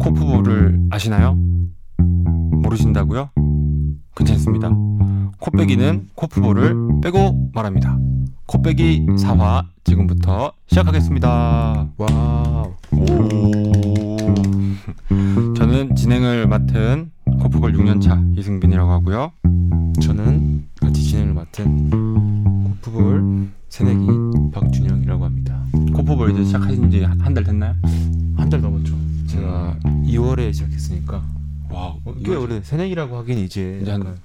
코프볼을 아시나요? 모르신다고요? 괜찮습니다. 코빼기는 코프볼을 빼고 말합니다. 코빼기 4화 지금부터 시작하겠습니다. 와우. 오. 저는 진행을 맡은 코프볼 6년차 이승빈이라고 하고요. 저는 같이 진행을 맡은 골프볼 새내기 박준영이라고 합니다. 코프볼 이제 시작하신 지 한 달 됐나요? 한 달 넘었죠. 제가 2월에 시작했으니까 와, 어, 꽤 이거 오래 새내기라고 하긴 이제 이제 한- 약간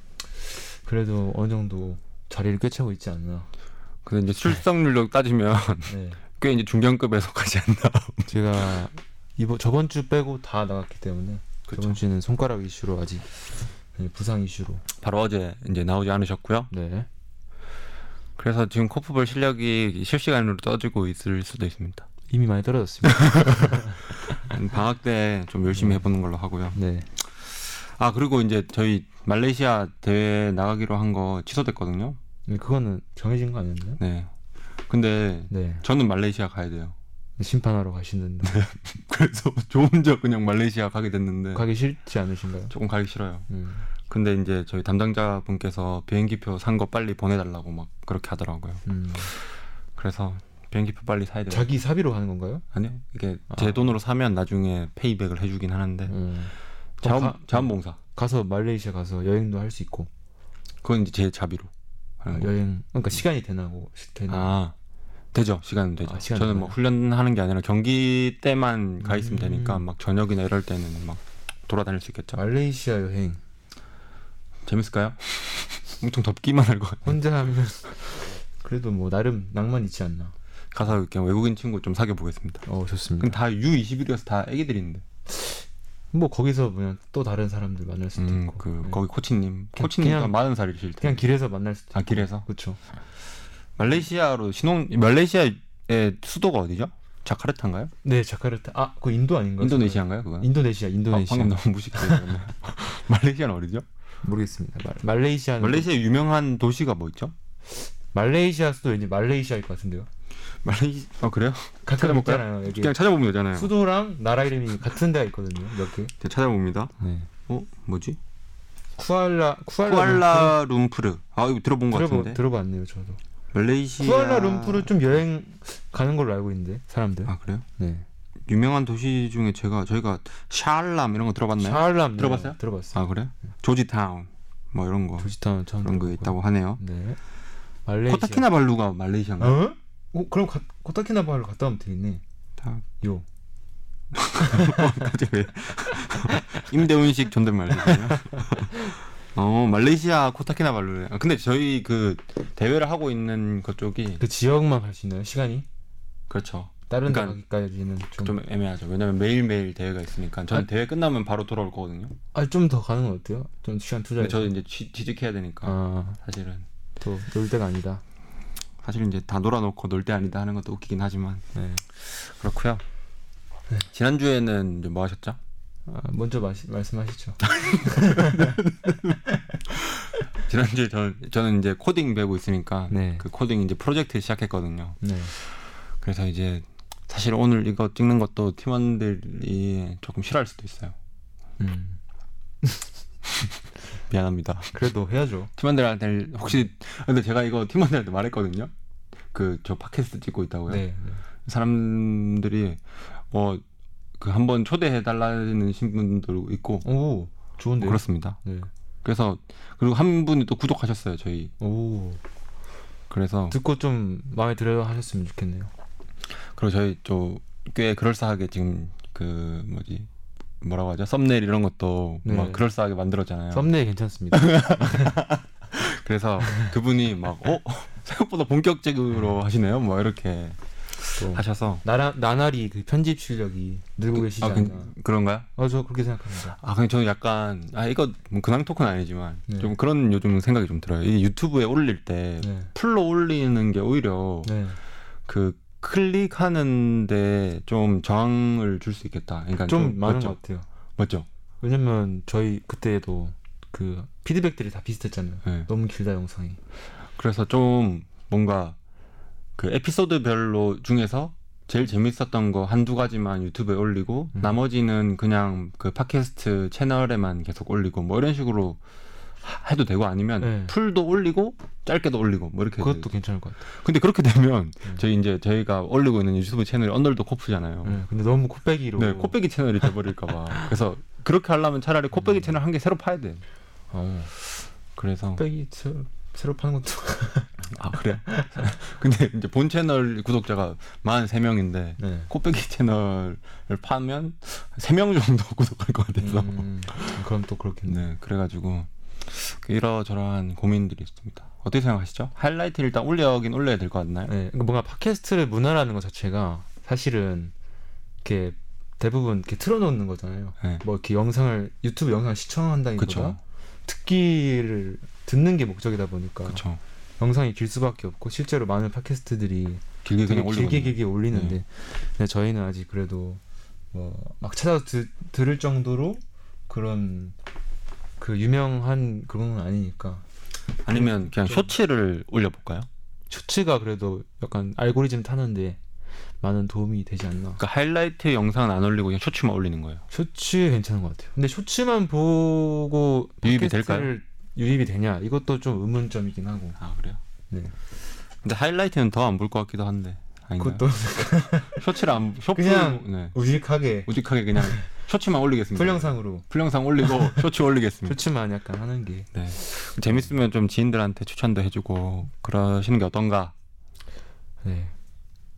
그래도 어느 정도 자리를 꿰차고 있지 않나. 근데 이제 출석률로 따지면 네. 꽤 이제 중견급에 속하지 않나. 제가 이번 저번 주 빼고 다 나갔기 때문에 저번 주는 손가락 이슈로 아직 네, 부상 이슈로. 바로 어제 이제 나오지 않으셨고요. 네. 그래서 지금 코프볼 실력이 실시간으로 떠지고 있을 수도 있습니다. 이미 많이 떨어졌습니다. 방학 때 좀 열심히 해보는 걸로 하고요. 네. 아 그리고 이제 저희 말레이시아 대회 나가기로 한 거 취소됐거든요. 네, 그거는 정해진 거 아니었나요? 네. 근데 네. 저는 말레이시아 가야 돼요. 심판하러 가시는 그래서 저 혼자 그냥 말레이시아 가게 됐는데 가기 싫지 않으신가요? 조금 가기 싫어요. 음. 근데 이제 저희 담당자 분께서 비행기표 산 거 빨리 보내달라고 막 그렇게 하더라고요. 음. 그래서 비행기표 빨리 사야 돼요. 자기 사비로 하는 건가요? 아니요 이게 아. 제 돈으로 사면 나중에 페이백을 해주긴 하는데 음. 자원 가- 자원봉사 가서 말레이시아 가서 여행도 할 수 있고 그건 이제 제 자비로 하는 거예요. 여행 그러니까 시간이 되나고 시- 되나 아 되죠 시간 되죠 아, 시간 저는 뭐 되나요? 훈련하는 게 아니라 경기 때만 가 있으면 음. 되니까 막 저녁이나 이럴 때는 막 돌아다닐 수 있겠죠 말레이시아 여행 재밌을까요? 엄청 덥기만 할 것 같아요 혼자 하면 그래도 뭐 나름 낭만 있지 않나 가서 이렇게 외국인 친구 좀 사귀어 보겠습니다 어 좋습니다 근데 다 U21이어서 다 애기들인데 뭐 거기서 그냥 또 다른 사람들 만날 수도 음, 있고 그 네. 거기 코치님 그냥- 코치님과 그냥- 마흔 살이실 때 그냥 길에서 만날 수도 있고 아, 길에서? 그렇죠 말레이시아로 신혼 말레이시아의 수도가 어디죠? 자카르타인가요? 네 자카르타 아그 인도 아닌가요? 인도네시아인가요 그거? 인도네시아 아, 인도네시아 방금 너무 무식했네요. 말레이시아는 어디죠? 모르겠습니다 말, 말레이시아 말레이시아 말레이시아 유명한 도시가 뭐 있죠? 말레이시아 수도 왠지 말레이시아일 것 같은데요 말레이 아 그래요? 가끔 찾아볼까요? 있잖아요 여기 그냥 찾아보면 되잖아요. 예. 수도랑 나라 이름이 같은 데가 있거든요 몇개 제가 찾아봅니다. 네. 어 뭐지? 쿠알라 쿠알라 쿠알라룸푸르. 아 이거 들어본 것 들어보, 같은데. 들어봤네요 저도 말레이시아. 쿠알라룸푸르 좀 여행 가는 걸로 알고 있는데 사람들 예. 아 그래요? 네 유명한 도시 중에 제가 저희가 샬람 이런 거 들어봤나요? 샬람 네, 들어봤어요? 들어봤어요 아 그래? 조지타운 뭐 이런 거 조지타운 처음 그런 거 들어보고요. 있다고 하네요. 네 말레이시아 코타키나발루가 말레이시아인가? 요 어? 어 그럼 가, 코타키나발루 갔다 오면 되겠네 다 요 갑자기 왜 임대훈식 존댓말이거든요. 어 말레이시아 코타키나발루에. 아, 근데 저희 그 대회를 하고 있는 그쪽이 그 지역만 갈 수 있나요 시간이 그렇죠. 다른 데 그러니까 가기까지는 좀 애매하죠. 왜냐면 매일매일 대회가 있으니까 아. 저는 대회 끝나면 바로 돌아올 거거든요. 좀 아 좀 더 가는 건 어때요 좀 시간 근데 투자해 저도 이제 취, 직해야 되니까 네. 아또 사실은 놀 때가 아니다 사실 이제 다 놀아놓고 놀 때 아니다 하는 것도 웃기긴 하지만 네 그렇고요. 지난 주에는 이제 뭐 하셨죠? 아, 먼저 마시, 말씀하시죠 아, 지난 주에 저는 저는 이제 코딩 배우고 있으니까 네. 그 코딩 이제 프로젝트 시작했거든요. 네 그래서 이제 사실 오늘 이거 찍는 것도 팀원들이 조금 싫어할 수도 있어요. 음. 미안합니다. 그래도 해야죠 팀원들한테 혹시 근데 제가 이거 팀원들한테 말했거든요. 그 저 팟캐스트 찍고 있다고요. 네, 네. 사람들이 어 그 한번 초대해 달라는 신분도 있고 오 좋은데요 그렇습니다. 네. 그래서 그리고 한 분이 또 구독하셨어요 저희. 오 그래서 듣고 좀 마음에 들어 하셨으면 좋겠네요. 그리고 저희 좀 꽤 그럴싸하게 지금 그 뭐지 뭐라고 하죠 썸네일 이런 것도 네. 막 그럴싸하게 만들었잖아요. 썸네일 괜찮습니다. 그래서 그분이 막 어? 생각보다 본격적으로 하시네요. 뭐 이렇게 또 하셔서 나라 나날이 그 편집 실력이 늘고 계시지 아, 않나. 그, 그런가요? 아 저 그렇게 생각합니다. 아 근데 저는 약간 아 이거 뭐 근황 토크는 아니지만 네. 좀 그런 요즘 생각이 좀 들어요. 이 유튜브에 올릴 때 네. 풀로 올리는 게 오히려 네. 그 클릭하는데 좀 저항을 줄 수 있겠다. 그러니까 좀 많은 멋져. 것 같아요. 멋져. 왜냐면 저희 그때도 그 피드백들이 다 비슷했잖아요. 예. 너무 길다 영상이. 그래서 좀 뭔가 그 에피소드별로 중에서 제일 재밌었던 거 한두 가지만 유튜브에 올리고 음. 나머지는 그냥 그 팟캐스트 채널에만 계속 올리고 뭐 이런 식으로 하- 해도 되고 아니면 네. 풀도 올리고 짧게도 올리고 뭐 이렇게 그것도 돼요. 괜찮을 것 같아요. 근데 그렇게 되면 음. 저희 이제 저희가 올리고 있는 유튜브 채널이 언덜도 코프잖아요. 네, 근데 너무 코빼기로. 어. 네, 코빼기 채널이 돼버릴까 봐. 그래서 그렇게 하려면 차라리 음. 코빼기 채널 한 개 새로 파야 돼. 어, 그래서 코빼기 새로, 새로 파는 것도. 아 그래. 근데 이제 본 채널 구독자가 43명인데 네. 코빼기 채널을 파면 3명 정도 구독할 것 같아서. 음, 그럼 또 그렇겠네. 네, 그래가지고 이러저러한 고민들이 있습니다. 어떻게 생각하시죠? 하이라이트 를 일단 올려긴 올려야 될 것 같나요? 네, 그러니까 뭔가 팟캐스트를 문화라는 것 자체가 사실은 이렇게 대부분 이렇게 틀어놓는 거잖아요. 네. 뭐 이렇게 영상을 유튜브 영상 을 시청한다기보다 그쵸. 듣기를 듣는 게 목적이다 보니까 그렇죠. 영상이 길 수밖에 없고 실제로 많은 팟캐스트들이 길게 되게 그냥 네. 올리고. 길게 길게 올리는데 근데 저희는 아직 그래도 뭐 막 찾아 드, 들을 정도로 그런 그 유명한 그런 건 아니니까 아니면 그냥 좀- 쇼츠를 올려볼까요? 쇼츠가 그래도 약간 알고리즘 타는데 많은 도움이 되지 않나 그러니까 하이라이트 영상은 안 올리고 그냥 쇼츠만 올리는 거예요. 쇼츠 괜찮은 것 같아요. 근데 쇼츠만 보고 유입이 팟캐스트를 유입이 되냐 이것도 좀 의문점이긴 하고. 아 그래요? 네. 근데 하이라이트는 더 안 볼 것 같기도 한데 아닌가요? 그것도 쇼츠를 안 쇼츠 그냥- 네. 우직하게 우직하게 그냥 쇼츠만 올리겠습니다. 풀 영상으로 풀영상 올리고 쇼츠 올리겠습니다. 쇼츠만 약간 하는 게 네. 재밌으면 좀 지인들한테 추천도 해주고 그러시는 게 어떤가? 네.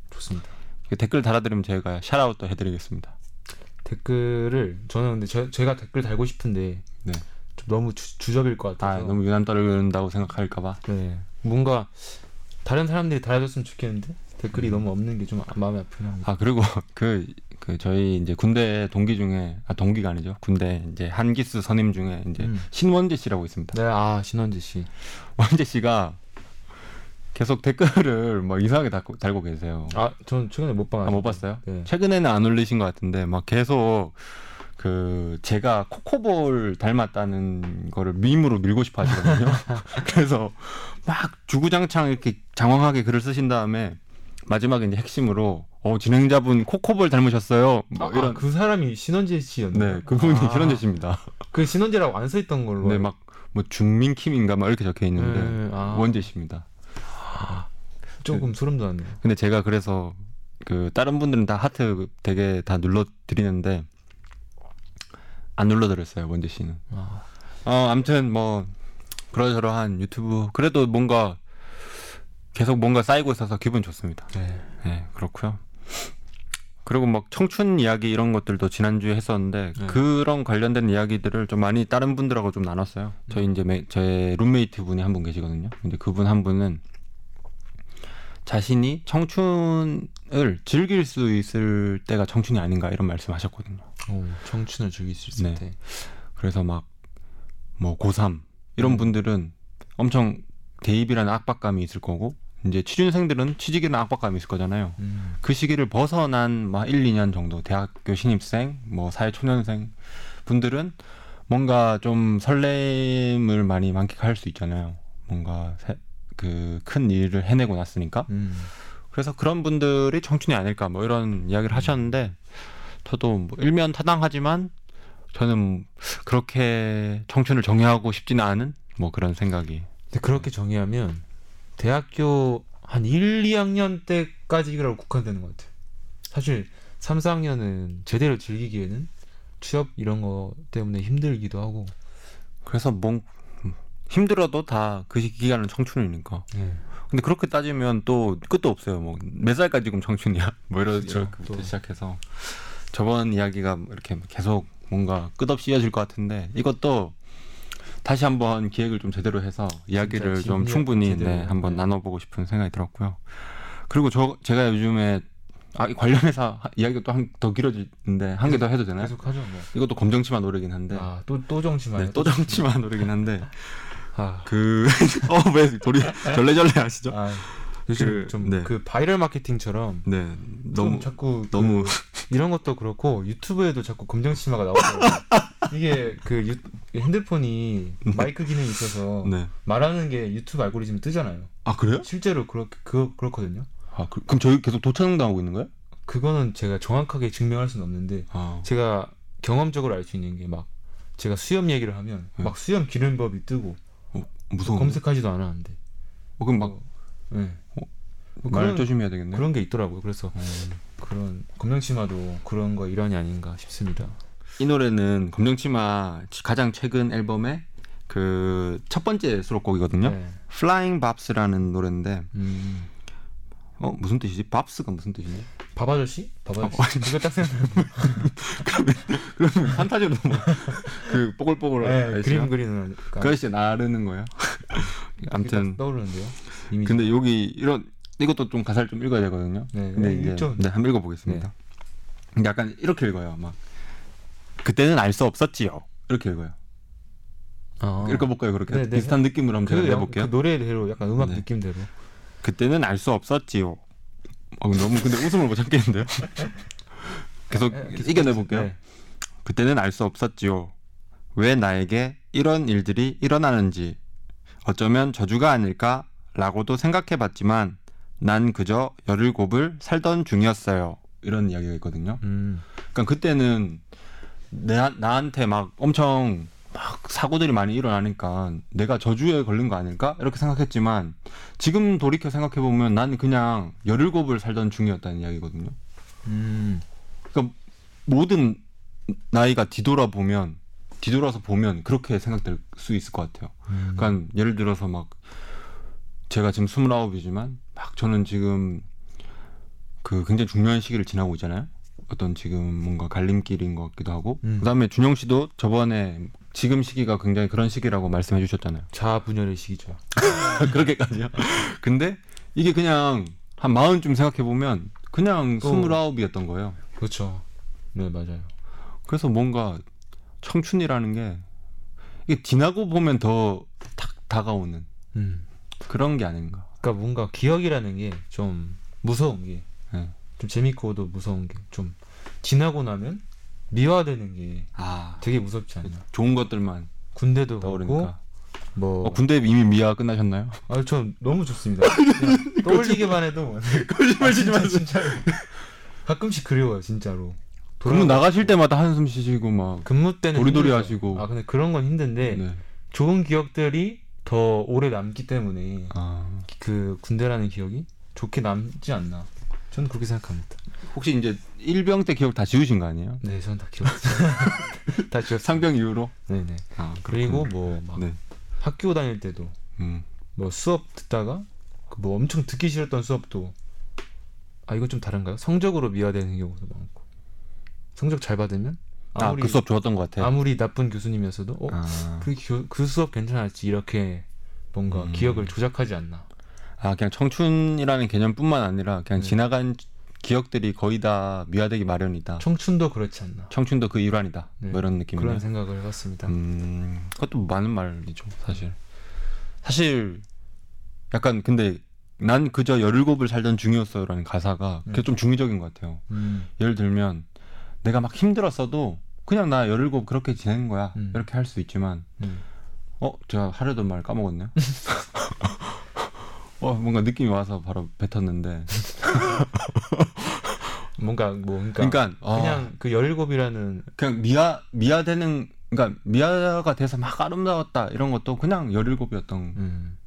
좋습니다. 그 댓글 달아드리면 저희가 샤라웃도 해드리겠습니다. 댓글을 저는 근데 저, 제가 댓글 달고 싶은데 네. 좀 너무 주, 주접일 것 아 같아서 너무 유난 떨어진다고 생각할까봐. 네. 뭔가 다른 사람들이 달아줬으면 좋겠는데 음. 댓글이 너무 없는 게 좀 마음이 아프긴 합니다. 아 그리고 그, 그 저희 이제 군대 동기 중에 아 동기가 아니죠 군대 이제 한기수 선임 중에 이제 음. 신원재 씨라고 있습니다. 네, 아 신원재 씨. 원재 씨가 계속 댓글을 막 이상하게 달고, 달고 계세요. 아, 전 최근에 못 봤어요. 어. 아, 못 봤어요? 네. 최근에는 안 올리신 것 같은데 막 계속 그 제가 코코볼 닮았다는 거를 밈으로 밀고 싶어 하시거든요. 그래서 막 주구장창 이렇게 장황하게 글을 쓰신 다음에 마지막에 이제 핵심으로 어 진행자분 코코볼 닮으셨어요. 뭐 아, 이런 그 사람이 신원재 씨였나요? 네 그분이 아, 그런 짓입니다. 그 신원재라고 안 써 있던 걸로. 네 막 뭐 중민킴인가 막 이렇게 적혀 있는데 네, 아, 원재 그 씨입니다. 조금 소름 돋았네요. 근데 제가 그래서 그 다른 분들은 다 하트 되게 다 눌러 드리는데 안 눌러 드렸어요 원재 씨는. 아, 어 아무튼 뭐 그러저러한 유튜브 그래도 뭔가 계속 뭔가 쌓이고 있어서 기분 좋습니다. 네. 네 그렇고요. 그리고 막 청춘 이야기 이런 것들도 지난주에 했었는데 네. 그런 관련된 이야기들을 좀 많이 다른 분들하고 좀 나눴어요. 저희 이제 매, 제 룸메이트 분이 한 분 계시거든요. 근데 그분 한 분은 자신이 청춘을 즐길 수 있을 때가 청춘이 아닌가 이런 말씀하셨거든요. 오, 어, 청춘을 즐길 수 있을 네. 때. 그래서 막 뭐 고3 이런 음. 분들은 엄청 대입이라는 압박감이 있을 거고 이제 취준생들은 취직이라는 압박감이 있을 거잖아요. 음. 그 시기를 벗어난 막 1, 2년 정도 대학교 신입생, 뭐 사회 초년생 분들은 뭔가 좀 설렘을 많이 만끽할 수 있잖아요. 뭔가 그 큰 일을 해내고 났으니까. 음. 그래서 그런 분들이 청춘이 아닐까 뭐 이런 이야기를 하셨는데 저도 뭐 일면 타당하지만 저는 그렇게 청춘을 정의하고 싶지는 않은 뭐 그런 생각이 근데 그렇게 정의하면 대학교 한 1, 2학년 때까지라고 국한되는 것 같아요. 사실 3, 4학년은 제대로 즐기기에는 취업 이런 거 때문에 힘들기도 하고. 그래서 뭔 힘들어도 다 그 기간은 청춘이니까 네. 근데 그렇게 따지면 또 끝도 없어요 뭐 몇 살까지 지금 청춘이야 뭐 이런 그렇죠. 이렇게부터 또. 시작해서 저번 이야기가 이렇게 계속 뭔가 끝없이 이어질 것 같은데 이것도 다시 한번 기획을 좀 제대로 해서 이야기를 진짜 좀 진짜 충분히 제대로, 네, 한번 네. 나눠보고 싶은 생각이 들었고요. 그리고 저 제가 요즘에 아, 이 관련해서 하- 이야기가 또 한 더 길어지는데 한 개 더 해도 되나요? 계속하죠 뭐. 이것도 검정치마 노래긴 한데 아, 또 또 정치만. 네, 또 정치마 노래긴 한데 그, 아. 그어왜 돌이 절레절레 하시죠? 아, 요즘 그, 좀 네. 그 바이럴 마케팅처럼 네 너무 너무 자꾸 그- 너무 이런 것도 그렇고 유튜브에도 자꾸 검정 치마가 나오더라고요. 이게 그 유, 핸드폰이 마이크 기능이 있어서 네. 말하는 게 유튜브 알고리즘이 뜨잖아요. 아 그래요? 실제로 그렇 그 그렇거든요. 아 그, 럼 저희 계속 도청 당하고 있는 거예요? 그거는 제가 정확하게 증명할 수는 없는데 아, 제가 경험적으로 알 수 있는 게 막 제가 수염 얘기를 하면 네. 막 수염 기름법이 뜨고 무서운데. 검색하지도 않았는데 어, 그럼 막 어, 네. 뭐 말 그런, 조심해야 되겠네. 그런 게 있더라고요. 그래서 음. 그런 검정치마도 그런 거 일환이 아닌가 싶습니다. 이 노래는 검정치마 가장 최근 앨범의 그 첫 번째 수록곡이거든요. 네. Flying Bobs라는 노래인데 음. 어 무슨 뜻이지? 밥스가 무슨 뜻이냐? 밥 아저씨? 밥 어, 아저씨. 이거 딱 생각. 그러면 판타지로 뭐, 뭐그 뽀글뽀글한 네, 아저씨가- 그림 그리는. 그러니까 그 아저씨 나르는 거예요. 아, 아무튼 딱 떠오르는데요. 이미. 근데 여기 이런 이것도 좀 가사를 좀 읽어야 되거든요. 네, 근데 네, 이제 읽죠. 네, 한번 읽어보겠습니다. 근데 약간 이렇게 읽어요. 막 그때는 알 수 없었지요. 이렇게 읽어요. 아. 읽어볼까요? 그렇게 네, 네. 비슷한 느낌으로 한번 제가 그 영- 해볼게요. 그 노래대로 약간 음악 네. 느낌대로. 그때는 알 수 없었지요. 어, 너무 근데 웃음을 못 참겠는데요. 계속 네, 계속 이겨내볼게요. 네. 그때는 알 수 없었지요. 왜 나에게 이런 일들이 일어나는지 어쩌면 저주가 아닐까라고도 생각해봤지만 난 그저 열일곱을 살던 중이었어요. 이런 이야기가 있거든요. 음. 그러니까 그때는 내, 나한테 막 엄청 막 사고들이 많이 일어나니까 내가 저주에 걸린 거 아닐까 이렇게 생각했지만 지금 돌이켜 생각해 보면 난 그냥 열일곱을 살던 중이었다는 이야기거든요. 음. 그러니까 모든 나이가 뒤돌아보면 뒤돌아서 보면 그렇게 생각될 수 있을 것 같아요. 음. 그러니까 예를 들어서 막 제가 지금 스물아홉이지만 막 저는 지금 그 굉장히 중요한 시기를 지나고 있잖아요. 어떤 지금 뭔가 갈림길인 것 같기도 하고 음. 그다음에 준영 씨도 저번에 지금 시기가 굉장히 그런 시기라고 말씀해 주셨잖아요. 자아 분열의 시기죠. 그렇게까지요. 근데 이게 그냥 한 마흔쯤 생각해 보면 그냥 또- 스물아홉이었던 거예요. 그렇죠. 네 맞아요. 그래서 뭔가 청춘이라는 게 이게 지나고 보면 더 탁 다가오는 음. 그런 게 아닌가. 그러니까 뭔가 기억이라는 게 좀 무서운 게, 네. 좀 재밌고도 무서운 게, 좀 지나고 나면 미화되는 게 아 되게 무섭지 않나. 좋은 것들만 군대도 가고 떠오르니까. 뭐, 어, 군대 이미 미아 끝나셨나요? 아, 전 너무 좋습니다. 그냥 떠올리기만 해도 뭐. 아, 거짓말 치지 진짜 진짜 가끔씩 그리워요 진짜로. 근무 돌아가- 나가실 때마다 한숨 쉬시고 막. 근무 때는 도리도리 힘들죠. 하시고. 아 근데 그런 건 힘든데 네. 좋은 기억들이 더 오래 남기 때문에 아 그 군대라는 기억이 좋게 남지 않나. 저는 그렇게 생각합니다. 혹시 이제 일병 때 기억 다 지우신 거 아니에요? 네, 저는 다 기억했어요. 다 기억. 상병 이후로. 네네. 아 그리고 그렇군요. 뭐 막 네. 학교 다닐 때도 음. 뭐 수업 듣다가 그뭐 엄청 듣기 싫었던 수업도 아 이건 좀 다른가요? 성적으로 미화되는 경우도 많고 성적 잘 받으면 아무리 아그 수업 좋았던 것 같아. 아무리 나쁜 교수님이었어도 어? 아. 그, 교, 그 수업 괜찮았지 이렇게 뭔가 음. 기억을 조작하지 않나. 아 그냥 청춘이라는 개념뿐만 아니라 그냥 네. 지나간 기억들이 거의 다 미화되기 마련이다. 청춘도 그렇지 않나. 청춘도 그 일환이다. 네, 뭐 이런 느낌이네요. 그런 생각을 해봤습니다. 음, 그것도 많은 말이죠, 사실. 사실 약간 근데 난 그저 열일곱을 살던 중이었어요라는 가사가 그게 음. 좀 중의적인 것 같아요. 음. 예를 들면 내가 막 힘들었어도 그냥 나 열일곱 그렇게 지낸 거야 음. 이렇게 할 수 있지만 음. 어 제가 하려던 말 까먹었네요. 어 뭔가 느낌이 와서 바로 뱉었는데 뭔가 뭔가 그러니까, 그러니까 아, 그냥 그 열일곱이라는 그냥 미아 미아되는 그러니까 미아가 돼서 막 아름다웠다 이런 것도 그냥 열일곱이었던 음,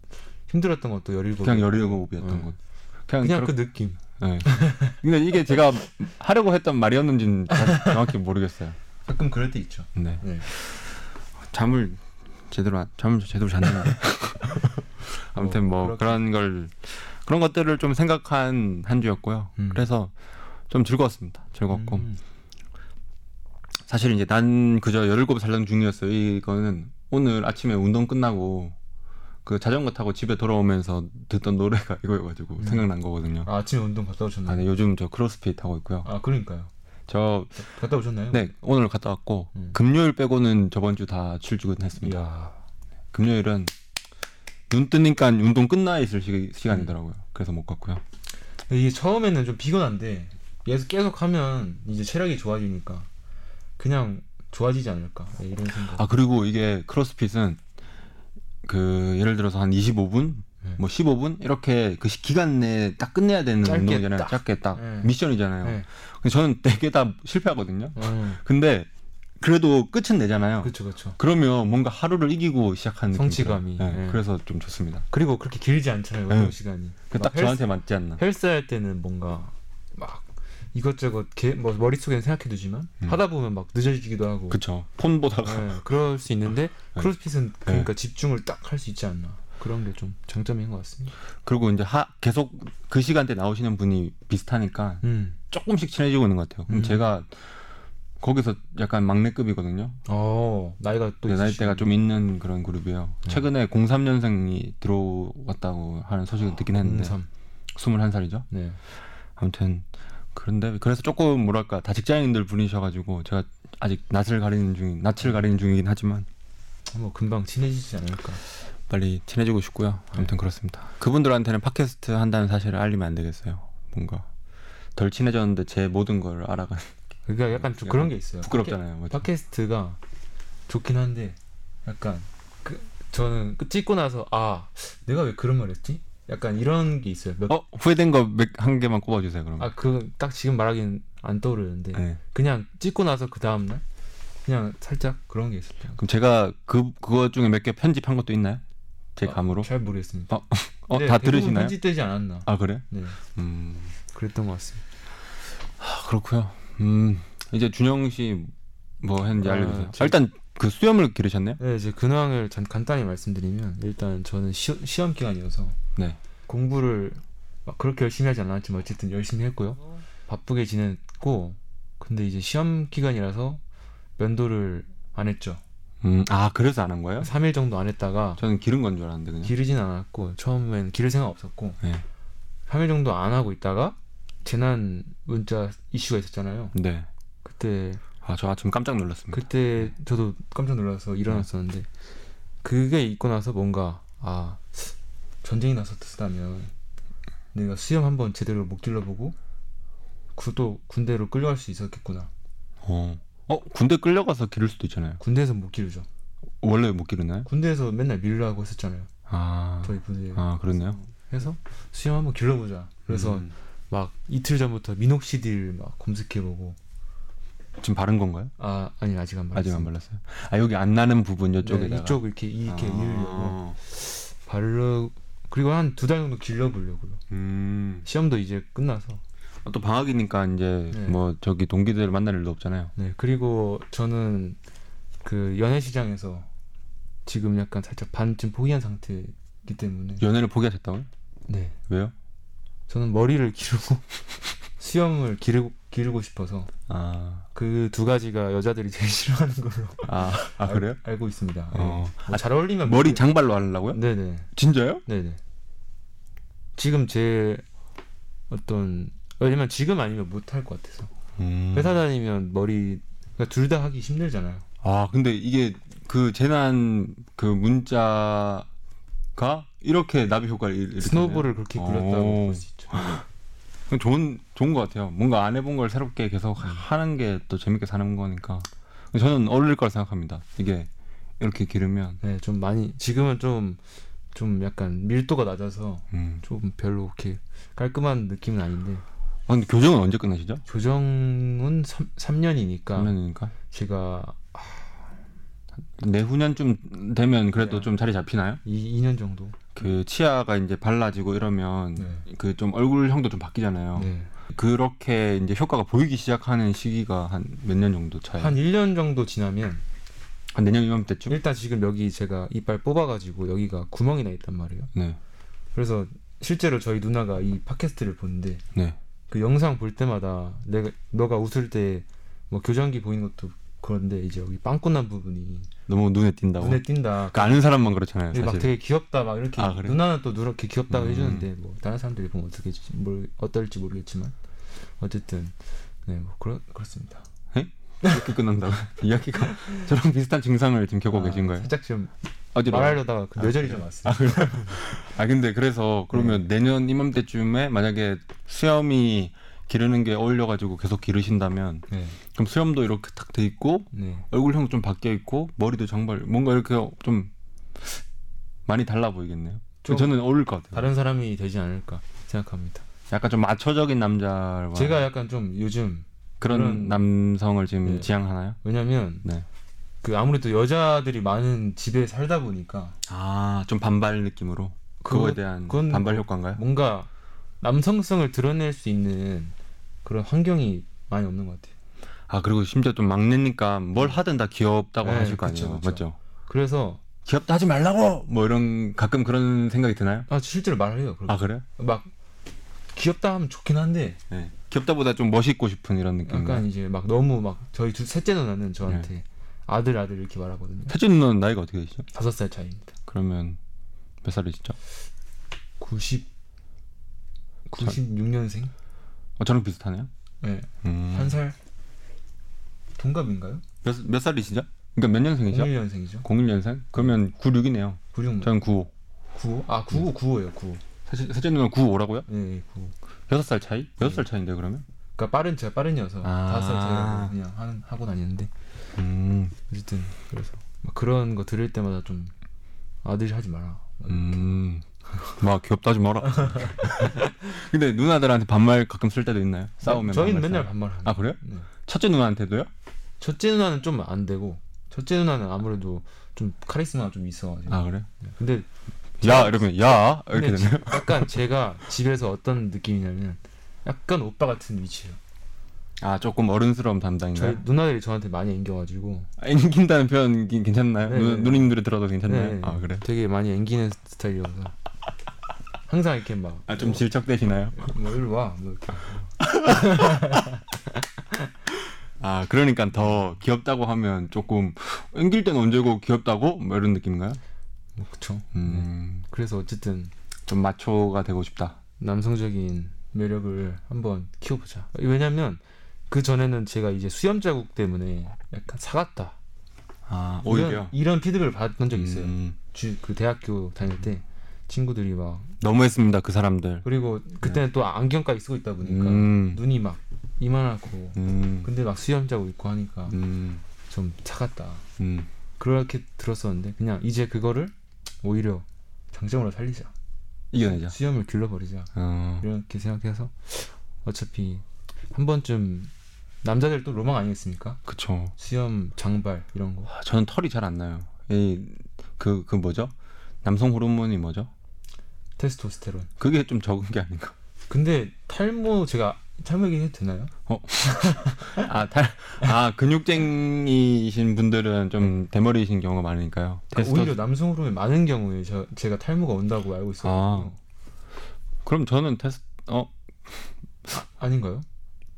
힘들었던 것도 열일곱. 그냥 열일곱이었던 음. 것. 그냥, 그냥 그렇게- 그 느낌. 네. 근데 이게 제가 하려고 했던 말이었는지는 자- 정확히 모르겠어요. 가끔 그럴 때 있죠. 네. 네. 잠을 제대로 안- 잠을 제대로 잤는데. 아무튼 어, 뭐 그렇게. 그런 걸 그런 것들을 좀 생각한 한 주였고요. 음. 그래서 좀 즐거웠습니다. 즐겁고 음. 사실 이제 난 그저 열일곱 살던 중이었어요. 이거는 오늘 아침에 운동 끝나고 그 자전거 타고 집에 돌아오면서 듣던 노래가 이거여가지고 음. 생각난 거거든요. 아, 아침에 운동 갔다 아, 오셨나요? 네, 요즘 저 크로스핏 하고 있고요. 아, 그러니까요. 저 갔다 오셨나요? 네, 오늘 갔다 왔고 음. 금요일 빼고는 저번 주 다 출근했습니다. 이야. 금요일은 눈 뜨니까 운동 끝나 있을 시, 간이더라고요 그래서 못 갔고요. 근데 이게 처음에는 좀 비건한데 계속 계속 하면 이제 체력이 좋아지니까 그냥 좋아지지 않을까 네, 이런 생각. 아 그리고 이게 크로스핏은 그 예를 들어서 한 25분 네. 뭐 15분 이렇게 그 시- 기간 내에 딱 끝내야 되는 짧게 운동이잖아요. 딱. 짧게 딱 네. 미션이잖아요. 네. 근데 저는 되게 다 실패하거든요. 어, 근데 그래도 끝은 내잖아요. 그렇죠, 그렇죠. 그러면 뭔가 하루를 이기고 시작하는 느낌이 성취감이, 들어요. 네, 예. 그래서 좀 좋습니다. 그리고 그렇게 길지 않잖아요 네. 운동 시간이. 그 막 딱 저한테 맞지 않나. 헬스 할 때는 뭔가 막 이것저것 개, 뭐 머릿속에는 생각해두지만 음. 하다 보면 막 늦어지기도 하고 그쵸. 아, 네. 폰 보다가 네, 그럴 수 있는데 크로스핏은 그러니까 집중을 딱 할 수 있지 않나 그런 게 좀 장점인 것 같습니다. 그리고 이제 하, 계속 그 시간대 나오시는 분이 비슷하니까 음. 조금씩 친해지고 있는 것 같아요. 그럼 음. 제가 거기서 약간 막내급이거든요. 어 나이가 또 내 있으시군요. 네, 나이대가 좀 있는 그런 그룹이에요. 네. 최근에 03년생이 들어왔다고 하는 소식을 듣긴 했는데 삼. 21살이죠. 음, 네. 아무튼 그런데 그래서 조금 뭐랄까 다 직장인들 분이셔가지고 제가 아직 낯을 가리는 중인 낯을 가리는 중이긴 하지만 뭐 금방 친해지지 않을까. 빨리 친해지고 싶고요. 네. 아무튼 그렇습니다. 그분들한테는 팟캐스트 한다는 사실을 알리면 안 되겠어요. 뭔가 덜 친해졌는데 제 모든 걸 알아가 그러니까 약간 좀 그런 게 있어요. 부끄럽잖아요. 맞죠? 팟캐스트가 좋긴 한데 약간 그 저는 그 찍고 나서 아 내가 왜 그런 말했지? 약간 이런 게 있어요. 어 후회된 거 한 개만 꼽아주세요. 그럼. 아그딱 지금 말하기는 안 떠오르는데 어. 네. 그냥 찍고 나서 그 다음 날 그냥 살짝 그런 게 있었던 그럼 제가 그 그거 중에 몇 개 편집한 것도 있나요? 제 아, 감으로. 잘 모르겠습니다. 어 네, 다 대부분 들으시나요? 편집되지 않았나? 아 그래? 네, 음 그랬던 것 같습니다. 아, 그렇고요. 음 이제 준영 씨 뭐 했는지 아, 알려주세요. 아, 제- 일단 그 수염을 기르셨네요. 네, 이제 근황을 간- 간단히 말씀드리면 일단 저는 시, 시험 기간이어서 네. 공부를 막 그렇게 열심히 하지 않았지만 어쨌든 열심히 했고요. 바쁘게 지냈고 근데 이제 시험 기간이라서 면도를 안 했죠. 음아 그래서 안 한 거예요? 3일 정도 안 했다가 저는 기른 건 줄 알았는데 그냥. 네. 기르진 않았고 처음엔 기를 생각 없었고 네. 3일 정도 안 하고 있다가 재난 문자 이슈가 있었잖아요. 네. 그때 아저 아침 깜짝 놀랐습니다. 그때 네. 저도 깜짝 놀라서 일어났었는데 그게 있고 나서 뭔가 아 전쟁이 났었다면 내가 수염 한번 제대로 못 길러보고 그또 군대로 끌려갈 수 있었겠구나. 그- 어. 어 군대 끌려가서 기를 수도 있잖아요. 군대에서 못 기르죠. 원래 못 기르나요? 군대에서 맨날 밀라고 했었잖아요. 아. 저희 부대. 아 그렇네요. 해서 수염 한번 길러보자. 그래서 음. 막 이틀 전부터 미녹시딜 막 검색해보고 지금 바른 건가요? 아 아니 아직 안 아직 안 발랐어요. 발랐어요. 아 여기 안 나는 부분 이쪽에다가. 네, 이쪽 이렇게 이렇게 아. 밀려고 바르 그리고 한 두 달 정도 길러보려고요. 음. 시험도 이제 끝나서 아, 또 방학이니까 이제 네. 뭐 저기 동기들 만날 일도 없잖아요. 네 그리고 저는 그 연애 시장에서 지금 약간 살짝 반쯤 포기한 상태이기 때문에 연애를 포기하셨다고요? 네 왜요? 저는 머리를 기르고 수염을 기르고 기르고 싶어서 아, 그 두 가지가 여자들이 제일 싫어하는 걸로 아, 아 그래요? 알, 고 있습니다. 네. 어. 뭐잘 어울리면 머리 장발로 하려고요? 네네 진짜요? 네네 지금 제 어떤 왜냐면 지금 아니면 못 할 것 같아서 음. 회사 다니면 머리 그러니까 둘 다 하기 힘들잖아요. 아, 근데 이게 그 재난 그 문자가 이렇게 어. 나비 효과를 일- 일으키네요. 스노볼을 그렇게 굴렸다고 오. 볼 수 있죠. 그건 좋은 좋은 것 같아요. 뭔가 안 해본 걸 새롭게 계속 음. 하는 게 또 재밌게 사는 거니까. 저는 어울릴 걸 생각합니다. 이게 이렇게 기르면 네, 좀 많이 지금은 좀 좀 약간 밀도가 낮아서 음. 좀 별로 이렇게 깔끔한 느낌은 아닌데 아, 근데 교정은 언제 끝나시죠? 교정은 3, 년이니까 3년이니까. 제가 내후년쯤 되면 그래도 네. 좀 자리 잡히나요? 2, 년 정도. 그 치아가 이제 발라지고 이러면 네. 그 좀 얼굴형도 좀 바뀌잖아요. 네. 그렇게 이제 효과가 보이기 시작하는 시기가 한 몇 년 정도 차이? 한 한, 1년 정도 지나면 내년 이맘때쯤? 일단 지금 여기 제가 이빨 뽑아가지고 여기가 구멍이 나 있단 말이에요. 네. 그래서 실제로 저희 누나가 이 팟캐스트를 보는데 네. 그 영상 볼 때마다 내가 너가 웃을 때 뭐 교정기 보이는 것도 그런데 이제 여기 빵꾸난 부분이 너무 눈에 띈다고. 눈에 띈다. 그러니까 아는 사람만 그렇잖아요, 근데 막 사실. 되게 귀엽다 막 이렇게 아, 그래요? 누나는 또 누렇게 귀엽다고 음. 해주는데 뭐 다른 사람들이 보면 어떻게 뭘 어떨지 모르겠지만 어쨌든 네뭐 그렇 그렇습니다. 이렇게 끝난다고. 이야기가 저랑 비슷한 증상을 지금 겪고 아, 계신 거예요. 살짝 좀 어디로? 말하려다가 그 아, 뇌절이 좀 왔어요. 아 근데 그래서 그러면 네. 내년 이맘때쯤에 만약에 수염이 기르는 게 어울려가지고 계속 기르신다면 네, 그럼 수염도 이렇게 탁 돼 있고 네, 얼굴형 좀 바뀌어 있고 머리도 장발 뭔가 이렇게 좀 많이 달라 보이겠네요. 좀 저는 어울릴 것 같아요. 다른 사람이 되지 않을까 생각합니다. 약간 좀 마초적인 남자와 제가 약간 좀 요즘 그런, 예. 그런- 남성을 지금 네. 지향하나요? 왜냐면 네. 그 아무래도 여자들이 많은 집에 살다 보니까 아, 좀 반발 느낌으로 그거- 그거에 대한 그건 반발 효과인가요? 뭔가 남성성을 드러낼 수 있는 그런 환경이 많이 없는 것 같아요. 아, 그리고 심지어 좀 막내니까 뭘 하든 다 귀엽다고 네, 하실 거 그쵸, 아니에요. 그쵸. 맞죠? 그래서 귀엽다 하지 말라고 뭐 이런 가끔 그런 생각이 드나요? 아 실제로 말해요. 그렇게. 아, 그래요? 막 귀엽다 하면 좋긴 한데 네. 귀엽다보다 좀 멋있고 싶은 이런 느낌. 약간 이제 막 너무 막 저희 두 셋째 누나는 저한테 네. 아들 아들 이렇게 말하거든요. 태준 누나는 나이가 어떻게 되시죠? 다섯 살 차이입니다. 그러면 몇 살이시죠? 90 96년생? 어, 저랑 비슷하네요. 네. 음. 한 살 동갑인가요? 몇, 몇 살이시죠? 그러니까 몇 년생이죠? 음. 01년생이죠. 01년생? 그러면 96이네요. 96. 저는 95. 95? 아, 음. 95 95예요. 95. 사실 셋째 누나 95라고요? 예, 네, 95. 6살 차이? 음. 6살 차이인데 그러면? 그러니까 빠른 제가 빠른 녀석. 아. 다섯 살 차이라고 그냥 하는 하고 다니는데 음. 어쨌든 그래서 막 그런 거 들을 때마다 좀 아들 하지 마라. 음. 막 귀엽다 하지 마라. 근데 누나들한테 반말 가끔 쓸 때도 있나요? 싸우면 네, 저희는 반말 맨날 써요? 반말하는. 아, 그래요? 네. 첫째 누나한테도요? 첫째 누나는 좀 안 되고 첫째 누나는 아무래도 좀 카리스마가 좀 있어가지고 아, 그래요? 근데 야, 이러면 야 이렇게 근데 되나요? 지- 약간 제가 집에서 어떤 느낌이냐면 약간 오빠 같은 위치예요 아, 조금 어른스러운 담당인가요? 저희 누나들이 저한테 많이 앵겨가지고 아, 앵긴다는 표현 괜- 괜찮나요? 네, 누, 네. 누님들이 들어도 괜찮나요? 네, 아, 그래요? 되게 많이 앵기는 스타일이어서 항상 이렇게 막 아, 좀 질척되시나요? 뭐 일로 와. 뭐 이렇게. 아, 그러니까 더 귀엽다고 하면 조금 앵길 땐 언제고 귀엽다고? 뭐 이런 느낌인가요? 뭐 그쵸. 음, 그래서 어쨌든 좀 마초가 되고 싶다. 남성적인 매력을 한번 키워보자. 왜냐면 그 전에는 제가 이제 수염 자국 때문에 약간 사갔다. 아, 이런, 이런 피드백을 받은 적이 있어요. 음, 주, 그 대학교 다닐 때 친구들이 막 너무했습니다, 그 사람들. 그리고 그때는 또 안경까지 쓰고 있다 보니까 네. 음, 눈이 막 이만하고 음, 근데 막 수염 자국 있고 하니까 음, 좀 차갑다. 음. 그렇게 들었었는데 그냥 이제 그거를 오히려 장점으로 살리자. 이겨내자. 수염을 길러버리자. 어, 이렇게 생각해서 어차피 한 번쯤 남자들 또 로망 아니겠습니까? 그쵸. 수염, 장발 이런 거. 아, 저는 털이 잘 안 나요. 이, 그, 그 뭐죠? 남성 호르몬이 뭐죠? 테스토스테론. 그게 좀 적은 게 아닌가. 근데 탈모 제가 탈모 얘기 해도 되나요? 아, 탈, 아, 근육쟁이신 분들은 좀 대머리이신 경우가 많으니까요. 그러니까 오히려 남성 호르몬이 많은 경우에 저, 제가 탈모가 온다고 알고 아. 있어요. 그럼 저는 테스트 어 아. 닌가요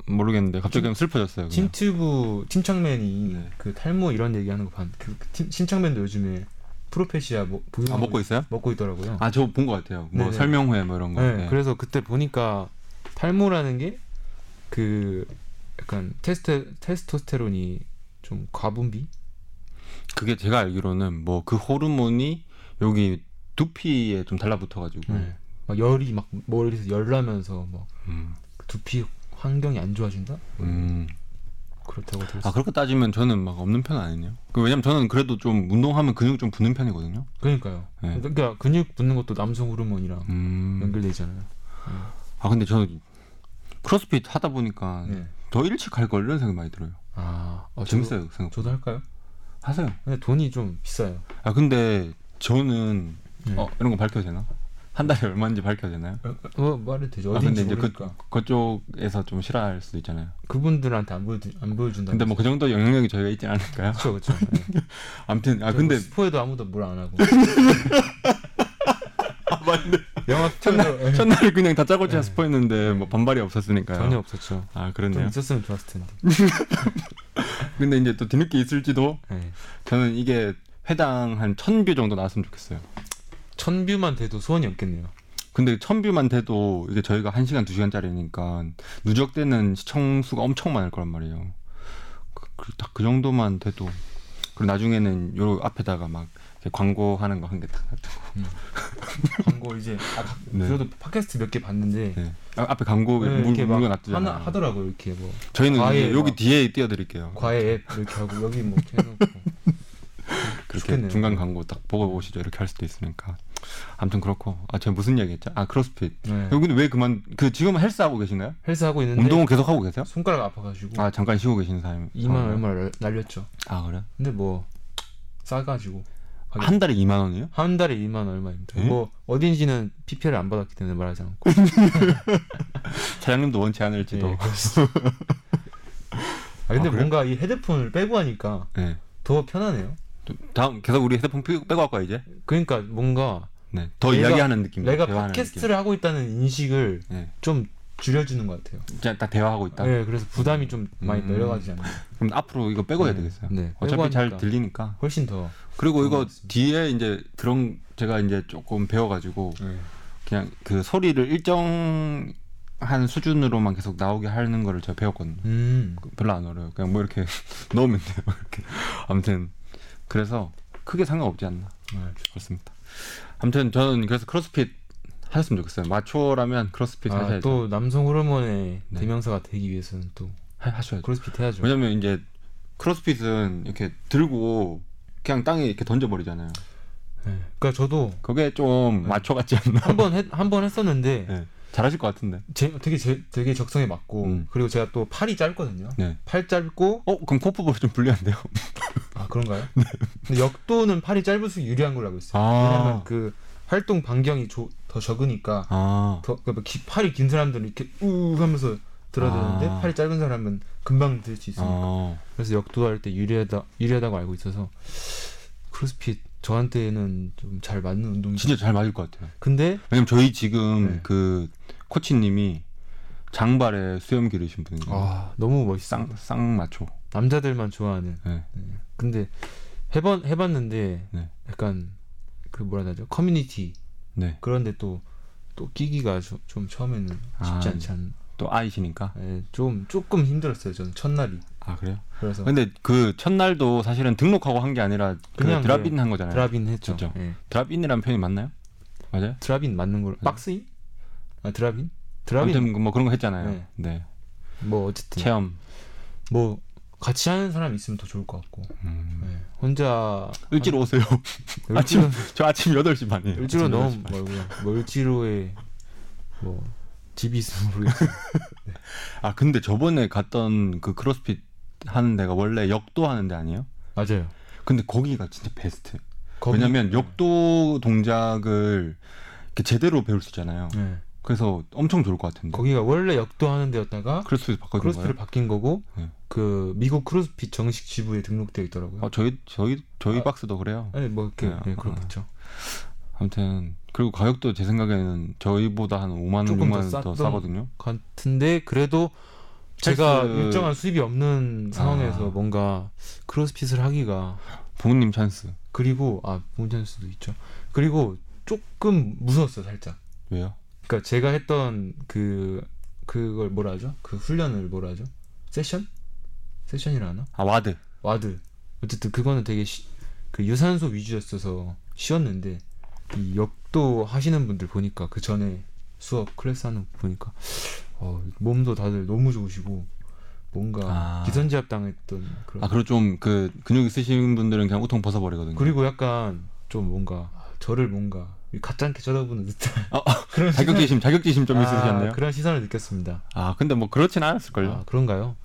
모르겠는데 갑자기 그냥 슬퍼졌어요. 그냥. 팀튜브 팀창맨이 네. 그 탈모 이런 얘기하는 거 반. 그 팀, 팀창맨도 요즘에 프로페시아 뭐, 아 먹고 있어요? 먹고 있더라고요. 아 저 본 것 같아요. 뭐 네네. 설명회 뭐 이런 거. 네, 네. 그래서 그때 보니까 탈모라는 게 그 약간 테스테, 테스토스테론이 좀 과분비? 그게 제가 알기로는 뭐 그 호르몬이 여기 두피에 좀 달라붙어가지고 네. 막 열이 막 머리에서 열 나면서 막 음, 두피 환경이 안 좋아진다? 뭐 음. 그렇다고 들었어요. 아 그렇게 따지면 저는 막 없는 편은 아니네요. 그 왜냐면 저는 그래도 좀 운동하면 근육 좀 붙는 편이거든요. 그러니까요. 네. 그러니까 근육 붙는 것도 남성 호르몬이랑 음. 연결되잖아요. 아 근데 저는 크로스핏 하다 보니까 네. 더 일찍 할 걸 이런 생각이 많이 들어요. 아, 어, 저도- 재밌어요 그 생각. 저도 할까요? 하세요. 근데 돈이 좀 비싸요. 아 근데 저는 네. 어, 이런 거 밝혀도 되나? 한 달에 얼마인지 밝혀도 되나요? 어, 말해도 되죠. 아, 근데 어딘지 이제 그, 모르니까. 그쪽에서 좀 싫어할 수도 있잖아요. 그, 분들한테안, 보여주, 안 보여준다. 근데 뭐 그 정도 영향력이 저희가 있진 않을까요? 그렇죠, 그렇죠. 아무튼 네, 아 근데 스포에도 아무도 뭘 안 하고. 아, 맞네. 영화 첫날 전- 첫날에 그냥 다짜고짜 스포했는데 뭐 반발이 없었으니까요. 네. 전혀 없었죠. 아 좀 그렇네요. 있었으면 좋았을 텐데. 근데 이제 또 뒤늦게 있을지도 네. 저는 이게 회당 한 천 뷰 정도 나왔으면 좋겠어요. 천 뷰만 돼도 소원이 없겠네요. 근데 천 뷰만 돼도 이게 저희가 한 시간 두 시간짜리니까 누적되는 시청 수가 엄청 많을 거란 말이에요. 그, 딱 그 정도만 돼도 그리고 나중에는 요 앞에다가 막 이렇게 광고하는 거 한개 광고 이제 아, 가- 네. 저도 팟캐스트 몇 개 봤는데 네. 아, 앞에 광고 네, 물, 이렇게 막 물건 하나 놔두잖아요. 하더라고 요 이렇게 뭐 저희는 이제 과일 여기 막. 뒤에 띄워드릴게요. 과외 앱 이렇게 하고 여기 뭐 이렇게 해놓고 그렇게 좋겠네요. 중간 광고 딱 보고 오시죠. 이렇게 할 수도 있으니까. 아무튼 그렇고 아 제가 무슨 얘기했죠? 아 크로스핏. 네. 근데 왜 그만 그 지금 헬스 하고 계신가요? 헬스 하고 있는데 운동은 계속 하고 계세요? 손가락 아파가지고 아 잠깐 쉬고 계신 사람. 이 2만 얼마 를 날렸죠. 아 그래? 근데 뭐 싸가지고 가게- 한 달에 2만 원이요? 한 달에 2만 얼마입니다. 에? 뭐 어딘지는 PPL 안 받았기 때문에 말하지 않고. 사장님도 원치 않을지도. 예, 그렇습니다. 아 근데 아, 그래요? 뭔가 이 헤드폰을 빼고 하니까 네. 더 편하네요. 또 다음 계속 우리 헤드폰 빼- 빼고 할 거야 이제. 그러니까 뭔가 네. 더 내가- 이야기하는 느낌. 내가 대화하는 팟캐스트를 하고 있다는 인식을 느낌. 네. 좀 줄여주는 것 같아요. 진짜 딱 대화하고 있다. 네, 그래서 부담이 좀 많이 음. 내려가지 않나요? 그럼 앞으로 이거 빼고 해야 네, 되겠어요. 네, 빼고 어차피 하니까. 잘 들리니까. 훨씬 더. 그리고 이거 알겠습니다. 뒤에 이제 그런 제가 이제 조금 배워가지고 그냥 그 소리를 일정한 수준으로만 계속 나오게 하는 거를 제가 배웠거든요. 음. 별로 안 어려요. 그냥 뭐 이렇게 넣으면 돼요. 뭐 이렇게. 아무튼 그래서 크게 상관없지 않나 네. 그렇습니다. 아무튼 저는 그래서 크로스핏 하셨으면 좋겠어요. 마초라면 크로스핏 아, 하셔야죠. 또 남성 호르몬의 네. 대명사가 되기 위해서는 또 하, 하셔야죠. 크로스핏 해야죠. 왜냐면 이제 크로스핏은 이렇게 들고 그냥 땅에 이렇게 던져버리잖아요. 네. 그러니까 저도 그게 네. 좀 마초 같지 않나? 한번한번 했었는데 네. 잘하실 것 같은데. 제, 되게 제, 되게 적성에 맞고 음. 그리고 제가 또 팔이 짧거든요. 네. 팔 짧고 어 그럼 코프볼이 좀 불리한데요? 아 그런가요? 근데 역도는 팔이 짧을수록 유리한 걸로 알고 있어요. 아. 왜냐면 그 활동 반경이 조, 더 적으니까 아 더 그러니까 기- 팔이 긴 사람들은 이렇게 우 하면서 들어드는데 아. 팔이 짧은 사람은 금방 들 수 있으니까 어. 아. 그래서 역도할 때 유리하다 유리하다고 알고 있어서 크로스핏 저한테는 좀 잘 맞는 운동이 진짜 잘 맞을 것 같아요. 근데 왜냐면 저희 지금 네. 그 코치님이 장발에 수염 기르신 분이에요. 아 너무 멋있어 쌍, 쌍 마초. 남자들만 좋아하는 네. 근데 해봐 해봤는데 네. 약간 그 뭐라 해야 되죠 커뮤니티 네. 그런데 또 또 끼기가 좀, 좀 처음에는 쉽지 아, 않지 않? 또 아이시니까. 예, 좀 조금 힘들었어요 저는 첫날이 아 그래요? 그래서 근데 그 첫날도 사실은 등록하고 한 게 아니라 그 그냥 드랍인 한 거잖아요. 드랍인 했죠. 그렇죠. 예. 드랍... 인이라는 표현이 맞나요? 맞아요? 드랍인 맞는 걸 박스인? 아 드랍인? 드랍인 아무튼 뭐 그런 거 했잖아요. 네. 네. 뭐 어쨌든 체험. 뭐 같이 하는 사람 있으면 더 좋을 것 같고 음. 예. 혼자 일찍 오세요. 한- 아침 을지로- 저 아침 8시 반이에요. 을지로 아침 너무 8시 반. 멀고요. 뭐 을지로에 뭐 집이 있으면 모르겠어요. 아 근데 저번에 갔던 그 크로스핏 하는 데가 원래 역도 하는 데 아니에요? 맞아요. 근데 거기가 진짜 베스트. 거기- 왜냐면 역도 동작을 이렇게 제대로 배울 수 있잖아요. 예. 그래서 엄청 좋을 것 같은데. 거기가 원래 역도 하는 데였다가 크로스핏 바꿔준 크로스핏을 거예요? 바뀐 거고 네. 그 미국 크로스핏 정식 지부에 등록되어 있더라고요. 어, 저희 저희 저희 아. 박스도 그래요. 아니 뭐 이렇게 네, 예, 어. 그렇겠죠. 아무튼 그리고 가격도 제 생각에는 저희보다 한 5만 원, 조금 6만 더 원 더 쌌던- 싸거든요. 같은데 그래도 제가 헬스- 일정한 수입이 없는 상황에서 아. 뭔가 크로스핏을 하기가 부모님 찬스. 그리고 아 문제일 수도 있죠. 그리고 조금 무서웠어요 살짝. 왜요? 그러니까 제가 했던 그 그걸 뭐라 하죠? 그 훈련을 뭐라 하죠? 세션? 세션이라 하나? 아 와드. 와드. 어쨌든 그거는 되게 시- 그 유산소 위주였어서 쉬웠는데 이 역도 하시는 분들 보니까 그 전에 수업 클래스 하는 거 보니까 어, 몸도 다들 너무 좋으시고 뭔가 아. 기선제압 당했던 그런 아 그리고 좀 그 근육 있으신 분들은 그냥 우통 벗어버리거든요. 그리고 약간 좀 뭔가 저를 뭔가 가짜않게 쳐다보는 듯한 아, 그런 자격지심 자격지심 좀 시선- 있으셨네요. 아, 그런 시선을 느꼈습니다. 아 근데 뭐 그렇진 않았을걸요. 아, 그런가요?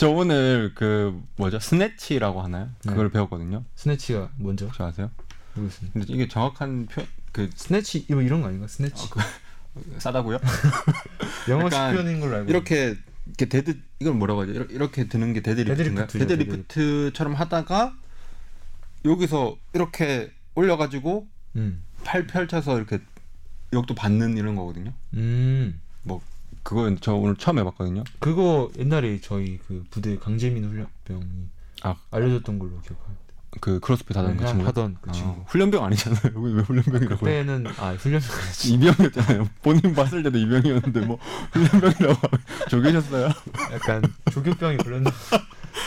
저 오늘 그 뭐죠 스네치라고 하나요? 네. 그걸 배웠거든요. 스네치가 먼저 혹시 아세요? 모르겠습니다. 근데 이게 정확한 표그 스네치 이거 이런 거 아닌가? 스네치 싸다고요? 영어식 약간 표현인 걸로 알고 이렇게 이렇게 데드 이걸 뭐라고 하죠? 이렇게, 이렇게 드는 게 데드리프트인가요? 데드리프트죠, 데드리프트처럼 하다가 여기서 이렇게 올려가지고 있는데. 음. 팔 펼쳐서 이렇게 역도 받는 이런 거거든요. 뭐, 음. 그거 저 오늘 처음 해봤거든요. 그거 옛날에 저희 그 부대 강재민 훈련병이 아. 알려줬던 걸로 기억해요. 그 크로스핏 하던 그 친구. 하던 그 아, 친구. 훈련병 아니잖아요. 여기 왜 훈련병이라고 해요? 그때는 아 훈련병 이병이었잖아요. 본인 봤을 때도 이병이었는데 뭐 훈련병이라고 조교셨어요? 약간 조교병이 걸렸나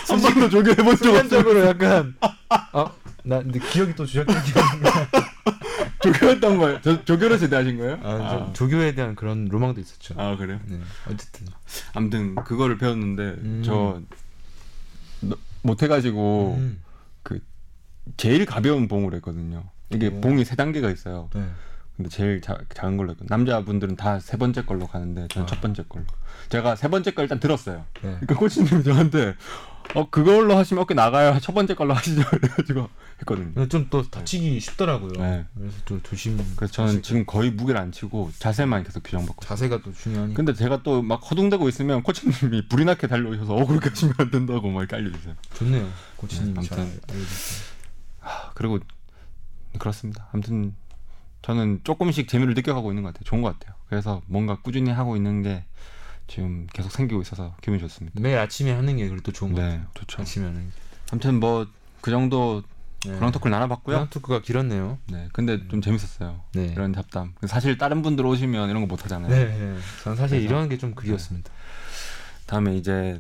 한 번도 조교 해본 적 없어요. 순간적으로 약간 아, 나 근데 기억이 또 주작적이야. 조교였던 거예요. 저, 조교로 제대하신 거예요? 아, 좀 조교에 대한 그런 로망도 있었죠. 아 그래요? 네, 어쨌든 아무튼 그거를 배웠는데 음. 저 너- 못해가지고 음. 제일 가벼운 봉을 했거든요. 이게 오. 봉이 세 단계가 있어요. 네. 근데 제일 자- 작은 걸로 했고 남자분들은 다 세 번째 걸로 가는데 저는 아. 첫 번째 걸로. 제가 세 번째 걸 일단 들었어요. 네. 그러니까 코치님이 저한테 어 그걸로 하시면 어깨 나가요. 첫 번째 걸로 하시죠. 그래가지고 했거든요. 근데 좀 또 다치기 쉽더라고요. 네. 그래서 좀 조심. 그래서 저는 지금 거의 무게를 안 치고 자세만 계속 교정받고. 자세가 또 중요하니까. 근데 제가 또 막 허둥대고 있으면 코치님이 불이 나게 달려오셔서 어 그렇게 하시면 안 된다고 막 이렇게 알려주세요. 좋네요. 고치님이 네, 잘 아무튼. 알려주세요. 아, 그리고 그렇습니다. 아무튼 저는 조금씩 재미를 느껴가고 있는 것 같아요. 좋은 것 같아요. 그래서 뭔가 꾸준히 하고 있는 게 지금 계속 생기고 있어서 기분이 좋습니다. 매일 아침에 하는 게 그래도 좋은 것 네, 같아요. 좋죠. 아침에 하는 게. 아무튼 뭐 그 정도 네. 그런 토크를 나눠봤고요. 그랑 토크가 길었네요. 네, 근데 좀 재밌었어요. 네. 이런 잡담. 사실 다른 분들 오시면 이런 거 못 하잖아요. 네, 네. 전 사실 그래서- 이런 게 좀 그리웠습니다. 다음에 이제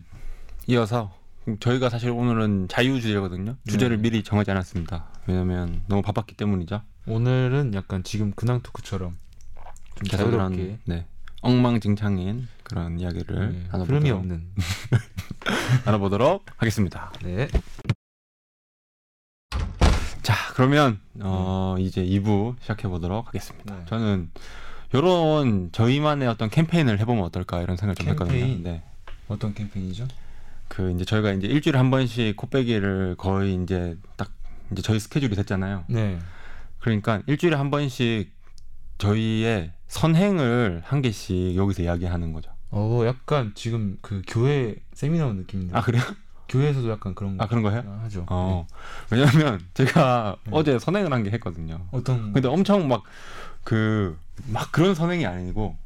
이어서 저희가 사실 오늘은 자유주제거든요. 주제를 네. 미리 정하지 않았습니다. 왜냐면 너무 바빴기 때문이죠. 오늘은 약간 지금 근황 토크처럼 좀 계속 이런, 자유롭게 네, 엉망진창인 그런 이야기를 네. 흐름이 나눠보도록, 없는. 나눠보도록 하겠습니다. 네. 자, 그러면 어, 음. 이제 2부 시작해 보도록 하겠습니다. 네. 저는 이런 저희만의 어떤 캠페인을 해보면 어떨까 이런 생각을 좀 했거든요. 캠페인? 네. 어떤 캠페인이죠? 그 이제 저희가 이제 일주일에 한 번씩 코빼기를 거의 이제 딱 이제 저희 스케줄이 됐잖아요. 네. 그러니까 일주일에 한 번씩 저희의 선행을 한 개씩 여기서 이야기하는 거죠. 어, 약간 지금 그 교회 세미나 느낌인데. 아 그래요? 교회에서도 약간 그런 거 아 그런 거예요? 하죠. 어 왜냐하면 제가 네. 어제 선행을 한 게 했거든요. 네. 어떤 근데 엄청 막 그 막 그런 선행이 아니고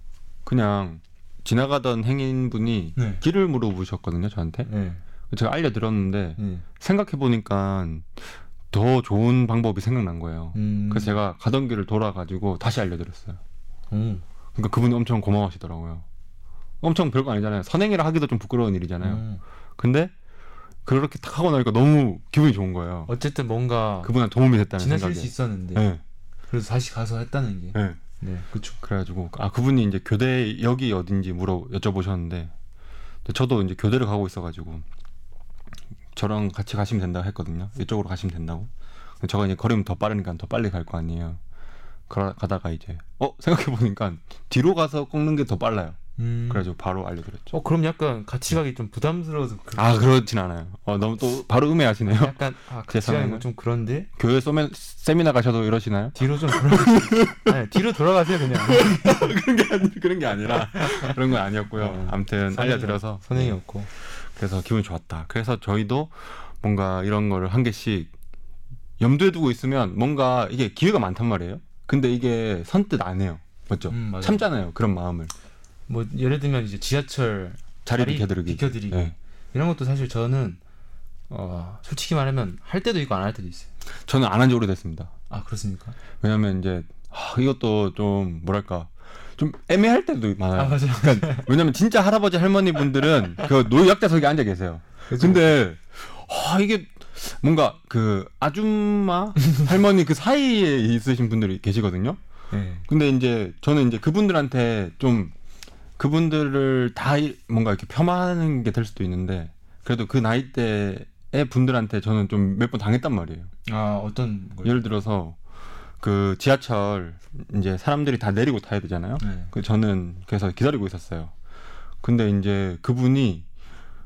그냥 지나가던 행인분이 네. 길을 물어보셨거든요 저한테. 네. 제가 알려드렸는데 네. 생각해 보니까 더 좋은 방법이 생각난 거예요. 음. 그래서 제가 가던 길을 돌아가지고 다시 알려드렸어요. 음. 그러니까 그분이 엄청 고마워하시더라고요. 엄청 별거 아니잖아요. 선행이라 하기도 좀 부끄러운 일이잖아요. 음. 근데 그렇게 딱 하고 나니까 너무 기분이 좋은 거예요. 어쨌든 뭔가 그분한테 도움이 됐다는 지나칠 생각에. 수 있었는데 네. 그래서 다시 가서 했다는 게. 네. 네. 그렇죠. 그래가지고 아 그분이 이제 교대 여기 어딘지 물어 여쭤보셨는데 근데 저도 이제 교대를 가고 있어가지고 저랑 같이 가시면 된다고 했거든요. 이쪽으로 가시면 된다고. 근데 저가 이제 걸으면 더 빠르니까 더 빨리 갈 거 아니에요. 그러, 가다가 이제 어 생각해 보니까 뒤로 가서 꺾는 게 더 빨라요. 음. 그래가지고 바로 알려드렸죠. 어, 그럼 약간 같이 가기 좀 부담스러워서 그 아 그렇진 않아요. 어, 너무 또 바로 음해하시네요. 약간 아, 같이 죄송해요. 가는 건좀 그런데 교회 소매, 세미나 가셔도 이러시나요? 뒤로 좀 돌아가세요. 아니, 뒤로 돌아가세요 그냥. 그런 게 아니 그런 게 아니라 그런 건 아니었고요. 어, 아무튼 선행이- 알려드려서 네. 선행이 없고. 그래서 기분이 좋았다. 그래서 저희도 뭔가 이런 거를 한 개씩 염두에 두고 있으면 뭔가 이게 기회가 많단 말이에요. 근데 이게 선뜻 안 해요. 맞죠? 음, 맞아요. 참잖아요. 그런 마음을 뭐 예를 들면 이제 지하철 자리 비켜드리기. 비켜드리기. 네. 이런 것도 사실 저는 어, 솔직히 말하면 할 때도 있고 안 할 때도 있어요. 저는 안 한 지 오래됐습니다. 아 그렇습니까? 왜냐면 이제 하, 이것도 좀 뭐랄까 좀 애매할 때도 많아요. 아 맞아요. 그러니까 왜냐면 진짜 할아버지 할머니 분들은 그 노약자석에 앉아 계세요. 네. 근데 아 이게 뭔가 그 아줌마 할머니 그 사이에 있으신 분들이 계시거든요. 네. 근데 이제 저는 이제 그분들한테 좀 그분들을 다 이- 뭔가 이렇게 폄하하는 게 될 수도 있는데 그래도 그 나이 대의 분들한테 저는 좀 몇 번 당했단 말이에요. 아 어떤 걸? 예를 들어서 그 지하철 이제 사람들이 다 내리고 타야 되잖아요. 네. 그 저는 그래서 기다리고 있었어요. 근데 이제 그분이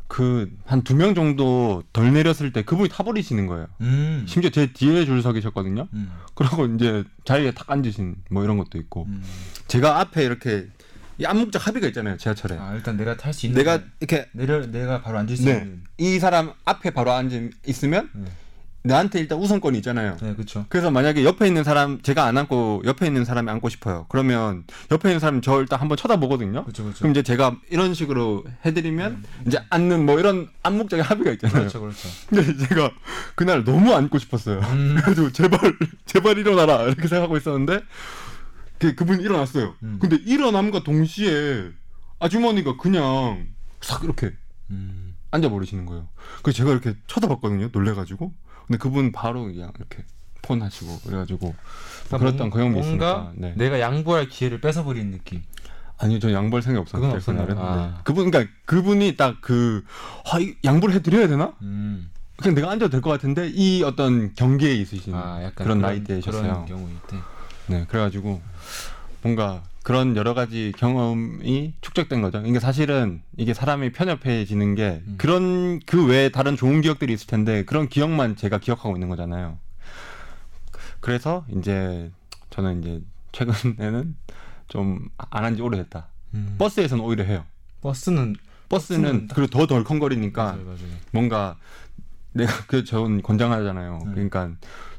그 한 두 명 정도 덜 내렸을 때 그분이 타버리시는 거예요. 음. 심지어 제 뒤에 줄 서 계셨거든요. 음. 그러고 이제 자리에 탁 앉으신 뭐 이런 것도 있고 음. 제가 앞에 이렇게 이 암묵적 합의가 있잖아요 지하철에 아 일단 내가 탈 수 있는. 네. 내가 거. 이렇게 내려 내가 바로 앉을 수 네. 있는. 이 사람 앞에 바로 앉으면 있으면 네. 나한테 일단 우선권이 있잖아요 네 그렇죠. 그래서 만약에 옆에 있는 사람 제가 안 앉고 옆에 있는 사람이 앉고 싶어요 그러면 옆에 있는 사람이 저 일단 한번 쳐다보거든요 그렇죠 그렇죠. 그럼 이제 제가 이런 식으로 해드리면 이제 앉는 뭐 이런 암묵적인 합의가 있잖아요 그렇죠 그렇죠. 근데 제가 그날 너무 앉고 싶었어요 음. 그래가지고 제발 제발 일어나라 이렇게 생각하고 있었는데 그 그분이 일어났어요. 음. 근데 일어남과 동시에 아주머니가 그냥 싹 이렇게 음. 앉아 버리시는 거예요. 그래서 제가 이렇게 쳐다봤거든요. 놀래가지고. 근데 그분 바로 그냥 이렇게 폰 하시고 그래가지고 그랬던 경험이 있으니까. 뭔가 네. 내가 양보할 기회를 뺏어버리는 느낌. 아니요, 저 양보할 생각 그건 없었어요. 없었나요? 그날은. 아. 네. 그분 그러니까 그분이 딱그 아, 이 양보를 해드려야 되나? 음. 그냥 내가 앉아도 될 것 같은데 이 어떤 경계에 있으신 아, 약간 그런 나이대이셨어요. 그런 경우일 때. 네, 그래가지고 뭔가 그런 여러 가지 경험이 축적된 거죠. 그러니까 사실은 이게 사람이 편협해지는 게 음. 그런 그 외에 다른 좋은 기억들이 있을 텐데 그런 기억만 제가 기억하고 있는 거잖아요. 그래서 이제 저는 이제 최근에는 좀 안 한 지 오래됐다. 음. 버스에서는 오히려 해요. 버스는 버스는 버스는 그리고 더 덜컹거리니까 맞아요, 맞아요. 뭔가 내가 그 저는 권장하잖아요. 네. 그러니까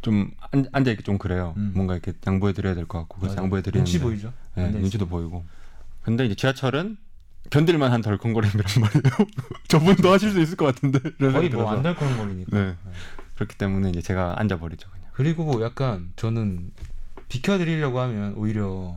좀 앉- 앉아 있기 좀 그래요. 음. 뭔가 이렇게 양보해 드려야 될 것 같고 그래서 맞아요. 양보해 드리는 눈치 보이죠? 예, 앉아있으면. 눈치도 보이고. 근데 이제 지하철은 견딜만한 덜컹거림이란 말이에요. 저분도 하실 수 있을 것 같은데. 이런 거의 생각이 뭐 들어서. 안달거는 거리니까. 네. 그렇기 때문에 이제 제가 앉아 버리죠 그냥. 그리고 뭐 약간 저는 비켜드리려고 하면 오히려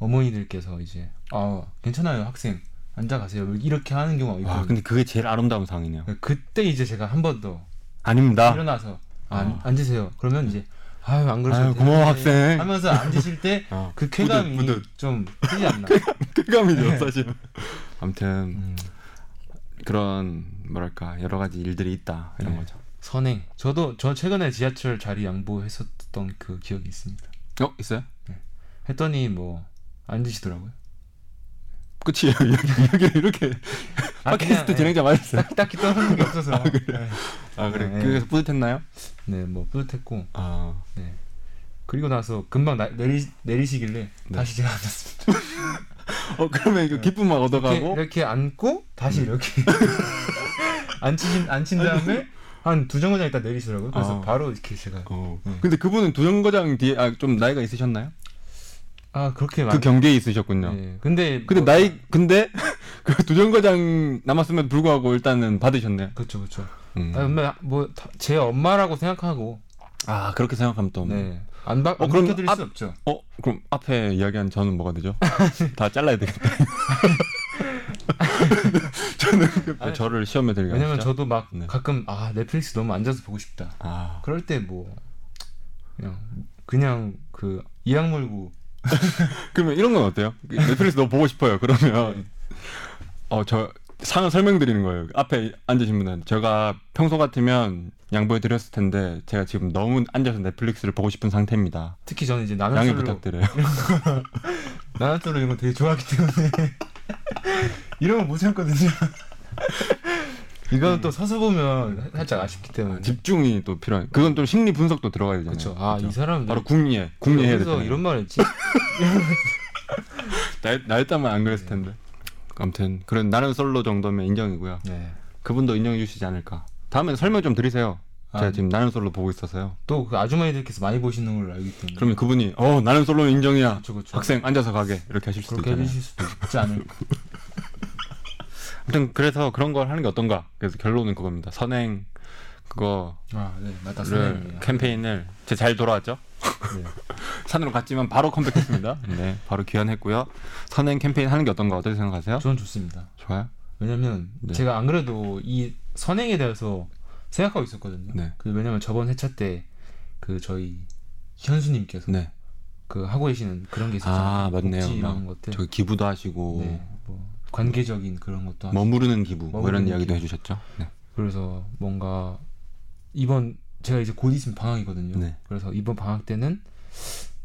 어머니들께서 이제 아 괜찮아요 학생 앉아 가세요 뭐 이렇게 하는 경우가 있고 와, 근데 그게 제일 아름다운 상이네요. 그때 이제 제가 한 번 더 아닙니다. 일어나서 아, 아. 앉으세요 그러면 이제 아유 안 그러셔도 아유, 돼요. 고마워 학생. 하면서 앉으실 때 그 어. 쾌감이 뿌듯, 뿌듯. 좀 크지 않나 네. 쾌감이죠 사실. 아무튼 음, 그런 뭐랄까 여러 가지 일들이 있다 이런 네. 거죠. 선행 저도 저 최근에 지하철 자리 양보했었던 그 기억이 있습니다 어 있어요? 했더니 뭐 앉으시더라고요 끝이에요. 이야기- 이야기를 이렇게 아, 그냥, 팟캐스트 예. 진행자 맞았어요. 딱, 딱히 떠오르는 게 없어서 네. 아 그래. 네. 그래서 뿌듯했나요? 네, 뭐 뿌듯했고 아 네. 그리고 나서 금방 나, 내리 내리시길래 네. 다시 제가 앉았습니다. 어 그러면 이거 기쁨만 이렇게, 얻어가고 네. 이렇게 앉고 다시 이렇게 앉힌 앉힌 다음에 한 두 정거장 있다 내리시더라고요. 아. 그래서 바로 이렇게 제가 어. 네. 근데 그분은 도전거장 뒤에 아, 좀 나이가 있으셨나요? 아 그렇게 그 많이 경계에 있으셨군요. 네. 근데 근데 나이 근데 그 도전거장 남았음에도 불구하고 일단은 받으셨네요. 그렇죠 그렇죠. 음. 아, 엄마 뭐제 엄마라고 생각하고 아 그렇게 생각하면 또 뭐. 네안 바 어, 안 그럼 바꿔드릴 앞- 수 없죠. 어 그럼 앞에 이야기한 저는 뭐가 되죠? 다 잘라야 되겠다. 저는 그- 아니, 저를 시험에 들게 왜냐면 하시죠? 저도 막 네. 가끔 아 넷플릭스 너무 앉아서 보고 싶다. 아 그럴 때 뭐 그냥 그냥 그 이악물고 그러면 이런 건 어때요? 그 넷플릭스 너무 보고 싶어요. 그러면 네. 어 저 상을 설명드리는 거예요. 앞에 앉으신 분한테 제가 평소 같으면 양보해 드렸을 텐데 제가 지금 너무 앉아서 넷플릭스를 보고 싶은 상태입니다. 특히 저는 이제 양해 나눔술로 부탁드려요. 나눔술로 이런 거 되게 좋아하기 때문에 이런 거 못 참거든요. 이거는 또 서서 보면 살짝 아쉽기 때문에 집중이 또 필요해. 그건 좀 심리 분석도 들어가야 되잖아요. 그렇죠. 아 이 그렇죠? 사람 바로 궁리에 궁리해야 그래서 되잖아요. 이런 말 했지. 날 날따면 안 네. 그랬을 텐데. 아무튼 그런 나는 솔로 정도면 인정이고요. 네. 그분도 인정해 주시지 않을까. 다음에 설명 좀 드리세요. 아, 제가 지금 나는 솔로 보고 있어서요. 또그 아주머니들께서 많이 보시는 걸로 알기 때문에 그러면 그분이 어 나는 솔로는 인정이야. 그렇죠 그렇죠. 학생 앉아서 가게 이렇게 하실 수도 그렇게 있잖아요. 해주실 수도 있지 않을까. 아무튼 그래서 그런 걸 하는 게 어떤가. 그래서 결론은 그겁니다. 선행 그거를 아네 맞다 선생님. 캠페인을 제 잘 돌아왔죠. 네. 산으로 갔지만 바로 컴백했습니다. 네, 바로 귀환했고요. 선행 캠페인 하는 게 어떤가 어떻게 생각하세요? 저는 좋습니다. 좋아요. 왜냐면 네. 제가 안 그래도 이 선행에 대해서 생각하고 있었거든요. 네. 그 왜냐면 저번 회차 때 그 저희 현수님께서 네. 그 하고 계시는 그런 게 있었잖아요. 아 맞네요. 복지 막 이런 것들. 저기 기부도 하시고 네. 뭐 관계적인 그런 것도 하고. 머무르는 기부 뭐 이런 머무르는 이야기도 기부. 해주셨죠. 네. 그래서 뭔가 이번 제가 이제 곧 있으면 방학이거든요. 네. 그래서 이번 방학 때는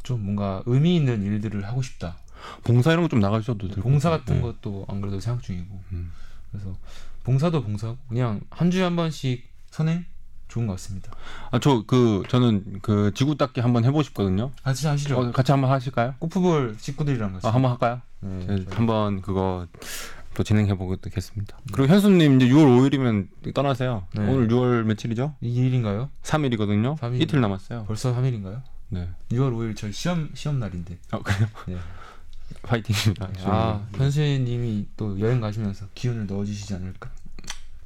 좀 뭔가 의미 있는 일들을 하고 싶다. 봉사 이런 거 좀 나가셔도 되고 봉사 같은 것도 안 그래도 생각 중이고. 음. 그래서 봉사도 봉사고 그냥 한 주에 한 번씩 선행 좋은 것 같습니다. 아저 그 저는 그 지구 닦기 한번 해보고 싶거든요. 아 진짜 아시죠? 어, 같이 한번 하실까요? 꼬프볼 식구들이랑 같이. 아, 한번 할까요? 네, 네, 저희- 한번 그거 또 진행해 보겠습니다. 그리고 현수님 이제 6월 5일이면 떠나세요. 네. 오늘 6월 며칠이죠? 이게 일인가요? 3일이거든요. 삼일. 이틀 남았어요. 벌써 3일인가요? 네. 6월 5일 저희 시험 시험 날인데. 아 그래요? 네. 파이팅입니다. 아 시험. 현수님이 또 여행 가시면서 기운을 넣어주시지 않을까.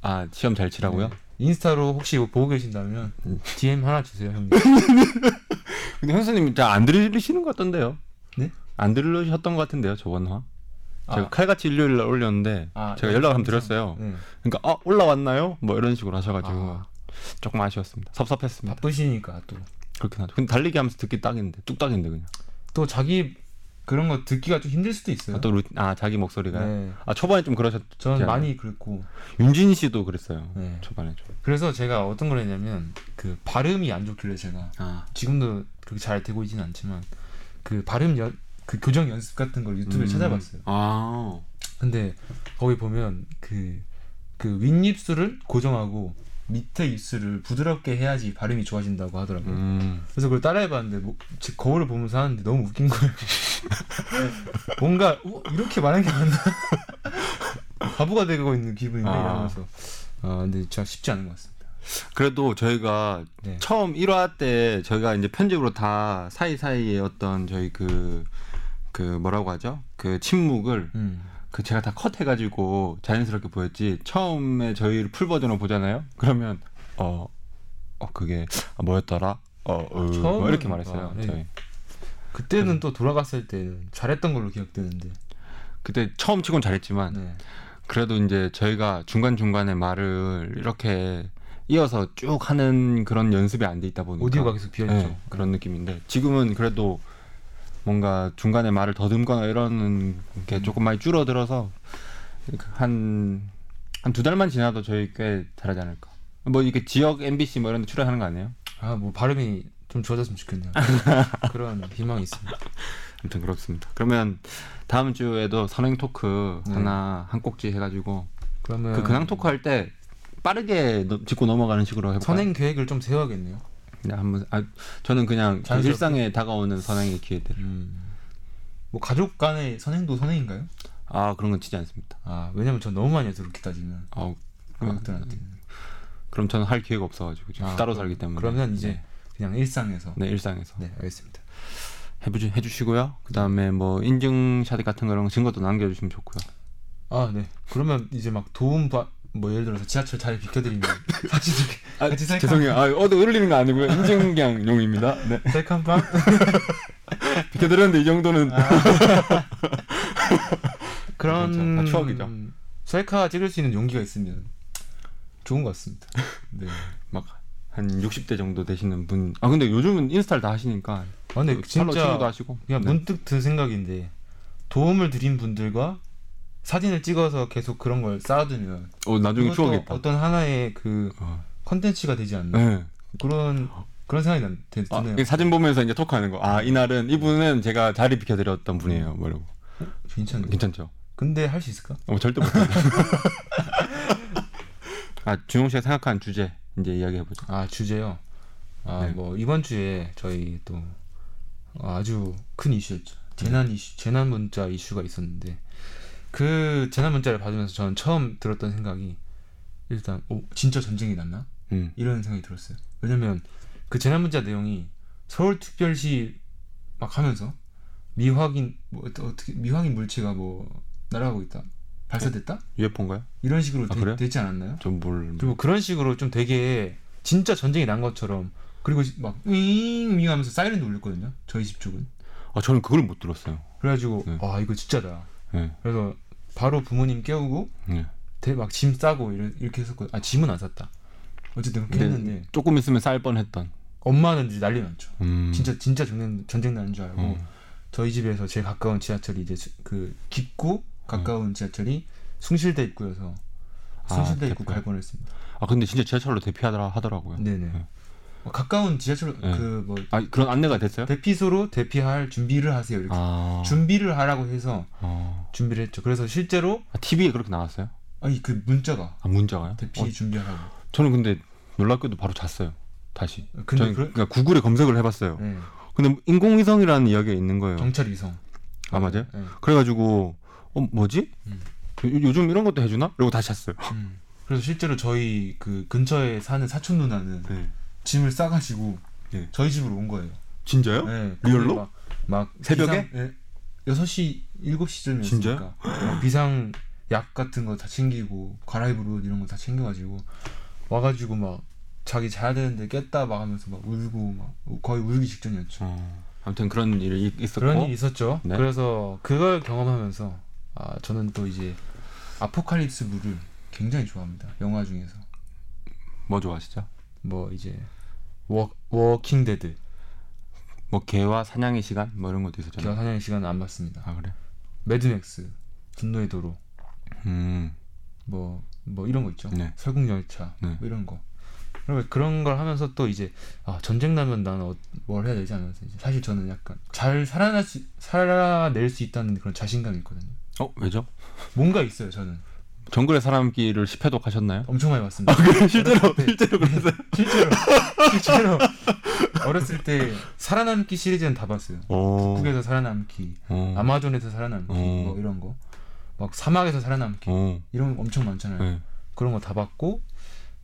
아 시험 잘 치라고요? 네. 인스타로 혹시 이거 보고 계신다면 음. DM 하나 주세요 형님. 근데 현수님 잘 안 들으시는 것 같던데요? 네? 안 들으셨던 것 같은데요 저번 화? 아. 제가 칼같이 일요일 날 올렸는데 아, 제가 네, 연락을 한번 감사합니다. 드렸어요. 네. 그러니까 아 올라왔나요? 뭐 이런 식으로 하셔가지고 아. 조금 아쉬웠습니다. 섭섭했습니다. 바쁘시니까 또 또 그렇긴 하죠. 근데 달리기 하면서 듣기 딱인데 뚝딱인데 그냥. 자기 그런 거 듣기가 좀 힘들 수도 있어요. 아, 또 루, 아, 자기 목소리가. 음. 네. 아, 초반에 좀 그러셨. 저는 많이 그랬고. 윤진 씨도 그랬어요. 네. 초반에 좀. 그래서 제가 어떤 걸 했냐면 그 발음이 안 좋길래 제가 아. 지금도 그렇게 잘 되고 있지는 않지만 그 발음 연, 그 교정 연습 같은 걸 유튜브에 음. 찾아봤어요. 아. 근데 거기 보면 그, 그 윗입술을 고정하고 밑에 입술을 부드럽게 해야지 발음이 좋아진다고 하더라고요. 음. 그래서 그걸 따라해봤는데 뭐, 제 거울을 보면서 하는데 너무 웃긴 거예요. 뭔가 어, 이렇게 말하는 게 맞나? 바보가 되고 있는 기분인데 아. 이러면서 아 근데 진짜 쉽지 않은 것 같습니다. 그래도 저희가 네. 처음 1화 때 저희가 이제 편집으로 다 사이사이에 어떤 저희 그, 그 뭐라고 하죠? 그 침묵을 음. 그 제가 다 컷해가지고 자연스럽게 보였지 처음에 저희를 풀 버전으로 보잖아요. 그러면 어, 어 그게 아, 뭐였더라? 어, 어, 뭐 이렇게 처음이니까. 말했어요. 네. 저희 음. 그때는 또 돌아갔을 때 잘했던 걸로 기억되는데. 그때 처음 치곤 잘했지만 네. 그래도 이제 저희가 중간 중간에 말을 이렇게 이어서 쭉 하는 그런 연습이 안 돼 있다 보니까 오디오가 계속 비었죠. 그러니까. 네, 그런 느낌인데 지금은 그래도 뭔가 중간에 말을 더듬거나 이런 게 조금 많이 줄어들어서 한 한 두 달만 지나도 저희 꽤 잘하지 않을까. 뭐 이렇게 지역 MBC 뭐 이런 데 출연하는 거 아니에요? 아뭐 발음이 좀 좋아졌으면 좋겠네요. 그런 희망이 있습니다. 아무튼 그렇습니다. 그러면 다음 주에도 선행 토크 네. 하나 한 꼭지 해가지고 그러면 그 근황 토크 할 때 빠르게 넘- 짚고 넘어가는 식으로 해볼까요? 선행 계획을 좀 세워야겠네요. 그냥 한번 아 저는 그냥 그 자연스럽게. 일상에 다가오는 선행의 기회들 음. 뭐 가족 간의 선행도 선행인가요? 아 그런 건 치지 않습니다. 아 왜냐면 전 너무 많이 해서 그렇게 따지면 아우 가족들한테 어, 그럼 저는 할 기회가 없어가지고 지금 아, 음, 따로 그럼- 살기 때문에 그러면 이제 그냥 일상에서 네 일상에서 네 알겠습니다. 해주 해주시고요. 그다음에 뭐 인증샷 같은 거랑 증거도 남겨주시면 좋고요. 아 네. 그러면 이제 막 도움 받뭐 예를 들어서 지하철 자리 비켜드리면 사진 이렇게 같이 셀카 죄송해요. 아, 어디 올리는 거 아니고요. 인증량용입니다. 네. 셀카 한 방. 비켜드렸는데 이 정도는 아. 네, 그런 다 추억이죠. 셀카 찍을 수 있는 용기가 있으면 좋은 것 같습니다. 네. 막 한 60대 정도 되시는 분. 아 근데 요즘은 인스타를 다 하시니까. 아, 근데 팔로우 친구도 진짜 하시고. 그냥 네. 문득 든 생각인데 도움을 드린 분들과 사진을 찍어서 계속 그런 걸 쌓아두면 어 나중에 이것도 추억이 있다. 어떤 하나의 그 어. 컨텐츠가 되지 않나 네. 그런 그런 생각이 난- 드- 아, 드네요. 이 사진 보면서 이제 토크하는 거. 아 이날은 이분은 제가 자리 비켜드렸던 분이에요. 뭐라고. 괜찮네. 괜찮죠? 근데 할 수 있을까? 어, 절대 못. 해요. 아 준용 씨가 생각한 주제 이제 이야기해 보죠. 아 주제요. 네. 아 뭐 이번 주에 저희 또 어, 아주 큰 이슈였죠. 재난 네. 이슈, 재난 문자 이슈가 있었는데 그 재난 문자를 받으면서 저는 처음 들었던 생각이 일단 오 진짜 전쟁이 났나 음. 이런 생각이 들었어요. 왜냐면 그 재난 문자 내용이 서울특별시 막 하면서 미확인 뭐 어떠- 어떻게 미확인 물체가 뭐 날아가고 있다 발사됐다 UFO인가요? 이런 식으로 어. 아, 그래요? 되, 지 않았나요? 좀 뭘? 그리고 그런 식으로 좀 되게 진짜 전쟁이 난 것처럼 그리고 막 윙윙 하면서 사이렌도 울렸거든요. 저희 집 쪽은. 아 저는 그걸 못 들었어요. 그래가지고 네. 와 이거 진짜다. 네. 그래서 바로 부모님 깨우고 네. 막 짐 싸고 이래- 이렇게 했었거든요. 아 짐은 안 쌌다. 어쨌든 그렇게 근데 했는데 조금 있으면 쌀 뻔했던. 엄마는 이제 난리 났죠. 음. 진짜 진짜 전쟁 전쟁 나는 줄 알고 음. 저희 집에서 제일 가까운 지하철이 이제 수- 그 깊고 가까운 지하철이 숭실대 입구여서 음. 아, 숭실대 입구 대표. 갈 뻔했습니다. 아 근데 진짜 지하철로 대피하더라 하더라고요. 네네. 네. 어, 가까운 지하철 네. 그뭐 아 그런 안내가 됐어요? 네. 대피소로 대피할 준비를 하세요. 이렇게 아. 준비를 하라고 해서 어. 준비를 했죠. 그래서 실제로 아, TV에 그렇게 나왔어요? 아니 그 문자가 아 문자가요? 네, 대피 어, 준비하라고. 저는 근데 놀랍게도 바로 잤어요. 다시. 근데 저는 그 그러니까 구글에 검색을 해봤어요. 네, 근데 인공위성이라는 이야기가 있는 거예요. 경찰 위성. 아 맞아요? 네. 그래가지고 어 뭐지? 음. 요, 요즘 이런 것도 해주나? 이러고 다시 샀어요. 음. 그래서 실제로 저희 그 근처에 사는 사촌 누나는 네. 짐을 싸가지고 네. 저희 집으로 온 거예요. 진짜요? 네, 어? 리얼로? 막, 막 새벽에? 비상, 네, 6시, 7시쯤이었으니까 진짜요? 막 비상 약 같은 거 다 챙기고 갈아입을 옷 이런 거 다 챙겨가지고 와가지고 막 자기 자야 되는데 깼다 막 하면서 막 울고 막 거의 울기 직전이었죠. 어, 아무튼 그런 일이 있- 있었고 그런 일이 있었죠. 네. 그래서 그걸 경험하면서 아 저는 또 이제 아포칼립스 물을 굉장히 좋아합니다. 영화 중에서 뭐 좋아하시죠? 뭐 이제 워, 워킹 데드 뭐 개와 사냥의 시간 뭐 이런 것도 있었잖아요. 기가 사냥의 시간은 안 봤습니다. 아 그래? 매드맥스, 분노의 도로, 음. 뭐 뭐 이런 거 있죠. 네. 설국열차 네. 뭐 이런 거. 그러면 그런 걸 하면서 또 이제 아, 전쟁 나면 나는 어- 뭘 해야 되지 하면서 이제 사실 저는 약간 잘 살아날 수, 살아낼 수 있다는 그런 자신감이 있거든요. 어 왜죠? 뭔가 있어요 저는. 정글의 사람끼를 10회독 하셨나요? 엄청 많이 봤습니다. 아, 실제로 실제로 그래서 실제로 실제로 어렸을 때 살아남기 시리즈는 다 봤어요. 어. 북에서 살아남기, 어. 아마존에서 살아남기, 어. 뭐 이런 거, 막 사막에서 살아남기 어. 이런 거 엄청 많잖아요. 네. 그런 거 다 봤고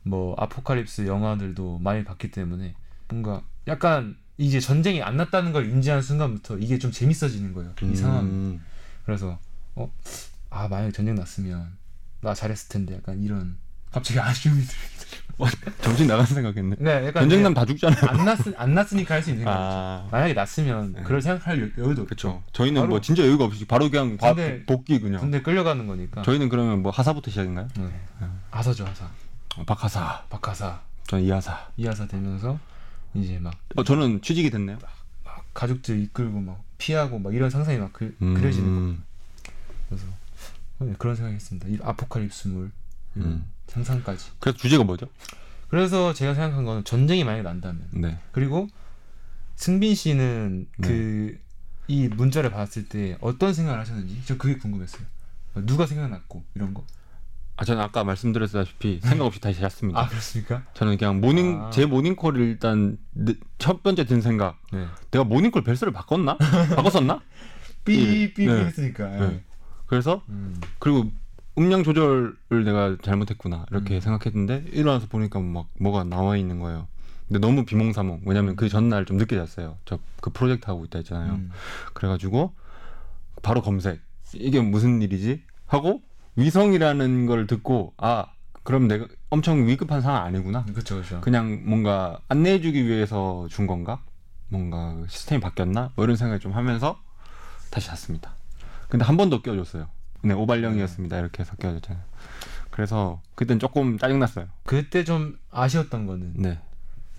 뭐 아포칼립스 영화들도 많이 봤기 때문에 뭔가 약간 이제 전쟁이 안 났다는 걸 인지한 순간부터 이게 좀 재밌어지는 거예요. 이 상황. 음. 그래서 어, 아 만약에 전쟁 났으면 나 잘했을 텐데 약간 이런 갑자기 아쉬움이 들어요. 정신 나간 생각했네. 네, 약간 전쟁 이제 나면 다 죽잖아요. 안 났, 안 났으니까 할 수 있는 거죠. 아. 만약에 났으면 그럴 생각할 여- 여유도 없죠. 그렇죠. 저희는 어. 바로- 뭐 진짜 여유가 없이 바로 그냥 바- 근데- 복귀 그냥. 군대 끌려가는 거니까. 저희는 그러면 뭐 하사부터 시작인가요? 네. 하사죠 하사. 어, 박하사, 박하사, 저는 이하사. 이하사 되면서 이제 막, 어, 저는 취직이 됐네요. 막 가족들 이끌고 막 피하고 막 이런 상상이 막 그, 음. 그려지는 거. 그래서 네, 그런 생각했습니다. 이 아포칼립스물 이런 음. 상상까지. 그래서 주제가 뭐죠? 그래서 제가 생각한 거는 전쟁이 만약에 난다면 네. 그리고 승빈 씨는 네. 그 이 문자를 받았을 때 어떤 생각을 하셨는지 저 그게 궁금했어요. 누가 생각났고 이런 거. 아, 저는 아까 말씀드렸다시피 생각 없이 다시 잤습니다. 아 그렇습니까? 저는 그냥 모닝 아. 제 모닝콜을 일단 느- 첫 번째 든 생각 네. 내가 모닝콜 벨소를 바꿨나 바꿨었나 삐, 삐 네. 음. 했으니까. 예. 네. 그래서 그리고 음량 조절을 내가 잘못했구나 이렇게 음. 생각했는데 일어나서 보니까 막 뭐가 나와 있는 거예요 근데 너무 비몽사몽 왜냐면 그 전날 좀 늦게 잤어요 저 그 프로젝트 하고 있다 했잖아요 음. 그래가지고 바로 검색 이게 무슨 일이지 하고 위성이라는 걸 듣고 아 그럼 내가 엄청 위급한 상황 아니구나 그렇죠, 그렇죠. 음. 그냥 뭔가 안내해주기 위해서 준 건가? 뭔가 시스템이 바뀌었나? 뭐 이런 생각을 좀 하면서 다시 잤습니다. 근데 한 번도 끼워줬어요. 네, 오발령이었습니다. 이렇게 해서 끼워줬잖아요. 그래서 그땐 조금 짜증났어요. 그때 좀 아쉬웠던 거는 네,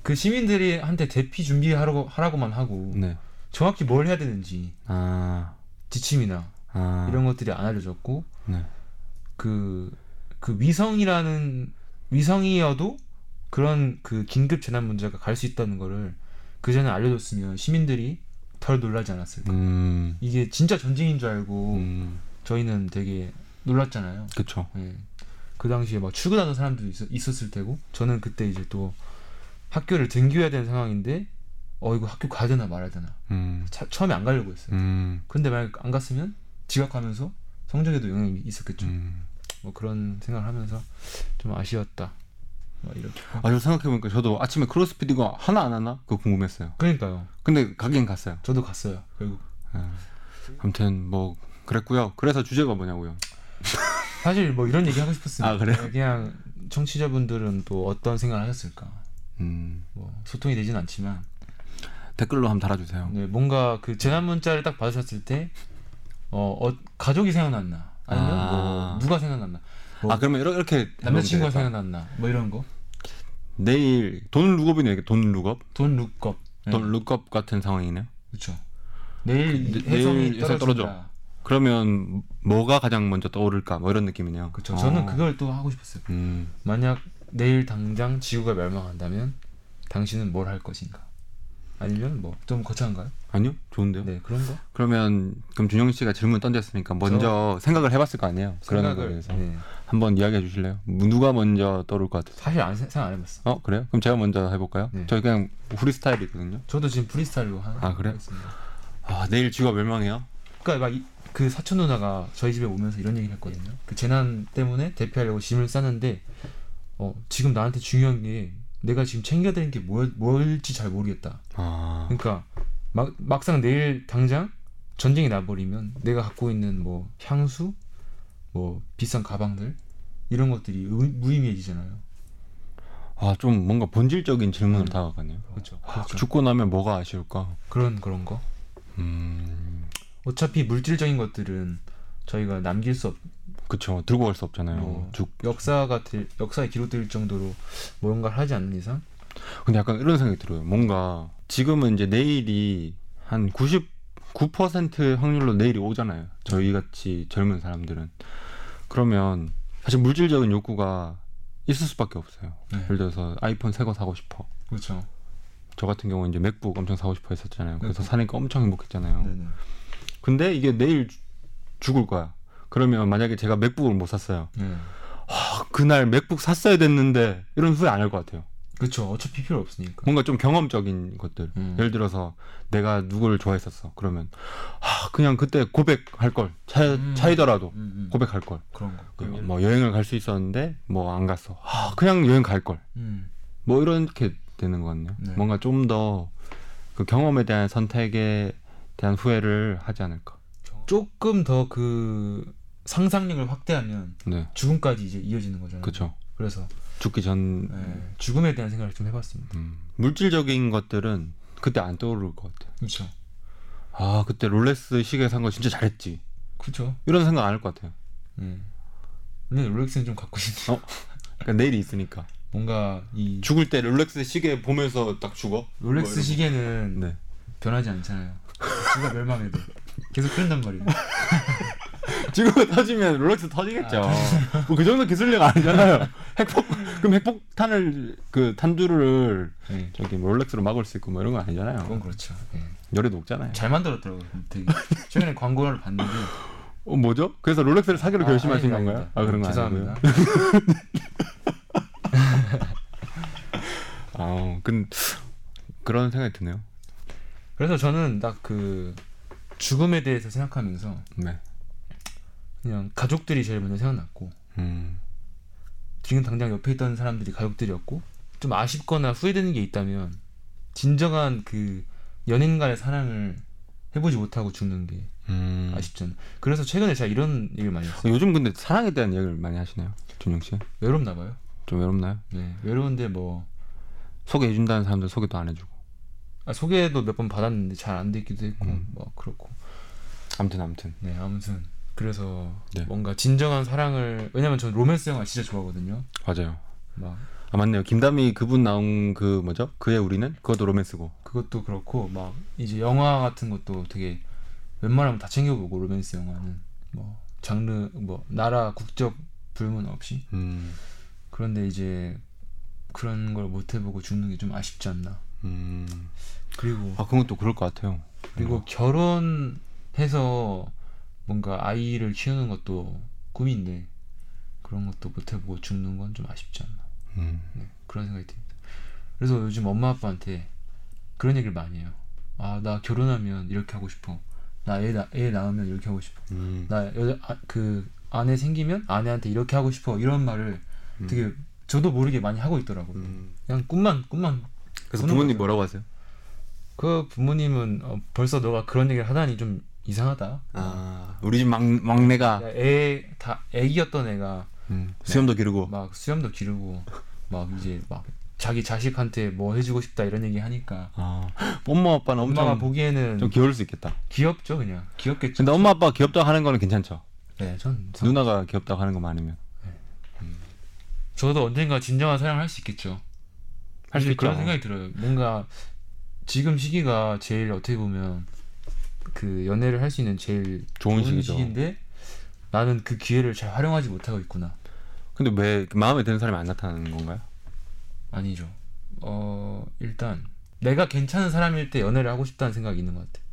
그 시민들이 한테 대피 준비하라고 하라고만 하고 네. 정확히 뭘 해야 되는지 아, 지침이나 아, 이런 것들이 안 알려졌고 네. 그, 그 위성이라는 위성이어도 그런 그 긴급 재난 문제가 갈 수 있다는 거를 그 전에 알려줬으면 시민들이 덜 놀라지 않았을까. 음, 이게 진짜 전쟁인 줄 알고 음, 저희는 되게 놀랐잖아요. 그쵸. 예. 그 당시에 막 출근하는 사람도 있, 었을 테고 저는 그때 이제 또 학교를 등교해야 되는 상황인데 어 이거 학교 가야 되나 말아야 되나 음, 차- 처음에 안 가려고 했어요 음, 근데 만약 안 갔으면 지각하면서 성적에도 영향이 있었겠죠 음. 뭐 그런 생각을 하면서 좀 아쉬웠다 막 이렇게 아, 저 생각해보니까 저도 아침에 크로스핏 이거 하나 안 하나? 그거 궁금했어요. 그러니까요 근데 가긴 갔어요. 저도 갔어요 결국 아무튼 뭐 그랬고요. 그래서 주제가 뭐냐고요. 사실 뭐 이런 얘기 하고 싶었습니다 아, 그래요? 그냥 청취자분들은 또 어떤 생각을 하셨을까 음. 뭐 소통이 되진 않지만 댓글로 한번 달아주세요. 네, 뭔가 그 재난 문자를 딱 받으셨을 때 어, 어, 가족이 생각났나 아니면 아. 뭐 누가 생각났나 아 그러면 이러- 이렇게 어. 남자친구가 물어보면 되겠다. 생각났나 뭐 이런 내일 돈 룩업이네 이게 돈 룩업 거돈 룩겁 네, 돈 룩업 같은 상황이네요. 그렇죠 내일 네, 해성이 내일 해성 떨어져. 떨어진다 그러면 뭐가 가장 먼저 떠오를까 뭐 이런 느낌이네요. 그렇죠 어. 저는 그걸 또 하고 싶었어요 음, 만약 내일 당장 지구가 멸망한다면 당신은 뭘 할 것인가 아니면 뭐 좀 거창한가요? 아니요 좋은데요. 네 그런 거 그러면 그럼 준영 씨가 질문 던졌으니까 먼저 생각을 해봤을 거 아니에요. 그런 거에 대해서 네. 한번 이야기해 주실래요? 뭐 누가 먼저 떠오를 것 같아요? 사실 안, 세- 생각 안 해봤어 어 그래요? 그럼 제가 먼저 해볼까요? 네. 저희 그냥 프리스타일이거든요. 저도 지금 프리스타일로 한 아, 그래요? 했습니다. 아 내일 지구가 멸망해요. 그러니까 막 그 사촌 누나가 저희 집에 오면서 이런 얘기를 했거든요. 그 재난 때문에 대피하려고 짐을 싸는데 어, 지금 나한테 중요한 게 내가 지금 챙겨야 되는 게 뭐, 뭘, 뭘지 잘 모르겠다. 아 그러니까 막, 막상 내일 당장 전쟁이 나버리면 내가 갖고 있는 뭐 향수, 뭐 비싼 가방들 이런 것들이 의- 무의미해지잖아요. 아, 좀 뭔가 본질적인 질문으로 다가가네요. 그렇죠. 아, 죽고 나면 뭐가 아쉬울까? 그런 그런 거. 음, 어차피 물질적인 것들은 저희가 남길 수 없, 그쵸. 들고 갈 수 없잖아요. 어. 죽. 역사가 될- 역사에 기록될 정도로 뭔가를 하지 않는 이상 근데 약간 이런 생각이 들어요. 뭔가 지금은 이제 내일이 한 99% 확률로 내일이 오잖아요. 저희 같이 젊은 사람들은. 그러면 사실 물질적인 욕구가 있을 수밖에 없어요. 네. 예를 들어서 아이폰 새 거 사고 싶어. 그렇죠. 저 같은 경우는 이제 맥북 엄청 사고 싶어 했었잖아요. 그래서 네. 사니까 엄청 행복했잖아요. 네네. 근데 이게 내일 주- 죽을 거야. 그러면 만약에 제가 맥북을 못 샀어요. 네. 아, 그날 맥북 샀어야 됐는데 이런 후회 안 할 것 같아요. 그렇죠. 어차피 필요 없으니까. 뭔가 좀 경험적인 것들. 음. 예를 들어서 내가 누구를 좋아했었어. 그러면 아, 그냥 그때 고백할 걸. 차, 음. 차이더라도 음, 음. 고백할 걸. 그런 거. 음. 그뭐 여행을 갈 수 있었는데 뭐 안 갔어. 아, 그냥 여행 갈 걸. 음. 뭐 이렇게 되는 것 같네요. 네. 뭔가 좀 더 그 경험에 대한 선택에 대한 후회를 하지 않을까. 조금 더 그 상상력을 확대하면 네, 죽음까지 이제 이어지는 거잖아요. 그렇죠. 그래서 죽기 전 네, 죽음에 대한 생각을 좀 해봤습니다. 음, 물질적인 것들은 그때 안 떠오를 것 같아요. 그렇죠. 아 그때 롤렉스 시계 산 거 진짜 잘했지. 그렇죠. 이런 생각 안 할 것 같아요. 음. 근데 롤렉스는 좀 갖고 싶네. 그러니까 내일이 있으니까 뭔가 이 죽을 때 롤렉스 시계 보면서 딱 죽어. 뭐 롤렉스 이런 시계는 거. 네. 변하지 않잖아요. 누가 멸망해도 계속 그런단 말이에요. 지금 터지면 롤렉스 터지겠죠. 뭐 그 정도 기술력 아니잖아요. 핵폭 그럼 핵폭탄을 그 탄두를 네. 저기 뭐 롤렉스로 막을 수 있고 뭐 이런 거 그건 아니잖아요. 그렇죠. 예. 열이 녹잖아요. 잘 만들었더라고요. 되게. 최근에 광고를 봤는데 어 뭐죠? 그래서 롤렉스를 사기로 아, 결심하신 아닙니다, 건가요? 아닙니다. 아 그런 거 죄송합니다. 아니고요. 아, 근 그런 생각이 드네요. 그래서 저는 딱 그 죽음에 대해서 생각하면서 네. 그냥 가족들이 제일 먼저 생각났고 음. 지금 당장 옆에 있던 사람들이 가족들이었고 좀 아쉽거나 후회되는 게 있다면 진정한 그 연인간의 사랑을 해보지 못하고 죽는 게 음. 아쉽잖아. 그래서 최근에 제가 이런 얘기를 많이 했어요. 요즘 근데 사랑에 대한 얘기를 많이 하시네요. 준영 씨. 외롭나 봐요. 좀 외롭나요? 네, 외로운데 뭐 소개해 준다는 사람들 소개도 안 해주고. 아, 소개도 몇 번 받았는데 잘 안 됐기도 했고 음. 뭐 그렇고. 아무튼 아무튼. 네, 아무튼 그래서 네. 뭔가 진정한 사랑을 왜냐면 저는 로맨스 영화 진짜 좋아하거든요. 맞아요. 막 아 맞네요. 김다미 그분 나온 그 뭐죠? 그의 우리는 그것도 로맨스고. 그것도 그렇고 막 이제 영화 같은 것도 되게 웬만하면 다 챙겨보고 로맨스 영화는 뭐 장르 뭐 나라 국적 불문 없이 음. 그런데 이제 그런 걸 못 해보고 죽는 게 좀 아쉽지 않나 음. 그리고 아 그건 또 그럴 것 같아요. 그리고 결혼해서 뭔가 아이를 키우는 것도 꿈인데 그런 것도 못 해보고 죽는 건 좀 아쉽지 않나 음. 네, 그런 생각이 듭니다. 그래서 요즘 엄마 아빠한테 그런 얘기를 많이 해요. 아, 나 결혼하면 이렇게 하고 싶어. 나 애 낳으면 이렇게 하고 싶어. 음. 나 여자 아, 그 아내 생기면 아내한테 이렇게 하고 싶어. 이런 말을 음. 되게 저도 모르게 많이 하고 있더라고요. 음. 그냥 꿈만 꿈만. 그래서 보는 부모님 거죠. 뭐라고 하세요? 그 부모님은 어, 벌써 너가 그런 얘기를 하다니 좀 이상하다. 아 우리 집 막, 막내가 애다 애기였던 애가 음. 수염도 기르고. 막 수염도 기르고 막 이제 막 자기 자식한테 뭐 해주고 싶다 이런 얘기 하니까 아 엄마 아빠는 엄청 엄마가 보기에는 좀 귀여울 수 있겠다. 귀엽죠 그냥 귀엽겠죠 근데 엄마 아빠 가 귀엽다 고 하는 거는 괜찮죠. 네전 누나가 귀엽다 고 하는 거만 아니면 저도 언젠가 진정한 사랑을 할 수 있겠죠 할수 사실 그런 있죠. 생각이 들어요 뭔가 지금 시기가 제일 어떻게 보면 그 연애를 할 수 있는 제일 좋은 시기죠. 시기인데 나는 그 기회를 잘 활용하지 못하고 있구나 근데 왜그 마음에 드는 사람이 안 나타나는 건가요? 아니죠 어 일단 내가 괜찮은 사람일 때 연애를 하고 싶다는 생각이 있는 것 같아요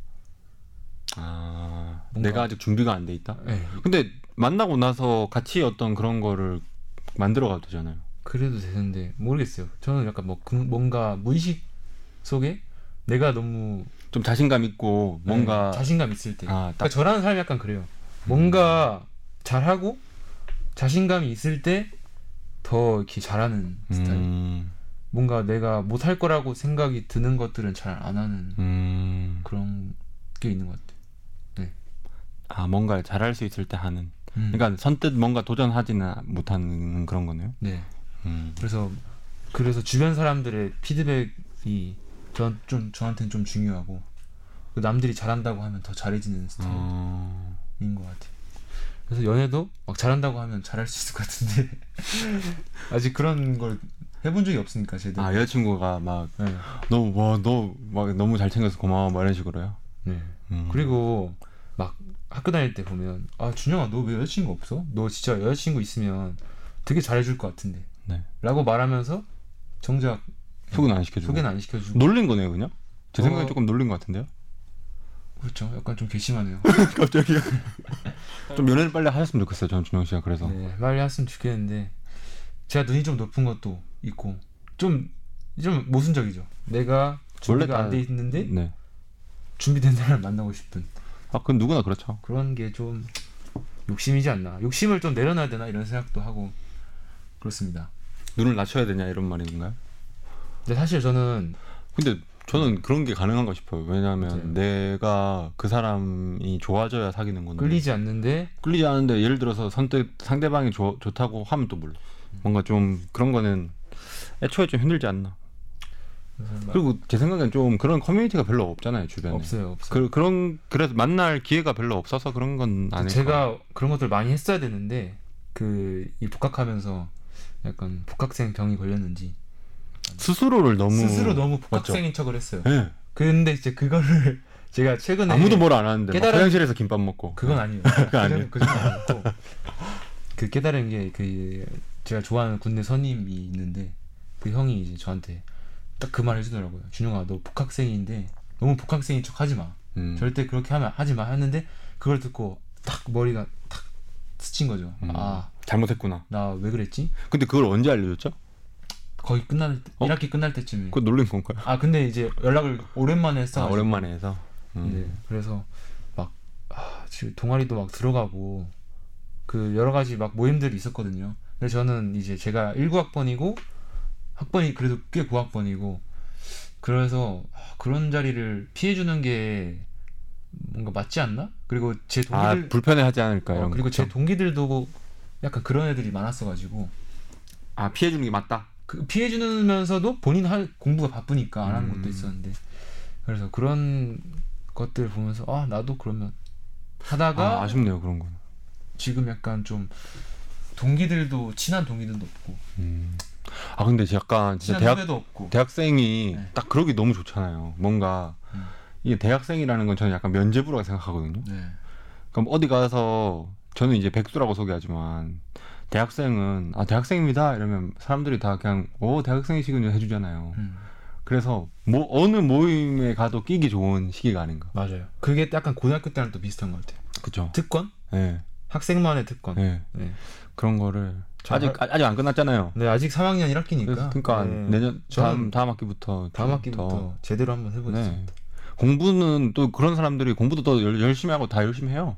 아 뭔가- 내가 아직 준비가 안 돼 있다. 네, 근데 만나고 나서 같이 어떤 그런 거를 만들어가도 되잖아요. 그래도 되는데 모르겠어요 저는 약간 뭐 그- 뭔가 무의식 속에 내가 너무 좀 자신감 있고 뭔가 네, 자신감 있을 때 아, 딱- 음. 그러니까 저라는 사람이 약간 그래요. 뭔가 잘하고 자신감이 있을 때 더 이렇게 잘하는 스타일. 음, 뭔가 내가 못할 거라고 생각이 드는 것들은 잘 안 하는 음, 그런 게 있는 것 같아요. 아 뭔가 잘할 수 있을 때 하는. 음. 그러니까 선뜻 뭔가 도전하지는 못하는 그런 거네요. 네. 음. 그래서 그래서 주변 사람들의 피드백이 전 좀 저한테는 좀 중요하고 그 남들이 잘한다고 하면 더 잘해지는 스타일인 어, 것 같아요. 그래서 연애도 막 잘한다고 하면 잘할 수 있을 것 같은데 아직 그런 걸 해본 적이 없으니까 제대로. 아 여자친구가 막 네. 너 와 너 막 너무 잘 챙겨서 고마워 뭐 이런 식으로요. 네. 음. 그리고 막 학교 다닐 때 보면 아 준영아 너 왜 여자친구 없어? 너 진짜 여자친구 있으면 되게 잘해줄 것 같은데 네. 라고 말하면서 정작 소개는 안 시켜주고 소개는 안 시켜주고 놀린 거네요 그냥 제 생각에 어. 조금 놀린 것 같은데요 그렇죠 약간 좀 괘씸하네요 갑자기 좀 연애를 빨리 하셨으면 좋겠어요 저는 준영 씨가 그래서 네, 빨리 했으면 좋겠는데 제가 눈이 좀 높은 것도 있고 좀 좀 모순적이죠 내가 준비가 다- 안 돼 있는데 네. 준비된 사람을 만나고 싶은 아 그건 누구나 그렇죠 그런 게 좀 욕심이지 않나 욕심을 좀 내려놔야 되나 이런 생각도 하고 그렇습니다 눈을 낮춰야 되냐 이런 말인가요? 근데 사실 저는 근데 저는 그런 게 가능한가 싶어요. 왜냐하면 맞아요. 내가 그 사람이 좋아져야 사귀는 건데 네. 끌리지 않는데 끌리지 않은데 예를 들어서 선택 상대방이 좋- 좋다고 하면 또 몰라. 뭔가 좀 그런 거는 애초에 좀 힘들지 않나. 그리고 제 생각엔 좀 그런 커뮤니티가 별로 없잖아요 주변에. 없어요 없어요 그, 그런 그래서 만날 기회가 별로 없어서 그런 건 아닐까. 제가 그런 것들 많이 했어야 되는데 그 이 복학하면서 약간 복학생 병이 걸렸는지 스스로를 너무 스스로 너무 네. 맞죠? 복학생인 척을 했어요 예. 근데 이제 그거를 제가 최근에 아무도 뭘 안 하는데 막 깨달은- 화장실에서 김밥 먹고 음. 그건 아니에요. 그건 아니에요. 그건 아니고 그 깨달은 게 그 제가 좋아하는 군대 선임이 있는데 그 형이 이제 저한테 딱 그 말 해주더라고요. 준영아 너 복학생인데 너무 복학생인 척 하지 마. 음. 절대 그렇게 하면 하지 마 했는데 그걸 듣고 딱 머리가 탁 스친 거죠. 음. 아나 왜 잘못했구나. 그랬지? 근데 그걸 언제 알려줬죠? 거의 끝날 때, 어? 1학기 끝날 때쯤에. 그거 놀린 건가요? 아 근데 이제 연락을 오랜만에 했어. 아, 오랜만에 해서. 음. 네, 그래서 막 아, 지금 동아리도 막 들어가고 그 여러 가지 막 모임들이 있었거든요. 근데 저는 이제 제가 19학번이고 학번이 그래도 꽤 고학번이고 그래서 아, 그런 자리를 피해 주는 게 뭔가 맞지 않나? 그리고 제 아 동기들 불편해하지 않을까 어, 이런 그리고 거죠? 제 동기들도 약간 그런 애들이 많았어 가지고 아 피해 주는 게 맞다 그 피해주면서도 본인 할 공부가 바쁘니까 안 하는 음. 것도 있었는데 그래서 그런 것들 보면서 아 나도 그러면 하다가 아, 아쉽네요 그런 건 지금 약간 좀 동기들도 친한 동기들도 없고 음. 아 근데 약간 진짜 친한 대학 후배도 없고 대학생이 네. 딱 그러기 너무 좋잖아요 뭔가 음. 이게 대학생이라는 건 저는 약간 면제부라고 생각하거든요 네. 그럼 어디 가서 저는 이제 백수라고 소개하지만 대학생은 아 대학생입니다 이러면 사람들이 다 그냥 오 대학생이시군요 해주잖아요 음. 그래서 뭐 어느 모임에 가도 끼기 좋은 시기가 아닌가 맞아요 그게 약간 고등학교 때랑 또 비슷한 것 같아요 그죠 특권? 예 학생만의 특권 네, 예. 네. 그런 거를 잘- 아직 아- 아직 안 끝났잖아요 아직 3학년 그래서 1학기니까 그러니까 내년 다음 저는 다음 학기부터 다음 좀 학기부터 더, 제대로 한번 해보겠습니다 네. 공부는 또 그런 사람들이 공부도 더 열- 열심히 하고 다 열심히 해요.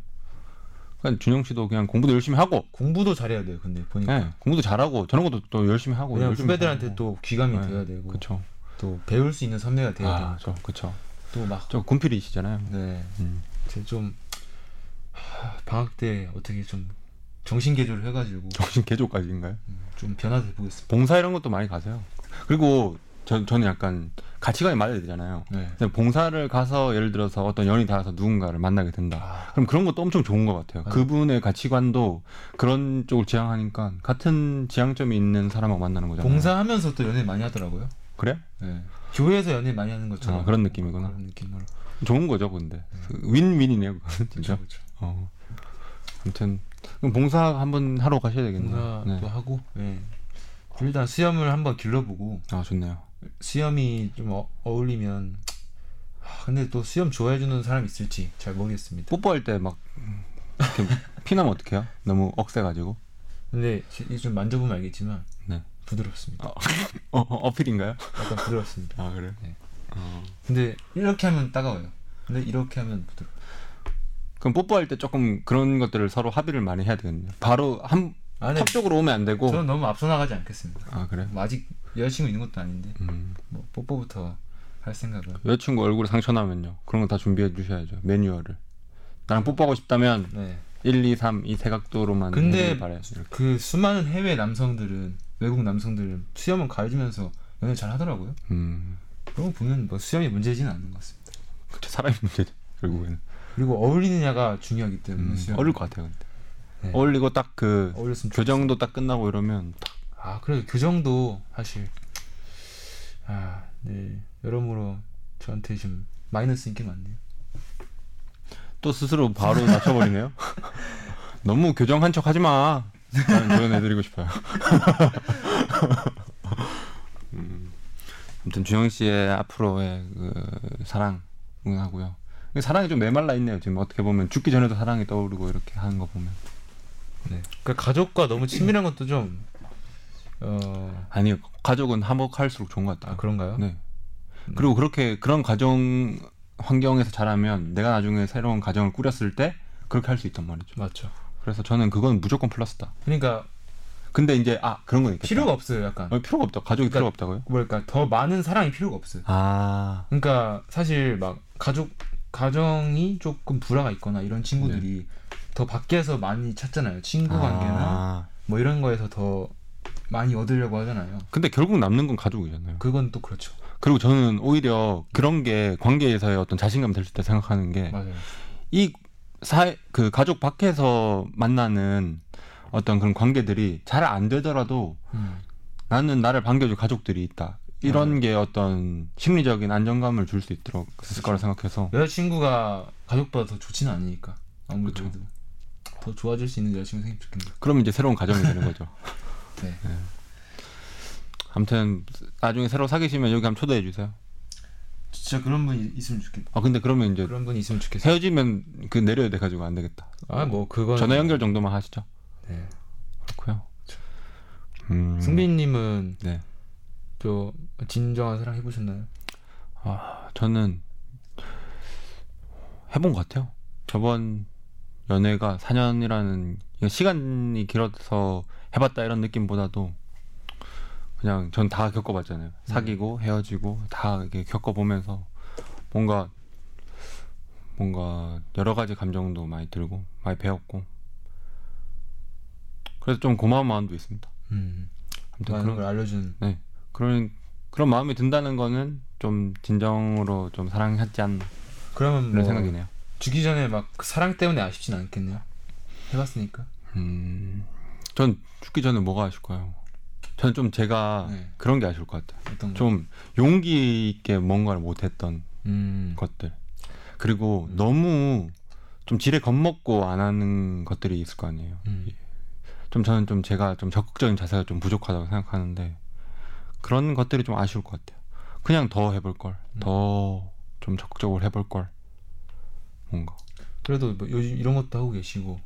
그러니까 준영 씨도 그냥 공부도 열심히 하고, 공부도 잘해야 돼요 근데 보니까 네, 공부도 잘하고 저런 것도 또 열심히 하고. 왜냐면 열심히 후배들한테 또 귀감이 네, 돼야 되고 그렇죠. 또 배울 수 있는 선배가 돼야 아, 저 그렇죠. 되고 또 막 저 군필이시잖아요. 네. 음. 제가 좀 하, 방학 때 어떻게 좀 정신 개조를 해가지고 정신 개조까지인가요? 좀 변화돼 보겠습니다. 봉사 이런 것도 많이 가세요. 그리고 저, 저는 약간 가치관이 맞아야 되잖아요. 네. 근데 봉사를 가서 예를 들어서 어떤 연이 닿아서 누군가를 만나게 된다. 아, 그럼 그런 것도 엄청 좋은 것 같아요. 맞아요. 그분의 가치관도 그런 쪽을 지향하니까 같은 지향점이 있는 사람하고 만나는 거잖아요. 봉사하면서 또 연애 많이 하더라고요. 그래? 네. 교회에서 연애 많이 하는 것처럼 아, 그런 느낌이구나. 그런 느낌으로. 좋은 거죠, 근데 그 윈윈이네요, 그건 진짜. 그렇죠. 어. 아무튼 그럼 봉사 한번 하러 가셔야 되겠네요. 봉사도 네. 하고. 네. 일단 수염을 한번 길러보고 아 좋네요. 수염이 좀 어, 어울리면 하, 근데 또 수염 좋아해주는 사람 있을지 잘 모르겠습니다. 뽀뽀할 때 막 이렇게 피나면 어떡해요? 너무 억세가지고. 근데 지- 이거 좀 만져보면 알겠지만 네. 부드럽습니다. 어, 어, 어필인가요? 약간 부드럽습니다. 아 그래. 네. 어. 근데 이렇게 하면 따가워요. 근데 이렇게 하면 부드러워. 그럼 뽀뽀할 때 조금 그런 것들을 서로 합의를 많이 해야 되겠네요. 바로 한턱 아, 네. 쪽으로 오면 안 되고. 저는 너무 앞서 나가지 않겠습니다. 아 그래. 뭐 아직 여자친구 있는 것도 아닌데 음. 뭐 뽀뽀부터 할 생각은. 여자친구 얼굴에 상처 나면요. 그런 거 다 준비해 주셔야죠. 매뉴얼을. 나랑 뽀뽀하고 싶다면 네. 1, 2, 3 이 세 각도로만 근데- 해주길 바래요. 이렇게. 그 수많은 해외 남성들은 외국 남성들은 수염을 가리면서 연애 잘 하더라고요. 음. 그런 거 보면 뭐 수염이 문제지는 않는 것 같습니다. 그쵸, 사람이 문제죠. 결국에는. 그리고 어울리느냐가 중요하기 때문에 음, 수염 어울릴 것 같아요. 근데. 네. 어울리고 딱 그 그렇죠. 어울렸으면 좋- 교정도 딱 끝나고 이러면 딱 아 그래도 교정도 사실 아, 네. 아네 여러모로 저한테 좀 마이너스 인기 많네요. 또 스스로 바로 낮춰버리네요. 너무 교정한 척 하지 마. 저는 조언해드리고 싶어요. 음, 아무튼 주영 씨의 앞으로의 그 사랑 응하고요. 사랑이 좀 메말라 있네요. 지금 어떻게 보면 죽기 전에도 사랑이 떠오르고 이렇게 하는 거 보면. 네. 그러니까 가족과 너무 친밀한 것도 좀 어, 아니요 가족은 화목할수록 좋은 것 같아요. 아, 그런가요? 네. 그리고 그렇게 그런 가정 환경에서 자라면 내가 나중에 새로운 가정을 꾸렸을 때 그렇게 할 수 있단 말이죠. 맞죠. 그래서 저는 그건 무조건 플러스다. 그러니까 근데 이제 아 그런 건 있겠다. 필요가 없어요, 약간. 어, 필요가 없다. 가족이 그러니까- 필요가 없다고요? 뭐랄까 더 많은 사랑이 필요가 없어요. 아 그러니까 사실 막 가족 가정이 조금 불화가 있거나 이런 친구들이 더 밖에서 많이 찾잖아요. 친구 관계나 네. 아. 뭐 이런 거에서 더 많이 얻으려고 하잖아요. 근데 결국 남는 건 가족이잖아요. 그건 또 그렇죠. 그리고 저는 오히려 그런 게 관계에서의 어떤 자신감 될 때 생각하는 게 맞아요. 이 사회 그 가족 밖에서 만나는 어떤 그런 관계들이 잘 안 되더라도 음. 나는 나를 반겨줄 가족들이 있다. 이런 게 어떤 심리적인 안정감을 줄 수 있도록 있을 그렇죠. 거라 생각해서 여자친구가 가족보다 더 좋지는 않으니까 아무래도 그쵸. 더 좋아질 수 있는 여자친구 생기면 좋겠네요. 그럼 이제 새로운 가정이 되는 거죠. 네. 아무튼 나중에 새로 사귀시면 여기 한번 초대해 주세요. 진짜 그런 분이 있으면 좋겠. 아 근데 그러면 이제 그런 분이 있으면 좋겠어요. 헤어지면 그 내려야 돼 가지고 안 되겠다. 아뭐 그건 전화 연결 정도만 하시죠. 네. 그렇고요. 음, 승빈님은 네. 또 진정한 사랑 해보셨나요? 아, 저는 해본 것 같아요. 저번 연애가 4년이라는 시간이 길어서 해봤다 이런 느낌보다도 그냥 전 다 겪어봤잖아요. 사귀고 헤어지고 다 이렇게 겪어보면서 뭔가 뭔가 여러 가지 감정도 많이 들고 많이 배웠고 그래서 좀 고마운 마음도 있습니다. 음. 아무튼 많은 그런 걸 알려준 그런 그런 마음이 든다는 거는 좀 진정으로 좀 사랑하지 않나 그러면 이런 뭐 생각이네요. 죽기 전에 막그 사랑 때문에 아쉽진 않겠네요 해봤으니까 음, 전 죽기 전에 뭐가 아실까요? 저는 좀 제가 네. 음. 그런 게 아쉬울 것 같아요. 어떤 거? 좀 용기 있게 뭔가를 못했던 음, 것들 그리고 너무 좀 지레 겁먹고 안 하는 것들이 있을 거 아니에요. 음. 좀 저는 좀 제가 좀 적극적인 자세가 좀 부족하다고 생각하는데 그런 것들이 좀 아쉬울 것 같아요. 그냥 더 해볼 걸, 음. 더 좀 적극적으로 해볼 걸 뭔가 그래도 뭐 요즘 이런 것도 하고 계시고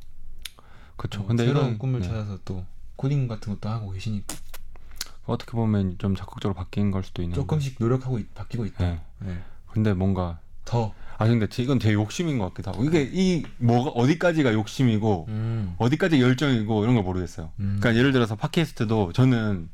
그렇죠. 뭐 근데 새로운 이건, 꿈을 네. 찾아서 또 코딩 같은 것도 하고 계시니까 어떻게 보면 좀 적극적으로 바뀐 걸 수도 있는 조금씩 노력하고 있- 바뀌고 있다 네. 네. 근데 뭔가 더 아 근데 제- 이건 제 욕심인 것 같기도 하고 이게 이 뭐가 어디까지가 욕심이고 네. 음. 어디까지 열정이고 이런 걸 모르겠어요. 음. 그러니까 예를 들어서 팟캐스트도 저는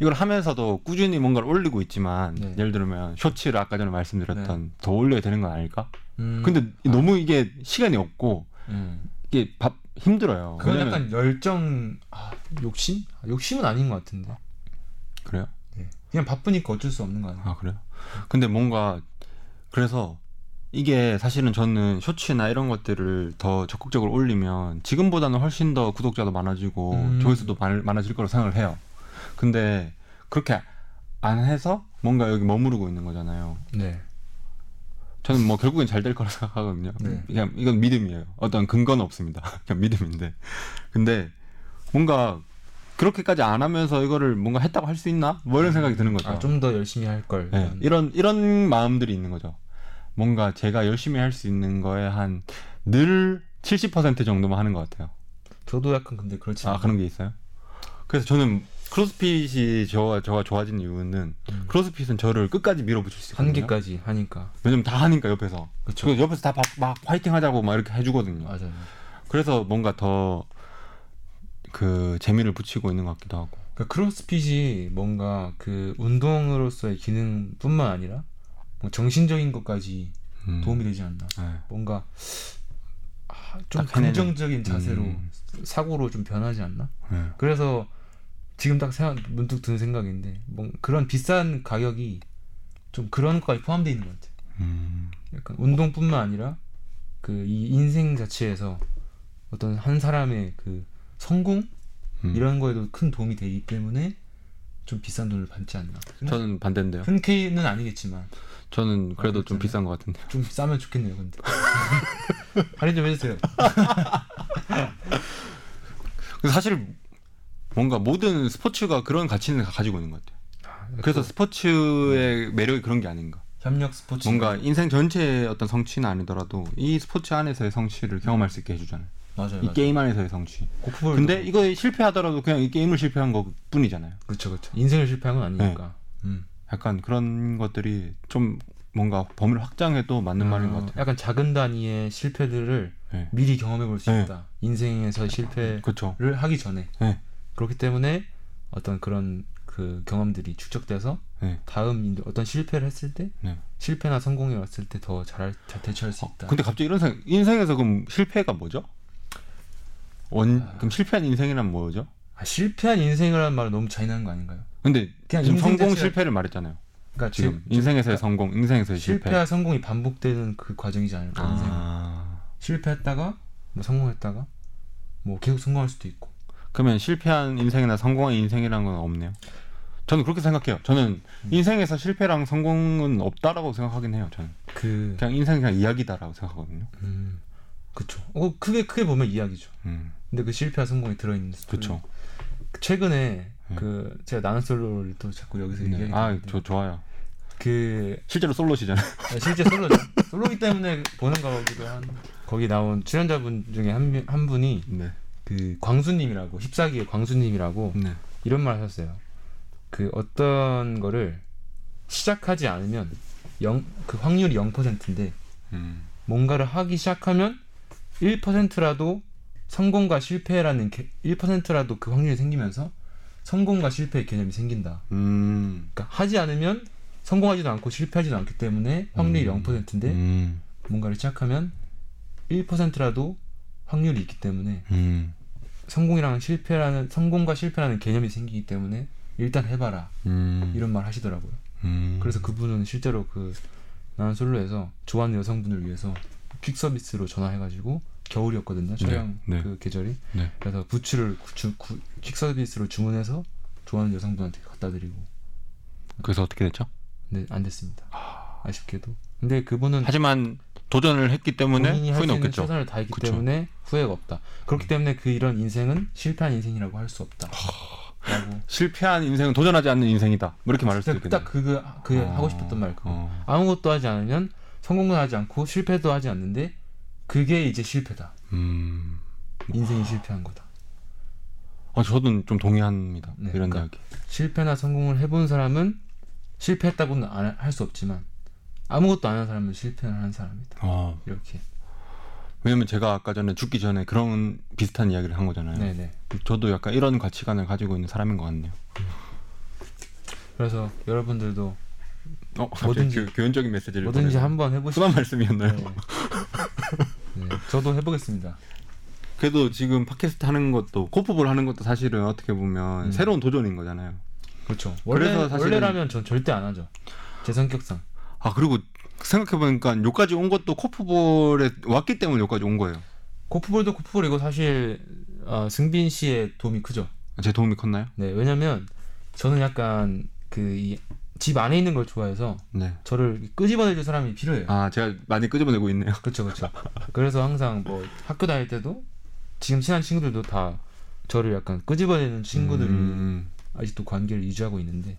이걸 하면서도 꾸준히 뭔가를 올리고 있지만 네. 예를 들면 쇼츠를 아까 전에 말씀드렸던 더 올려야 되는 건 아닐까? 음. 근데 너무 이게 시간이 없고 음. 이게 밥 힘들어요. 그건 왜냐면- 약간 열정 아, 욕심? 아, 욕심은 아닌 것 같은데 그래요? 네. 그냥 바쁘니까 어쩔 수 없는 거 아니에요 아 그래요? 근데 뭔가 그래서 이게 사실은 저는 쇼츠나 이런 것들을 더 적극적으로 올리면 지금보다는 훨씬 더 구독자도 많아지고 음. 조회수도 많, 많아질 거라고 생각을 해요. 근데 그렇게 안 해서 뭔가 여기 머무르고 있는 거잖아요. 네. 저는 뭐 결국엔 잘 될 거라 생각하거든요. 네. 그냥 이건 믿음이에요. 어떤 근거는 없습니다. 그냥 믿음인데. 근데 뭔가 그렇게까지 안 하면서 이거를 뭔가 했다고 할 수 있나? 뭐 이런 생각이 드는 거죠. 아, 좀 그렇죠. 더 열심히 할걸 네, 이런 이런 마음들이 있는 거죠. 뭔가 제가 열심히 할 수 있는 거에 한 늘 70% 정도만 하는 것 같아요. 저도 약간 근데 그렇지 아 그런 게 있어요? 그래서 저는 크로스핏이 저와 저와 좋아진 이유는 음. 크로스핏은 저를 끝까지 밀어붙일 수 있거든요. 한계까지 하니까 왜냐면 다 하니까 옆에서 그쵸 저 옆에서 다 막 화이팅 하자고 막 이렇게 해주거든요. 맞아요 그래서 뭔가 더 그 재미를 붙이고 있는 것 같기도 하고. 그러니까 크로스핏이 뭔가 그 운동으로서의 기능뿐만 아니라 뭐 정신적인 것까지 음. 도움이 되지 않나 네. 뭔가 아, 좀 딱 해내는. 긍정적인 자세로 음. 사고로 좀 변하지 않나 네. 그래서 지금 딱 생각, 문득 드는 생각인데 뭔 그런 비싼 가격이 좀 그런 것까지 포함되어 있는 것 같아요 음. 약간 운동뿐만 아니라 그 이 인생 자체에서 어떤 한 사람의 그 성공 음. 이런 거에도 큰 도움이 되기 때문에 좀 비싼 돈을 받지 않나. 저는 반대인데요. 흔쾌히는 아니겠지만 저는 그래도 좀 그렇잖아요. 비싼 것 같은데. 좀 싸면 좋겠네요. 근데 할인 좀 해주세요. 그래서 사실 뭔가 모든 스포츠가 그런 가치는 다 가지고 있는 것 같아요. 그래서 스포츠의 매력이 그런 게 아닌가. 협력 스포츠 뭔가 인생 전체의 어떤 성취는 아니더라도 이 스포츠 안에서의 성취를 경험할 수 있게 해주잖아요. 맞아요. 이 맞아요. 게임 안에서의 성취. 고프볼 근데 이거 실패하더라도 그냥 이 게임을 실패한 것 뿐이잖아요. 그렇죠 그렇죠. 인생을 실패한 건 아니니까. 네. 음. 약간 그런 것들이 좀 뭔가 범위를 확장해도 맞는 말인 것 같아요. 약간 작은 단위의 실패들을 네. 미리 경험해 볼 수 네. 있다. 인생에서 실패를 그렇죠. 하기 전에. 네. 그렇기 때문에 어떤 그런 그 경험들이 축적돼서 네. 다음 인- 어떤 실패를 했을 때 네. 실패나 성공이 왔을 때 더 잘 대처할 수 어, 있다. 근데 갑자기 이런 생각, 인생에서 그럼 실패가 뭐죠? 원 그럼 실패한 인생이란 뭐죠? 아, 실패한 인생이라는 말은 너무 잔인한 거 아닌가요? 근데 그냥 지금 인생 성공 자체가- 실패를 말했잖아요. 그러니까 지금 지금 인생에서의 성공, 인생에서의 실패. 실패와 성공이 반복되는 그 과정이지 않을까. 인생은. 아. 실패했다가 뭐 성공했다가 뭐 계속 성공할 수도 있고. 그러면 실패한 인생이나 성공한 인생이란 건 없네요. 저는 그렇게 생각해요. 저는 음. 인생에서 실패랑 성공은 없다라고 생각하긴 해요. 저는 그 그냥 인생 그냥 이야기다라고 생각하거든요. 음, 그쵸. 어, 크게 크게 보면 이야기죠. 음, 근데 그 실패와 성공이 들어있는 스토리. 그렇죠. 최근에 네. 그 제가 나는 솔로를 또 자꾸 여기서 네. 얘기하는데 아저 좋아요. 그 실제로 솔로시잖아요. 실제 솔로죠. 솔로기 때문에 보는 거기도 한 거기 나온 출연자분 중에 한, 명- 한 분이 네. 그 광수님이라고 힙사기의 광수님이라고 네. 이런 말 하셨어요. 그 어떤 거를 시작하지 않으면 영 그 확률이 0%인데 음. 뭔가를 하기 시작하면 1%라도 성공과 실패라는 개- 1%라도 그 확률이 생기면서 성공과 실패의 개념이 생긴다. 음. 그러니까 하지 않으면 성공하지도 않고 실패하지도 않기 때문에 확률이 음. 0%인데 음. 뭔가를 시작하면 1%라도 확률이 있기 때문에 음. 성공이랑 실패라는 성공과 실패라는 개념이 생기기 때문에 일단 해봐라 음. 이런 말 하시더라고요. 음. 그래서 그분은 실제로 그 나는 솔로에서 좋아하는 여성분을 위해서 퀵 서비스로 전화해가지고 겨울이었거든요 촬영 네. 그 계절이 네. 그래서 부츠를 구, 구, 퀵 서비스로 주문해서 좋아하는 여성분한테 갖다 드리고 그래서 어떻게 됐죠? 근데 안 됐습니다 아쉽게도 근데 그분은 하지만 도전을 했기 때문에 본인이 할 수 후회는 있는 없겠죠. 최선을 다했기 그쵸. 음. 때문에 후회가 없다 그렇기 때문에 그 이런 인생은 실패한 인생이라고 할 수 없다 라고 실패한 인생은 도전하지 않는 인생이다. 뭐 이렇게 말할 수도 있겠네요. 딱 그거 그 어, 하고 싶었던 말 그거 어. 아무것도 하지 않으면 성공도 하지 않고 실패도 하지 않는데 그게 이제 실패다. 음. 인생이 실패한 거다. 아, 저도 좀 동의합니다. 네, 이런 그러니까 이야기. 실패나 성공을 해본 사람은 실패했다고는 할 수 없지만 아무것도 안 한 사람은 실패를 한 사람이다. 아, 이렇게. 왜냐면 제가 아까 전에 죽기 전에 그런 비슷한 이야기를 한 거잖아요. 네, 네. 저도 약간 이런 가치관을 가지고 있는 사람인 것 같네요. 그래서 여러분들도 어, 뭐든지- 뭐든지 교, 교훈적인 메시지를 뭐든지 보내는 한번 어. 해보시고. 순한 말씀이었나요? 네. 네, 저도 해보겠습니다. 그래도 지금 팟캐스트 하는 것도 코프볼 하는 것도 사실은 어떻게 보면 음. 새로운 도전인 거잖아요. 그렇죠. 원래 그래서 사실은- 원래라면 전 절대 안 하죠. 제 성격상. 아 그리고 생각해 보니까 여기까지 온 것도 코프볼에 왔기 때문에 여기까지 온 거예요. 코프볼도 코프볼이고 사실 어, 승빈 씨의 도움이 크죠. 제 도움이 컸나요? 네, 왜냐면 저는 약간 그 이 집 안에 있는 걸 좋아해서 네. 저를 끄집어내줄 사람이 필요해요. 아 제가 많이 끄집어내고 있네요. 그렇죠, 그렇죠. 그래서 항상 뭐 학교 다닐 때도 지금 친한 친구들도 다 저를 약간 끄집어내는 친구들이 음. 아직도 관계를 유지하고 있는데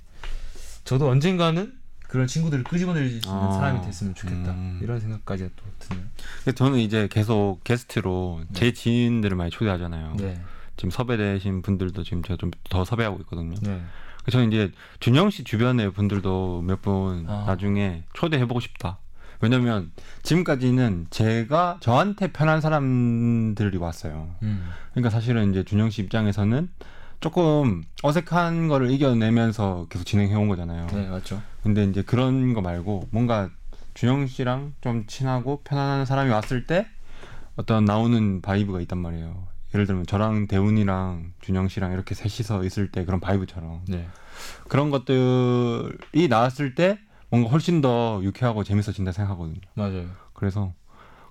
저도 언젠가는 그런 친구들을 끄집어낼 수 있는 아, 사람이 됐으면 좋겠다 음. 이런 생각까지 또 드네요. 근데 저는 이제 계속 게스트로 제 지인들을 많이 초대하잖아요. 네, 지금 섭외되신 분들도 지금 제가 좀 더 섭외하고 있거든요. 네. 그래서 저는 이제 준영 씨 주변의 분들도 몇 분 아. 나중에 초대해보고 싶다. 왜냐면 지금까지는 제가 저한테 편한 사람들이 왔어요. 음. 그러니까 사실은 이제 준영 씨 입장에서는 조금 어색한 거를 이겨내면서 계속 진행해 온 거잖아요. 네, 맞죠. 근데 이제 그런 거 말고 뭔가 준영 씨랑 좀 친하고 편안한 사람이 왔을 때 어떤 나오는 바이브가 있단 말이에요. 예를 들면 저랑 대훈이랑 준영 씨랑 이렇게 셋이서 있을 때 그런 바이브처럼 네, 그런 것들이 나왔을 때 뭔가 훨씬 더 유쾌하고 재밌어진다 생각하거든요. 맞아요. 그래서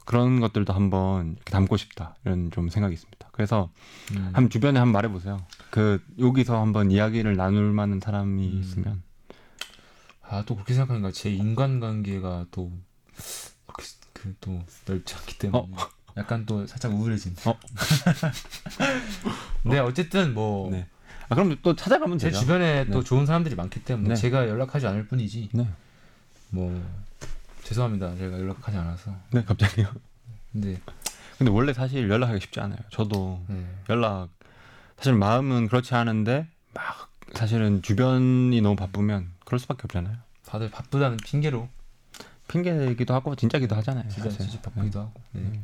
그런 것들도 한번 이렇게 담고 싶다 이런 좀 생각이 있습니다. 그래서 음. 한 주변에 한번 말해보세요. 그 여기서 한번 이야기를 나눌 만한 사람이 음. 있으면 아 또 그렇게 그, 생각하니까 제 인간관계가 또 그또 넓지 않기 때문에 약간 또 살짝 우울해진. 어. 네 어쨌든 뭐 제 네. 아 그럼 또 찾아가면 되죠. 주변에 네. 또 좋은 사람들이 많기 때문에 네. 제가 연락하지 않을 뿐이지 네. 뭐 죄송합니다 제가 연락하지 않아서 네, 갑자기요. 근데 근데 원래 사실 연락하기 쉽지 않아요. 저도 네. 연락 사실 마음은 그렇지 않은데 막 사실은 주변이 너무 바쁘면 그럴 수밖에 없잖아요. 다들 바쁘다는 핑계로 핑계기도 하고 진짜기도 하잖아요. 진짜 사실. 진짜 바쁘기도 하고 네. 네.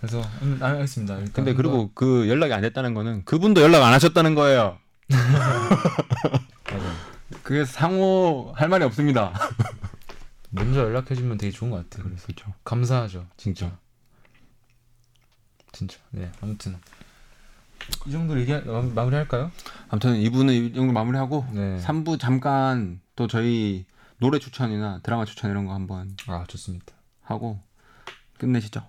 그래서 음, 알겠습니다 일단 근데 한번- 그리고 그 연락이 안 됐다는 거는 그분도 연락 안 하셨다는 거예요. 맞아요. 그게 상호 할 말이 없습니다. 먼저 연락해주면 되게 좋은 것 같아요. 그래서 그렇죠. 감사하죠. 진짜. 진짜. 네. 아무튼 이 정도 얘기 마무리할까요? 아무튼 이분은 이 정도 마무리하고 네. 3부 잠깐 또 저희 노래 추천이나 드라마 추천 이런 거 한번 아 좋습니다. 하고 끝내시죠.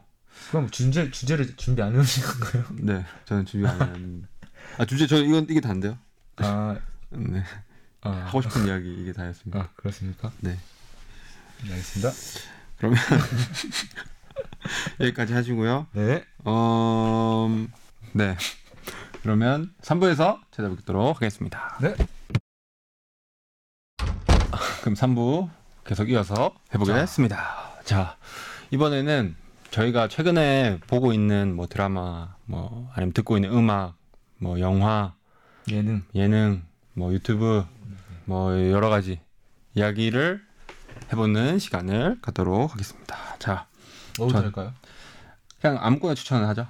그럼 주제 주제를 준비 안 해오신 건가요? 네, 저는 준비 안 했는데. 아 주제 저 이건 이게 다인데요. 아, 네, 아, 하고 싶은 이야기 이게 다였습니다. 아 그렇습니까? 네, 네, 알겠습니다. 그러면 아. 여기까지 하시고요. 네. 어, 음, 네. 그러면 3부에서 찾아뵙도록 하겠습니다. 네. 그럼 3부 계속 이어서 해보겠습니다. 자, 이번에는 저희가 최근에 보고 있는 뭐 드라마, 뭐 아니면 듣고 있는 음악, 뭐 영화, 예능. 예능, 뭐 유튜브, 뭐 여러 가지 이야기를 해보는 시간을 갖도록 하겠습니다. 자, 뭐부터 전- 할까요? 그냥 아무거나 추천을 하죠.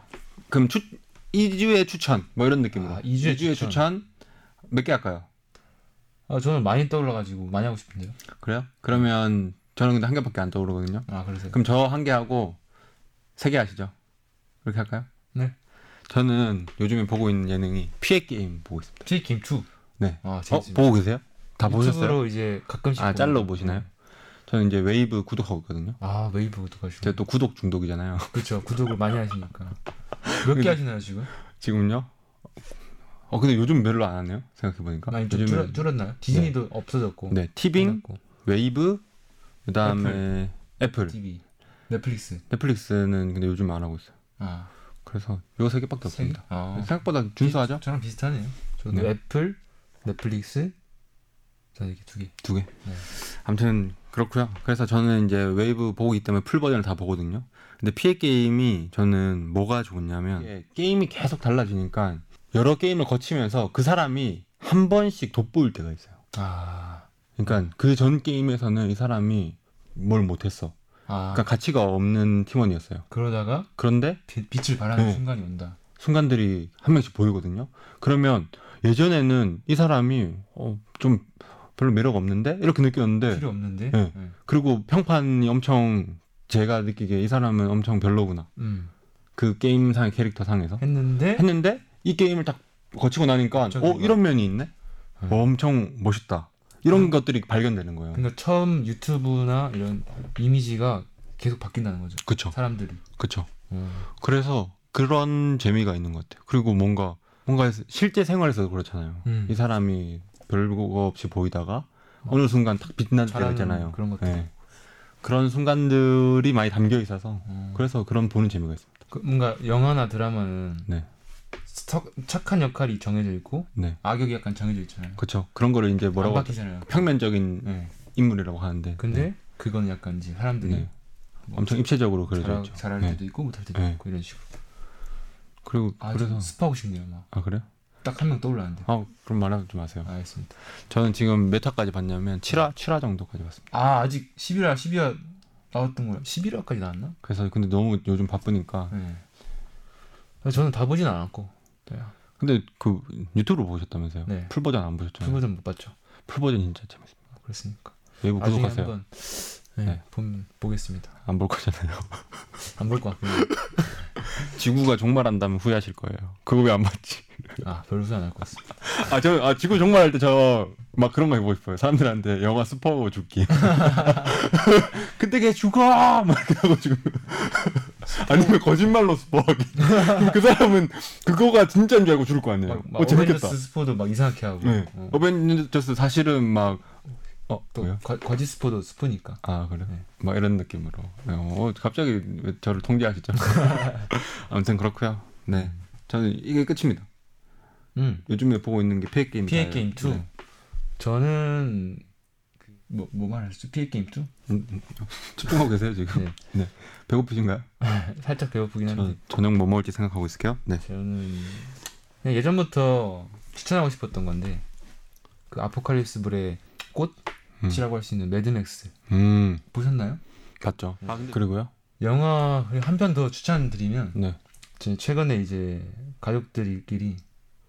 그럼 추 2주의 추천 뭐 이런 느낌으로. 아, 2주의 추천, 추천. 몇 개 할까요? 아 저는 많이 떠올라가지고 많이 하고 싶은데요. 그래요? 그러면 저는 근데 한 개밖에 안 떠오르거든요. 아 그러세요? 그럼 저 한 개 하고 세 개 하시죠. 그렇게 할까요? 네. 저는 요즘에 보고 있는 예능이 피해 게임 보고 있습니다. 제 김투. 네. 아 어, 재밌습니다. 보고 계세요? 다 보셨어요? 유튜브로 이제 가끔씩. 아, 보는 짤로 거. 보시나요? 네. 저는 이제 웨이브 구독하고 있거든요. 아 웨이브 구독하시고. 제가 또 구독 중독이잖아요. 그렇죠. 구독을 많이 하시니까. 몇 개 근데- 하시나요 지금? 지금요? 어, 근데 요즘 별로 안 그러니까 하네요. 생각해 보니까. 많이 좀 줄어, 줄었나요? 디즈니도 없어졌고. 네, 티빙, 끝났고. 웨이브 그다음에 애플, TV, 넷플릭스. 넷플릭스는 근데 요즘 안 하고 있어요. 아, 그래서 요 세 개밖에 어. 없습니다. 아. 생각보다 준수하죠? 저랑 비슷하네요. 저도 네. 애플, 넷플릭스. 자 이렇게 두 개. 두 개. 네. 아무튼 그렇고요. 그래서 저는 이제 웨이브 보고 있기 때문에 풀 버전을 다 보거든요. 근데 피해 게임이 저는 뭐가 좋냐면 예, 이게 게임이 계속 달라지니까 여러 게임을 거치면서 그 사람이 한 번씩 돋보일 때가 있어요. 아, 그러니까 그 전 게임에서는 이 사람이 뭘 못했어. 아. 그러니까 가치가 없는 팀원이었어요. 그러다가 그런데 빛- 빛을 발하는 네. 순간이 온다. 순간들이 한 명씩 보이거든요. 그러면 예전에는 이 사람이 어, 좀 별로 매력 없는데 이렇게 느꼈는데 필요 없는데. 네. 네. 그리고 평판이 엄청 제가 느끼기에 이 사람은 엄청 별로구나 음. 그 게임상의 캐릭터 상에서 했는데 했는데 이 게임을 딱 거치고 나니까 갑자기 어 뭔가- 이런 면이 있네 네. 어, 엄청 멋있다 이런 아. 것들이 발견되는 거예요. 그러니까 처음 유튜브나 이런 이미지가 계속 바뀐다는 거죠. 그쵸, 사람들이. 그쵸. 그래서 그런 재미가 있는 것 같아요. 그리고 뭔가 뭔가 실제 생활에서도 그렇잖아요. 음. 이 사람이 별거 없이 보이다가 어느 순간 탁 빛날 때가 잘하는 있잖아요. 그런 것들. 예. 그런 순간들이 많이 담겨 있어서 어. 그래서 그런 보는 재미가 있어요. 그 뭔가 영화나 드라마는 네. 석- 착한 역할이 정해져 있고 네, 악역이 약간 정해져 있잖아요. 그렇죠. 그런 거를 이제 뭐라고 안 바뀌잖아요. 평면적인 네. 인물이라고 하는데 근데 그건 약간 이제 네. 사람들이 뭐 네. 엄청 입체적으로 그려져 잘하, 있죠. 잘할 네. 때도 있고 못할 때도 네. 있고 이런 식으로. 그리고 아, 그래서 그래서 스파하고 싶네요. 막. 아 그래요? 딱 한 명 떠올랐는데. 아 그럼 말하지 마세요. 알겠습니다. 저는 지금 몇 화까지 봤냐면 7화 7화 정도까지 봤습니다. 아 아직 11화 12화 나왔던 거야. 11화까지 나왔나? 그래서 근데 너무 요즘 바쁘니까 네. 아, 저는 다 보진 않았고. 네. 근데 그 유튜브로 보셨다면서요? 네. 풀 버전 안 보셨잖아요. 풀버전 못 봤죠. 아, 풀 버전 진짜 재밌습니다. 그렇습니까? 외부 나중에 구독하세요. 한번 네, 네. 봄 보겠습니다. 안 볼 거잖아요. 안 볼 것 같고. 지구가 종말한다면 후회하실 거예요. 그거 왜 안 봤지? 아 별로 후회 안할 것 같습니다. 아, 저, 아, 지구 종말할 때 저 막 그런 거 해보고 싶어요. 사람들한테 영화 스포하고 죽기. 그때 걔 죽어! 막 이러고 죽 아니면 거짓말로 스포하기. 그럼 그 사람은 그거가 진짜인 줄 알고 네. 죽을 거 아니에요. 막, 막 어, 재밌겠다. 네. 어벤져스 스포도 막 이상하게 하고. 네. 어. 어벤져스 사실은 막 어, 또 왜요? 거, 거짓 스포도 스포니까. 아 그래? 네. 막 이런 느낌으로. 어, 갑자기 왜 저를 통제하시죠? 아무튼 그렇고요. 네, 저는 이게 끝입니다. 음. 요즘에 보고 있는 게 피해 게임. 피해 다예요. 게임 네. 2. 음, 저는 그 뭐, 뭐 말했어? 피해 게임 2? 음, 음, 집중하고 계세요 지금? 네. 네. 배고프신가요? 살짝 배고프긴 저 한데. 저녁 뭐 먹을지 생각하고 있을게요. 네. 저는 그냥 예전부터 추천하고 싶었던 건데 그 아포칼립스 불의 꽃이라고 할 수 있는 매드맥스 음, 보셨나요? 봤죠. 아, 그리고요? 영화 한 편 더 추천드리면 네. 제 최근에 이제 가족들끼리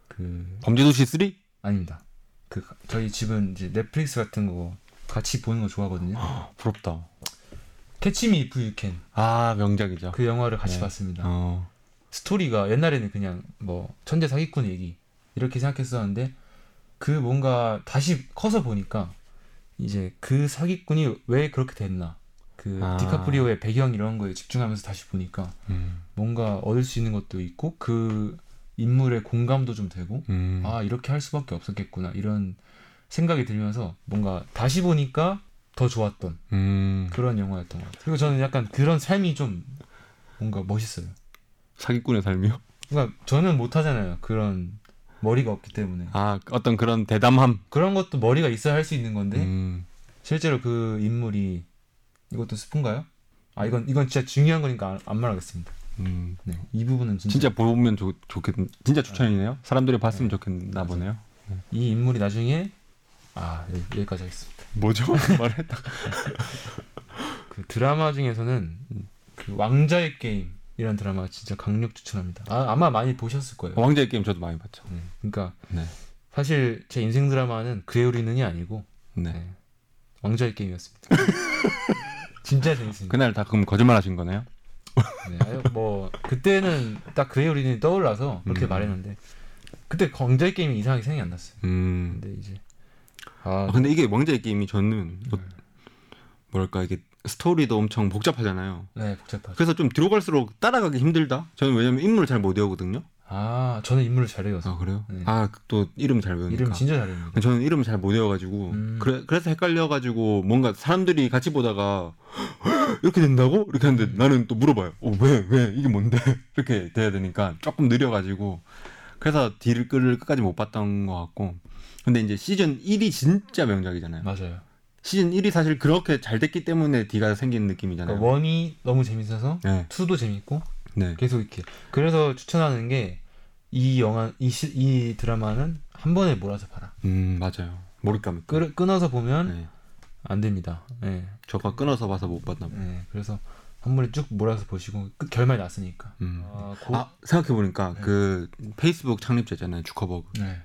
그 범죄도시 3? 아닙니다. 그 가- 저희 집은 이제 넷플릭스 같은 거 같이 보는 거 좋아하거든요. 부럽다. 캐치미 이프 유캔 아 명작이죠. 그 영화를 같이 네. 봤습니다. 어, 스토리가 옛날에는 그냥 뭐 천재 사기꾼 얘기 이렇게 생각했었는데 그 뭔가 다시 커서 보니까 이제 그 사기꾼이 왜 그렇게 됐나 그 아. 디카프리오의 배경 이런 거에 집중하면서 다시 보니까 음, 뭔가 얻을 수 있는 것도 있고 그 인물의 공감도 좀 되고 음. 아 이렇게 할 수밖에 없었겠구나 이런 생각이 들면서 뭔가 다시 보니까 더 좋았던 음. 그런 영화였던 것 같아요 그리고 저는 약간 그런 삶이 좀 뭔가 멋있어요 사기꾼의 삶이요? 그러니까 저는 못 하잖아요. 그런 머리가 없기 때문에 아 어떤 그런 대담함. 그런 것도 머리가 있어야 할 수 있는 건데 음. 실제로 그 인물이 이것도 스폰가요? 아 이건 이건 진짜 중요한 거니까 안, 안 말하겠습니다. 음. 네, 이 부분은 진짜, 진짜 보면 좋, 좋겠 진짜 추천이네요. 사람들이 봤으면 좋겠나 보네요. 이 인물이 나중에 아 여- 여기까지 하겠습니다. 뭐죠? 말했다. 그 드라마 중에서는 그 왕자의 게임이라는 드라마 진짜 강력 추천합니다. 아, 아마 많이 보셨을 거예요. 왕자의 게임 저도 많이 봤죠. 네, 그러니까 네. 사실 제 인생 드라마는 그의 우리는이 아니고 네. 네. 왕자의 게임이었습니다. 진짜 재밌습니다. 네. 그날 다 그럼 거짓말하신 거네요? 네, 아유, 뭐 그때는 딱 그의 우리는 떠올라서 그렇게 음. 말했는데 그때 왕자의 게임이 이상하게 생각이 안 났어요. 음. 근데 이제 아, 아 근데 이게 왕자의 게임이 저는 어- 뭐랄까 이게 스토리도 엄청 복잡하잖아요. 네, 복잡하죠. 그래서 좀 들어갈수록 따라가기 힘들다. 저는 왜냐면 인물을 잘 못 외우거든요. 아 저는 인물을 잘 외워서 아 그래요? 네. 아 또 이름 잘 외우니까. 이름 진짜 잘 외웁니다. 저는 이름 잘 못 외워가지고 음. 그래, 그래서 헷갈려가지고 뭔가 사람들이 같이 보다가 이렇게 된다고 이렇게 하는데 나는 또 물어봐요. 어왜 왜 이게 뭔데 이렇게 돼야 되니까 조금 느려가지고 그래서 딜을 끌을 끝까지 못 봤던 것 같고 근데 이제 시즌 1이 진짜 명작이잖아요. 맞아요. 시즌 1이 사실 그렇게 잘 됐기 때문에 D가 생긴 느낌이잖아요. 그러니까 원이 너무 재밌어서 네, 투도 재밌고 네, 계속 이렇게 그래서 추천하는 게 이 영화 이, 시- 이 드라마는 한 번에 몰아서 봐라. 음 맞아요. 몰입감. 있고. 끌, 끊어서 보면 네, 안 됩니다. 네. 저가 끊어서 봐서 못 봤나 봐. 네, 그래서 한 번에 쭉 몰아서 보시고 끝 결말이 났으니까. 음. 아, 고... 아 생각해 보니까 네. 그 페이스북 창립자잖아요 주커버그. 네.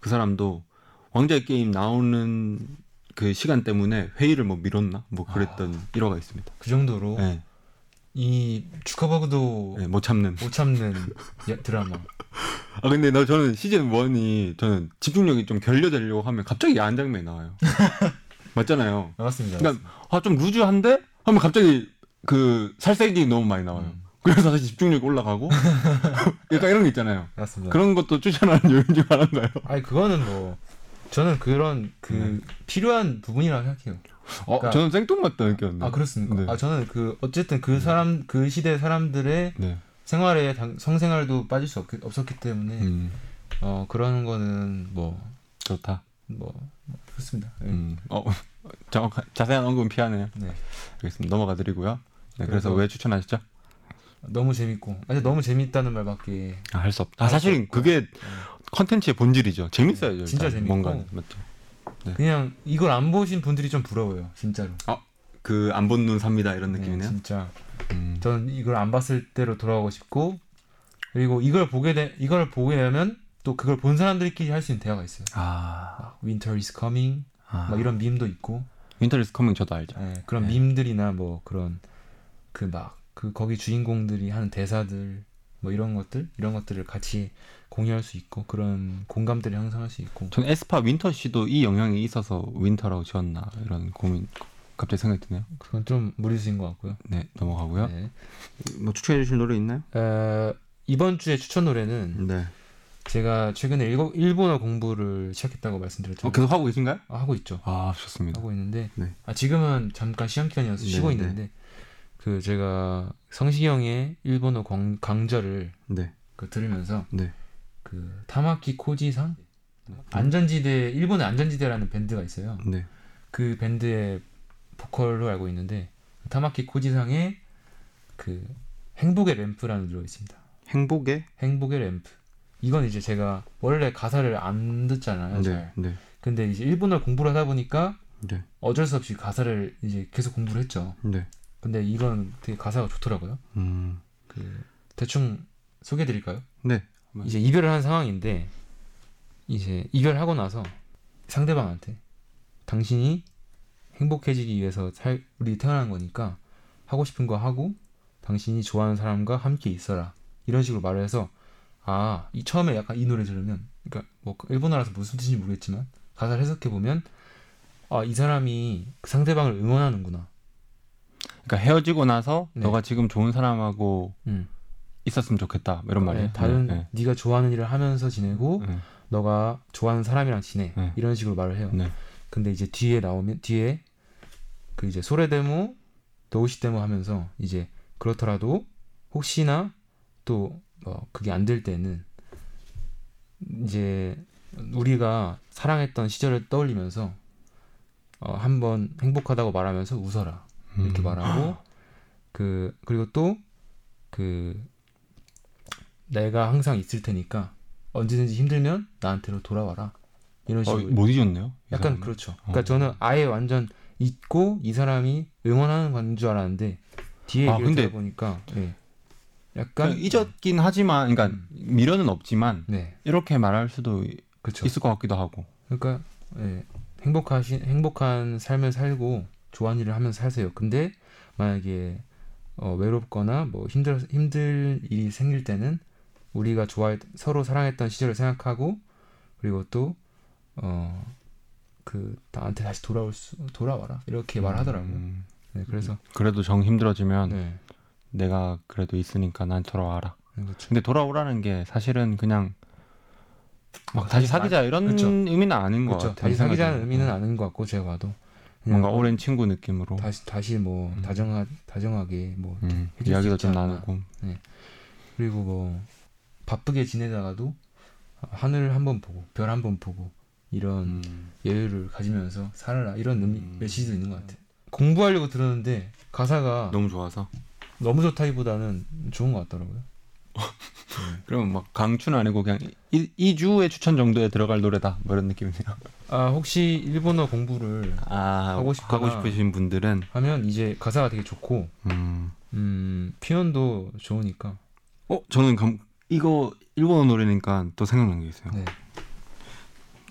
그 사람도 왕자의 게임 나오는 그 시간 때문에 회의를 뭐 미뤘나 뭐 그랬던 일화가 있습니다. 그 정도로 네, 이 주커버그도 네, 못 참는. 못 참는 야- 드라마. 아 근데 나 저는 시즌 1이 저는 집중력이 좀 결려되려고 하면 갑자기 야한 장면이 나와요. 맞잖아요. 나왔습니다. 그러니까 아 좀 루즈한데 하면 갑자기 그 살색이 너무 많이 나와요. 음. 그래서 다시 집중력이 올라가고 약간 이런 게 있잖아요. 나왔습니다. 그런 것도 추천하는 요인 중 하나인가요? 아니 그거는 뭐 저는 그런 그 네. 필요한 부분이라고 생각해요. 어, 그러니까- 저는 생뚱맞다 느꼈는데. 아 그렇습니까? 네. 아 저는 그 어쨌든 그 사람 그 시대 사람들의 네. 생활에 당- 성생활도 빠질 수 없, 없었기 때문에 음, 어 그런 거는 뭐 뭐 좋다. 그렇습니다. 네. 음, 어, 정확한 자세한 언급은 피하네요. 네. 알겠습니다. 넘어가 드리고요. 네, 그래서 그래서- 왜 추천하시죠? 너무 재밌고 아니 너무 재밌다는 말밖에 아, 할 수 없다. 아, 사실 그게 컨텐츠의 본질이죠. 재밌어야죠. 진짜 일단. 재밌고. 뭔가 맞죠. 그냥 이걸 안 보신 분들이 좀 부러워요 진짜로 그 안 본 눈 삽니다 이런 네, 느낌이네요. 진짜 음, 저는 이걸 안 봤을 때로 돌아가고 싶고 그리고 이걸 보게 되 이걸 보게 되면 또 그걸 본 사람들끼리 할 수 있는 대화가 있어요 아, 막 Winter is coming 아. 막 이런 밈도 있고 윈터리스 커밍 저도 알죠. 네, 그런 네. 밈들이나 뭐 그런 그 막 그 거기 주인공들이 하는 대사들 뭐 이런 것들 이런 것들을 같이 공유할 수 있고 그런 공감대를 형성할 수 있고 전 에스파 윈터 씨도 이 영향이 있어서 윈터라고 지었나 이런 고민 갑자기 생각이 드네요. 그건 좀 무리수인 것 같고요 네 넘어가고요. 네. 예. 뭐 추천해 주실 노래 있나요? 어, 이번 주에 추천 노래는 네. 제가 최근에 일고, 일본어 공부를 시작했다고 말씀드렸죠. 어, 계속 하고 계신가요? 아, 하고 있죠. 아 좋습니다. 하고 있는데 네. 아, 지금은 잠깐 시험 기간이어서 네, 쉬고 네. 있는데 그 제가 성시경의 일본어 강, 강좌를 네, 그 들으면서 네. 그 타마키 코지상 안전지대 일본의 안전지대라는 밴드가 있어요. 네, 그 밴드의 보컬로 알고 있는데 타마키 코지상의 그 행복의 램프라는 노래가 있습니다. 행복의 행복의 램프. 이건 이제 제가 원래 가사를 안 듣잖아요. 네, 잘. 네, 근데 이제 일본어를 공부를 하다 보니까 네, 어쩔 수 없이 가사를 이제 계속 공부를 했죠. 네. 근데 이건 되게 가사가 좋더라고요. 음, 그 대충 소개해 드릴까요? 네. 이제 이별을 한 상황인데 이제 이별하고 나서 상대방한테 당신이 행복해지기 위해서 살 우리 태어난 거니까 하고 싶은 거 하고 당신이 좋아하는 사람과 함께 있어라 이런 식으로 말을 해서 아 이 처음에 약간 이 노래 들으면 그러니까 뭐 일본어라서 무슨 뜻인지 모르겠지만 가사를 해석해 보면 아 이 사람이 그 상대방을 응원하는구나 그러니까 헤어지고 나서 네. 너가 지금 좋은 사람하고 음. 있었으면 좋겠다 이런 말이에요. 네, 다른 네, 네, 가 좋아하는 일을 하면서 지내고 네, 너가 좋아하는 사람이랑 지내 네. 이런 식으로 말을 해요. 네. 근데 이제 뒤에 나오면 뒤에 그 이제 소레데모 도우시데모 하면서 이제 그렇더라도 혹시나 또 어, 그게 안 될 때는 이제 우리가 사랑했던 시절을 떠올리면서 어, 한번 행복하다고 말하면서 웃어라 이렇게 음. 말하고 그 그리고 또 그 내가 항상 있을 테니까 언제든지 힘들면 나한테로 돌아와라 이런 어, 식으로 못 잊었네요. 이 약간 사람은. 그렇죠. 어. 그러니까 저는 아예 완전 잊고 이 사람이 응원하는 건 줄 알았는데 뒤에 아, 얘기를 근데- 들어보니까 예. 약간 그러니까 잊었긴 하지만, 그러니까 미련은 없지만 네 이렇게 말할 수도 이- 그렇죠. 있을 것 같기도 하고. 그러니까 예, 행복하신 행복한 삶을 살고 좋아하는 일을 하면서 사세요. 근데 만약에 어, 외롭거나 뭐 힘들 힘들 일이 생길 때는 우리가 좋아 서로 사랑했던 시절을 생각하고 그리고 또어그 나한테 다시 돌아올 수 돌아와라 이렇게 말하더라고요. 음. 네, 그래서 그래도 정 힘들어지면 네, 내가 그래도 있으니까 난 돌아와라. 네, 그렇죠. 근데 돌아오라는 게 사실은 그냥 막 아, 다시 다시 사귀자 이런 그쵸. 의미는 아닌 것 그렇죠. 같아요. 다시 사귀자는 생각에는. 의미는 아닌 것 같고 제가 봐도 그냥 뭔가 오랜 친구 느낌으로 다시 다시 뭐 음. 다정하 다정하게 뭐 음, 해줄 수 이야기도 있지 좀 않나. 음. 나누고 그리고 뭐 바쁘게 지내다가도 하늘을 한번 보고 별 한 번 보고 이런 음. 여유를 가지면서 살아라 이런 의미 음. 메시지도 있는 것 같아. 요 공부하려고 들었는데 가사가 너무 좋아서 너무 좋다기보다는 좋은 것 같더라고요. 그럼 막 강추는 아니고 그냥 이, 이주의 추천 정도에 들어갈 노래다 뭐 이런 느낌이네요. 아 혹시 일본어 공부를 아 하고 싶거나. 싶으신 분들은 하면 이제 가사가 되게 좋고 음. 음 표현도 좋으니까 어 저는 감, 이거 일본어 노래니까 또 생각난 게 있어요. 네.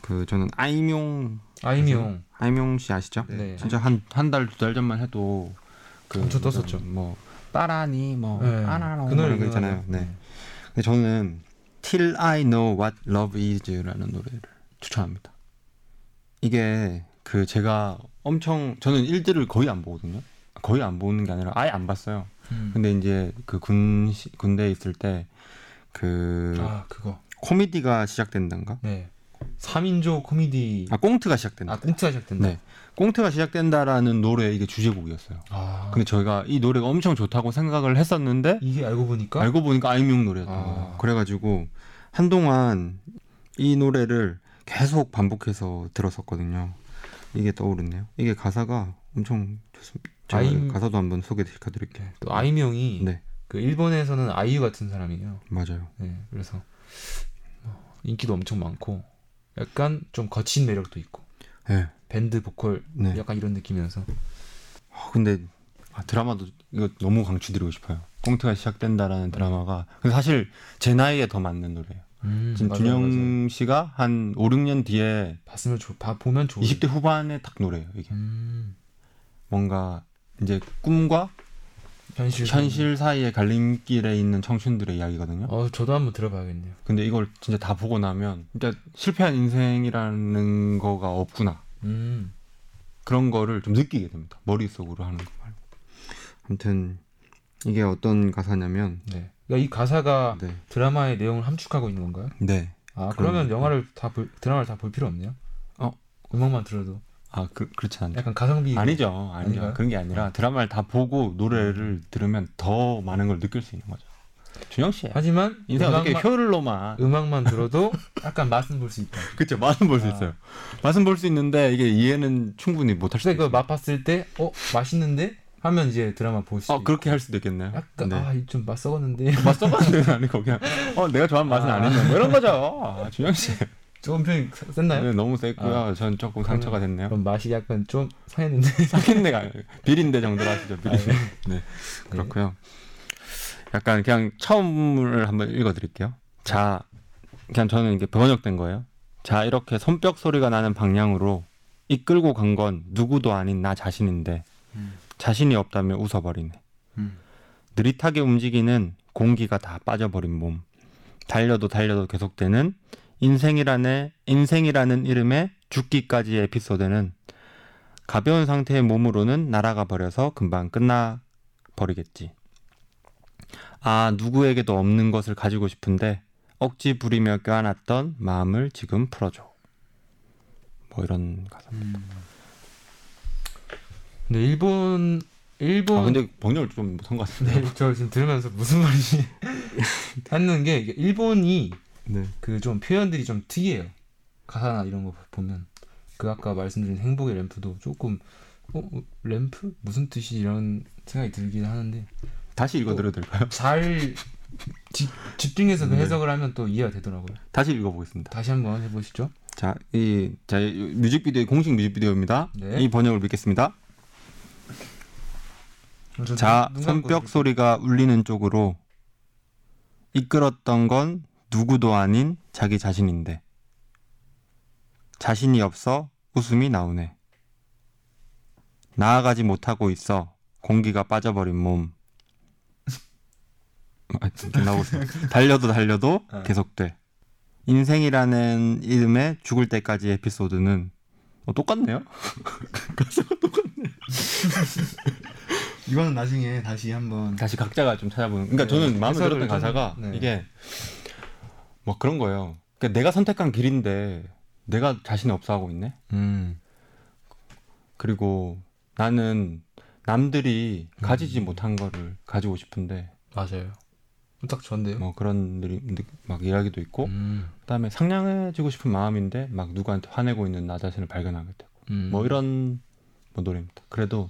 그 저는 아이명 아이미용 아이명 씨 아시죠? 네. 진짜 한 한 달 두 달 전만 해도 그 엄청 무슨 떴었죠. 뭐 따라니 뭐 네. 아나나 그 그 노래, 노래 그 있잖아요. 노래. 네. 근데 저는 Till I Know What Love Is라는 노래를 추천합니다. 이게 그 제가 엄청 저는 일들을 거의 안 보거든요. 거의 안 보는 게 아니라 아예 안 봤어요. 음. 근데 이제 그군 군대에 있을 때 그 아 그거 코미디가 시작된단가? 네 3인조 코미디 아 꽁트가 시작된다. 아 꽁트가 시작된다 네. 꽁트가 시작된다라는 노래 이게 주제곡이었어요. 아 근데 저희가 이 노래가 엄청 좋다고 생각을 했었는데 이게 알고 보니까 알고 보니까 아이뮤 노래였던 아. 거예요. 그래가지고 한동안 이 노래를 계속 반복해서 들었었거든요. 이게 떠오르네요. 이게 가사가 엄청 좋습니다. 제가 아이- 가사도 한번 소개시켜드릴게요. 네, 또 아이명이 네, 그 일본에서는 아이유 같은 사람이에요. 맞아요. 네, 그래서 어, 인기도 엄청 많고 약간 좀 거친 매력도 있고 네, 밴드 보컬 네. 약간 이런 느낌이면서 아, 근데 아, 드라마도 이거 너무 강추드리고 싶어요. 꽁트가 시작된다라는 드라마가 근데 사실 제 나이에 더 맞는 노래예요. 음, 지금 맞아, 맞아. 준영 씨가 한 5, 6년 뒤에 봤으면 좋, 봐 보면 좋은 20대 후반에 딱 노래예요. 이게 음, 뭔가 이제 꿈과 현실 현실 사이의 갈림길에 있는 청춘들의 이야기거든요. 어 저도 한번 들어봐야겠네요. 근데 이걸 진짜 다 보고 나면 진짜 실패한 인생이라는 거가 없구나 음, 그런 거를 좀 느끼게 됩니다. 머릿속으로 하는 거 말고. 아무튼 이게 어떤 가사냐면 네. 그러니까 이 가사가 네. 드라마의 내용을 함축하고 있는 건가요? 네. 아 그러면 그럼- 영화를 다 볼, 드라마를 다 볼 필요 없네요. 어? 음악만 들어도 아, 그, 그렇지 않죠. 약간 가성비 아니죠. 아니죠. 아닌가요? 그런 게 아니라 드라마를 다 보고 노래를 들으면 더 많은 걸 느낄 수 있는 거죠. 준영 씨. 하지만 인생 어떻게 음악만, 효율로만. 음악만 들어도 약간 맛은 볼 수 있다. 그쵸. 맛은 볼 수 아. 있어요. 맛은 볼 수 있는데 이게 이해는 충분히 못 할 수도 근데 있어요. 그맛 봤을 때 어 맛있는데 하면 이제 드라마 볼 수. 어, 있고. 그렇게 할 수도 있겠네요. 아, 약간 네. 아좀맛 썩었는데 맛 써봤는데 아니고 그냥 어 내가 좋아하는 맛은 아. 아. 니네뭐 이런 거죠. 아, 준영 씨. 조금 표현이 세- 셌나요? 네, 너무 셌고요. 아. 전 조금 상처가 됐네요. 그럼 맛이 약간 좀 상했는데. 사귄내가 비린내 정도로 아, 하시죠. 비린내. 네. 그렇고요. 네. 약간 그냥 처음을 한번 읽어드릴게요. 자, 그냥 저는 이게 번역된 거예요. 자, 이렇게 손뼉 소리가 나는 방향으로 이끌고 간 건 누구도 아닌 나 자신인데 음. 자신이 없다며 웃어버리네. 음. 느릿하게 움직이는 공기가 다 빠져버린 몸. 달려도 달려도 계속되는 인생이라는 인생이라는 이름의 죽기까지의 에피소드는 가벼운 상태의 몸으로는 날아가 버려서 금방 끝나 버리겠지. 아, 누구에게도 없는 것을 가지고 싶은데 억지 부리며 껴안았던 마음을 지금 풀어줘. 뭐 이런 가사. 근데 일본 일본 아, 근데 번역을 좀 못한 것 같은데. 네, 저 지금 들으면서 무슨 말인지 하는 게 이게 일본이 네. 그 좀 표현들이 좀 특이해요. 가사나 이런 거 보면 그 아까 말씀드린 행복의 램프도 조금 어, 어, 램프 무슨 뜻이 이런 생각이 들긴 하는데 다시 읽어드려도 될까요? 잘 집, 집중해서 그 네. 해석을 하면 또 이해가 되더라고요. 다시 읽어보겠습니다. 다시 한번 해보시죠. 자, 이, 자, 이 뮤직비디오의 공식 뮤직비디오입니다. 네. 이 번역을 믿겠습니다. 저 자, 눈 감고 손뼉 소리가 울리는 쪽으로 이끌었던 건 누구도 아닌 자기 자신인데 자신이 없어 웃음이 나오네. 나아가지 못하고 있어 공기가 빠져버린 몸. 아, 진짜 나오세요. 달려도 달려도 어. 계속돼. 인생이라는 이름의 죽을 때까지 에피소드는 어, 똑같네요. 이거는 나중에 다시 한번 다시 각자가 좀 찾아보는. 그러니까 네, 저는 마음에 해설을 들었던 좀- 가사가 네. 이게 뭐 그런 거예요. 그러니까 내가 선택한 길인데 내가 자신이 없어 하고 있네. 음, 그리고 나는 남들이 음. 가지지 못한 거를 가지고 싶은데 맞아요. 어, 딱 좋은데요. 뭐 그런 일이 막 이야기도 있고 네. 음, 그다음에 상냥해지고 싶은 마음인데 막 누구한테 화내고 있는 나 자신을 발견하게 되고 음. 뭐 이런 뭐 노래입니다. 그래도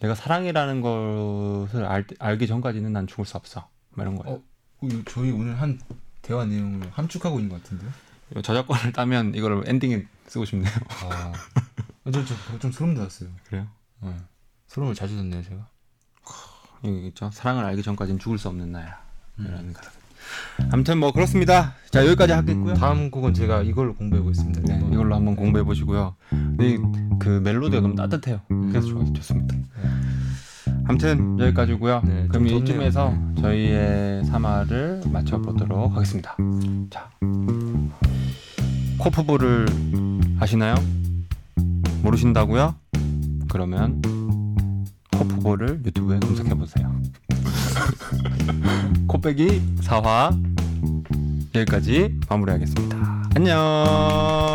내가 사랑이라는 것을 알, 알기 전까지는 난 죽을 수 없어. 뭐 이런 거예요. 어, 어, 이거 저희 오늘 한 대화 내용을 함축하고 있는 것 같은데요. 저작권을 따면 이거를 엔딩에 쓰고 싶네요. 아, 저, 저, 저, 좀 소름 돋았어요. 그래요? 예. 소름을 자주 돋네요, 제가. 여기 있죠. 사랑을 알기 전까지는 죽을 수 없는 나야. 음. 이라는 가사. 아무튼 뭐 그렇습니다. 자 여기까지 하겠고요. 다음 곡은 제가 이걸로 공부하고 있습니다. 네, 일본. 이걸로 한번 공부해 보시고요. 근데 그 멜로디가 너무 따뜻해요. 그래서 좋, 좋습니다. 아무튼 여기까지고요. 음. 네, 그럼 좀 덥네요. 이쯤에서 저희의 3화를 마쳐보도록 하겠습니다. 자, 코프볼을 아시나요? 모르신다고요? 그러면 코프볼을 유튜브에 검색해 보세요. 코빼기 4화 여기까지 마무리하겠습니다. 안녕.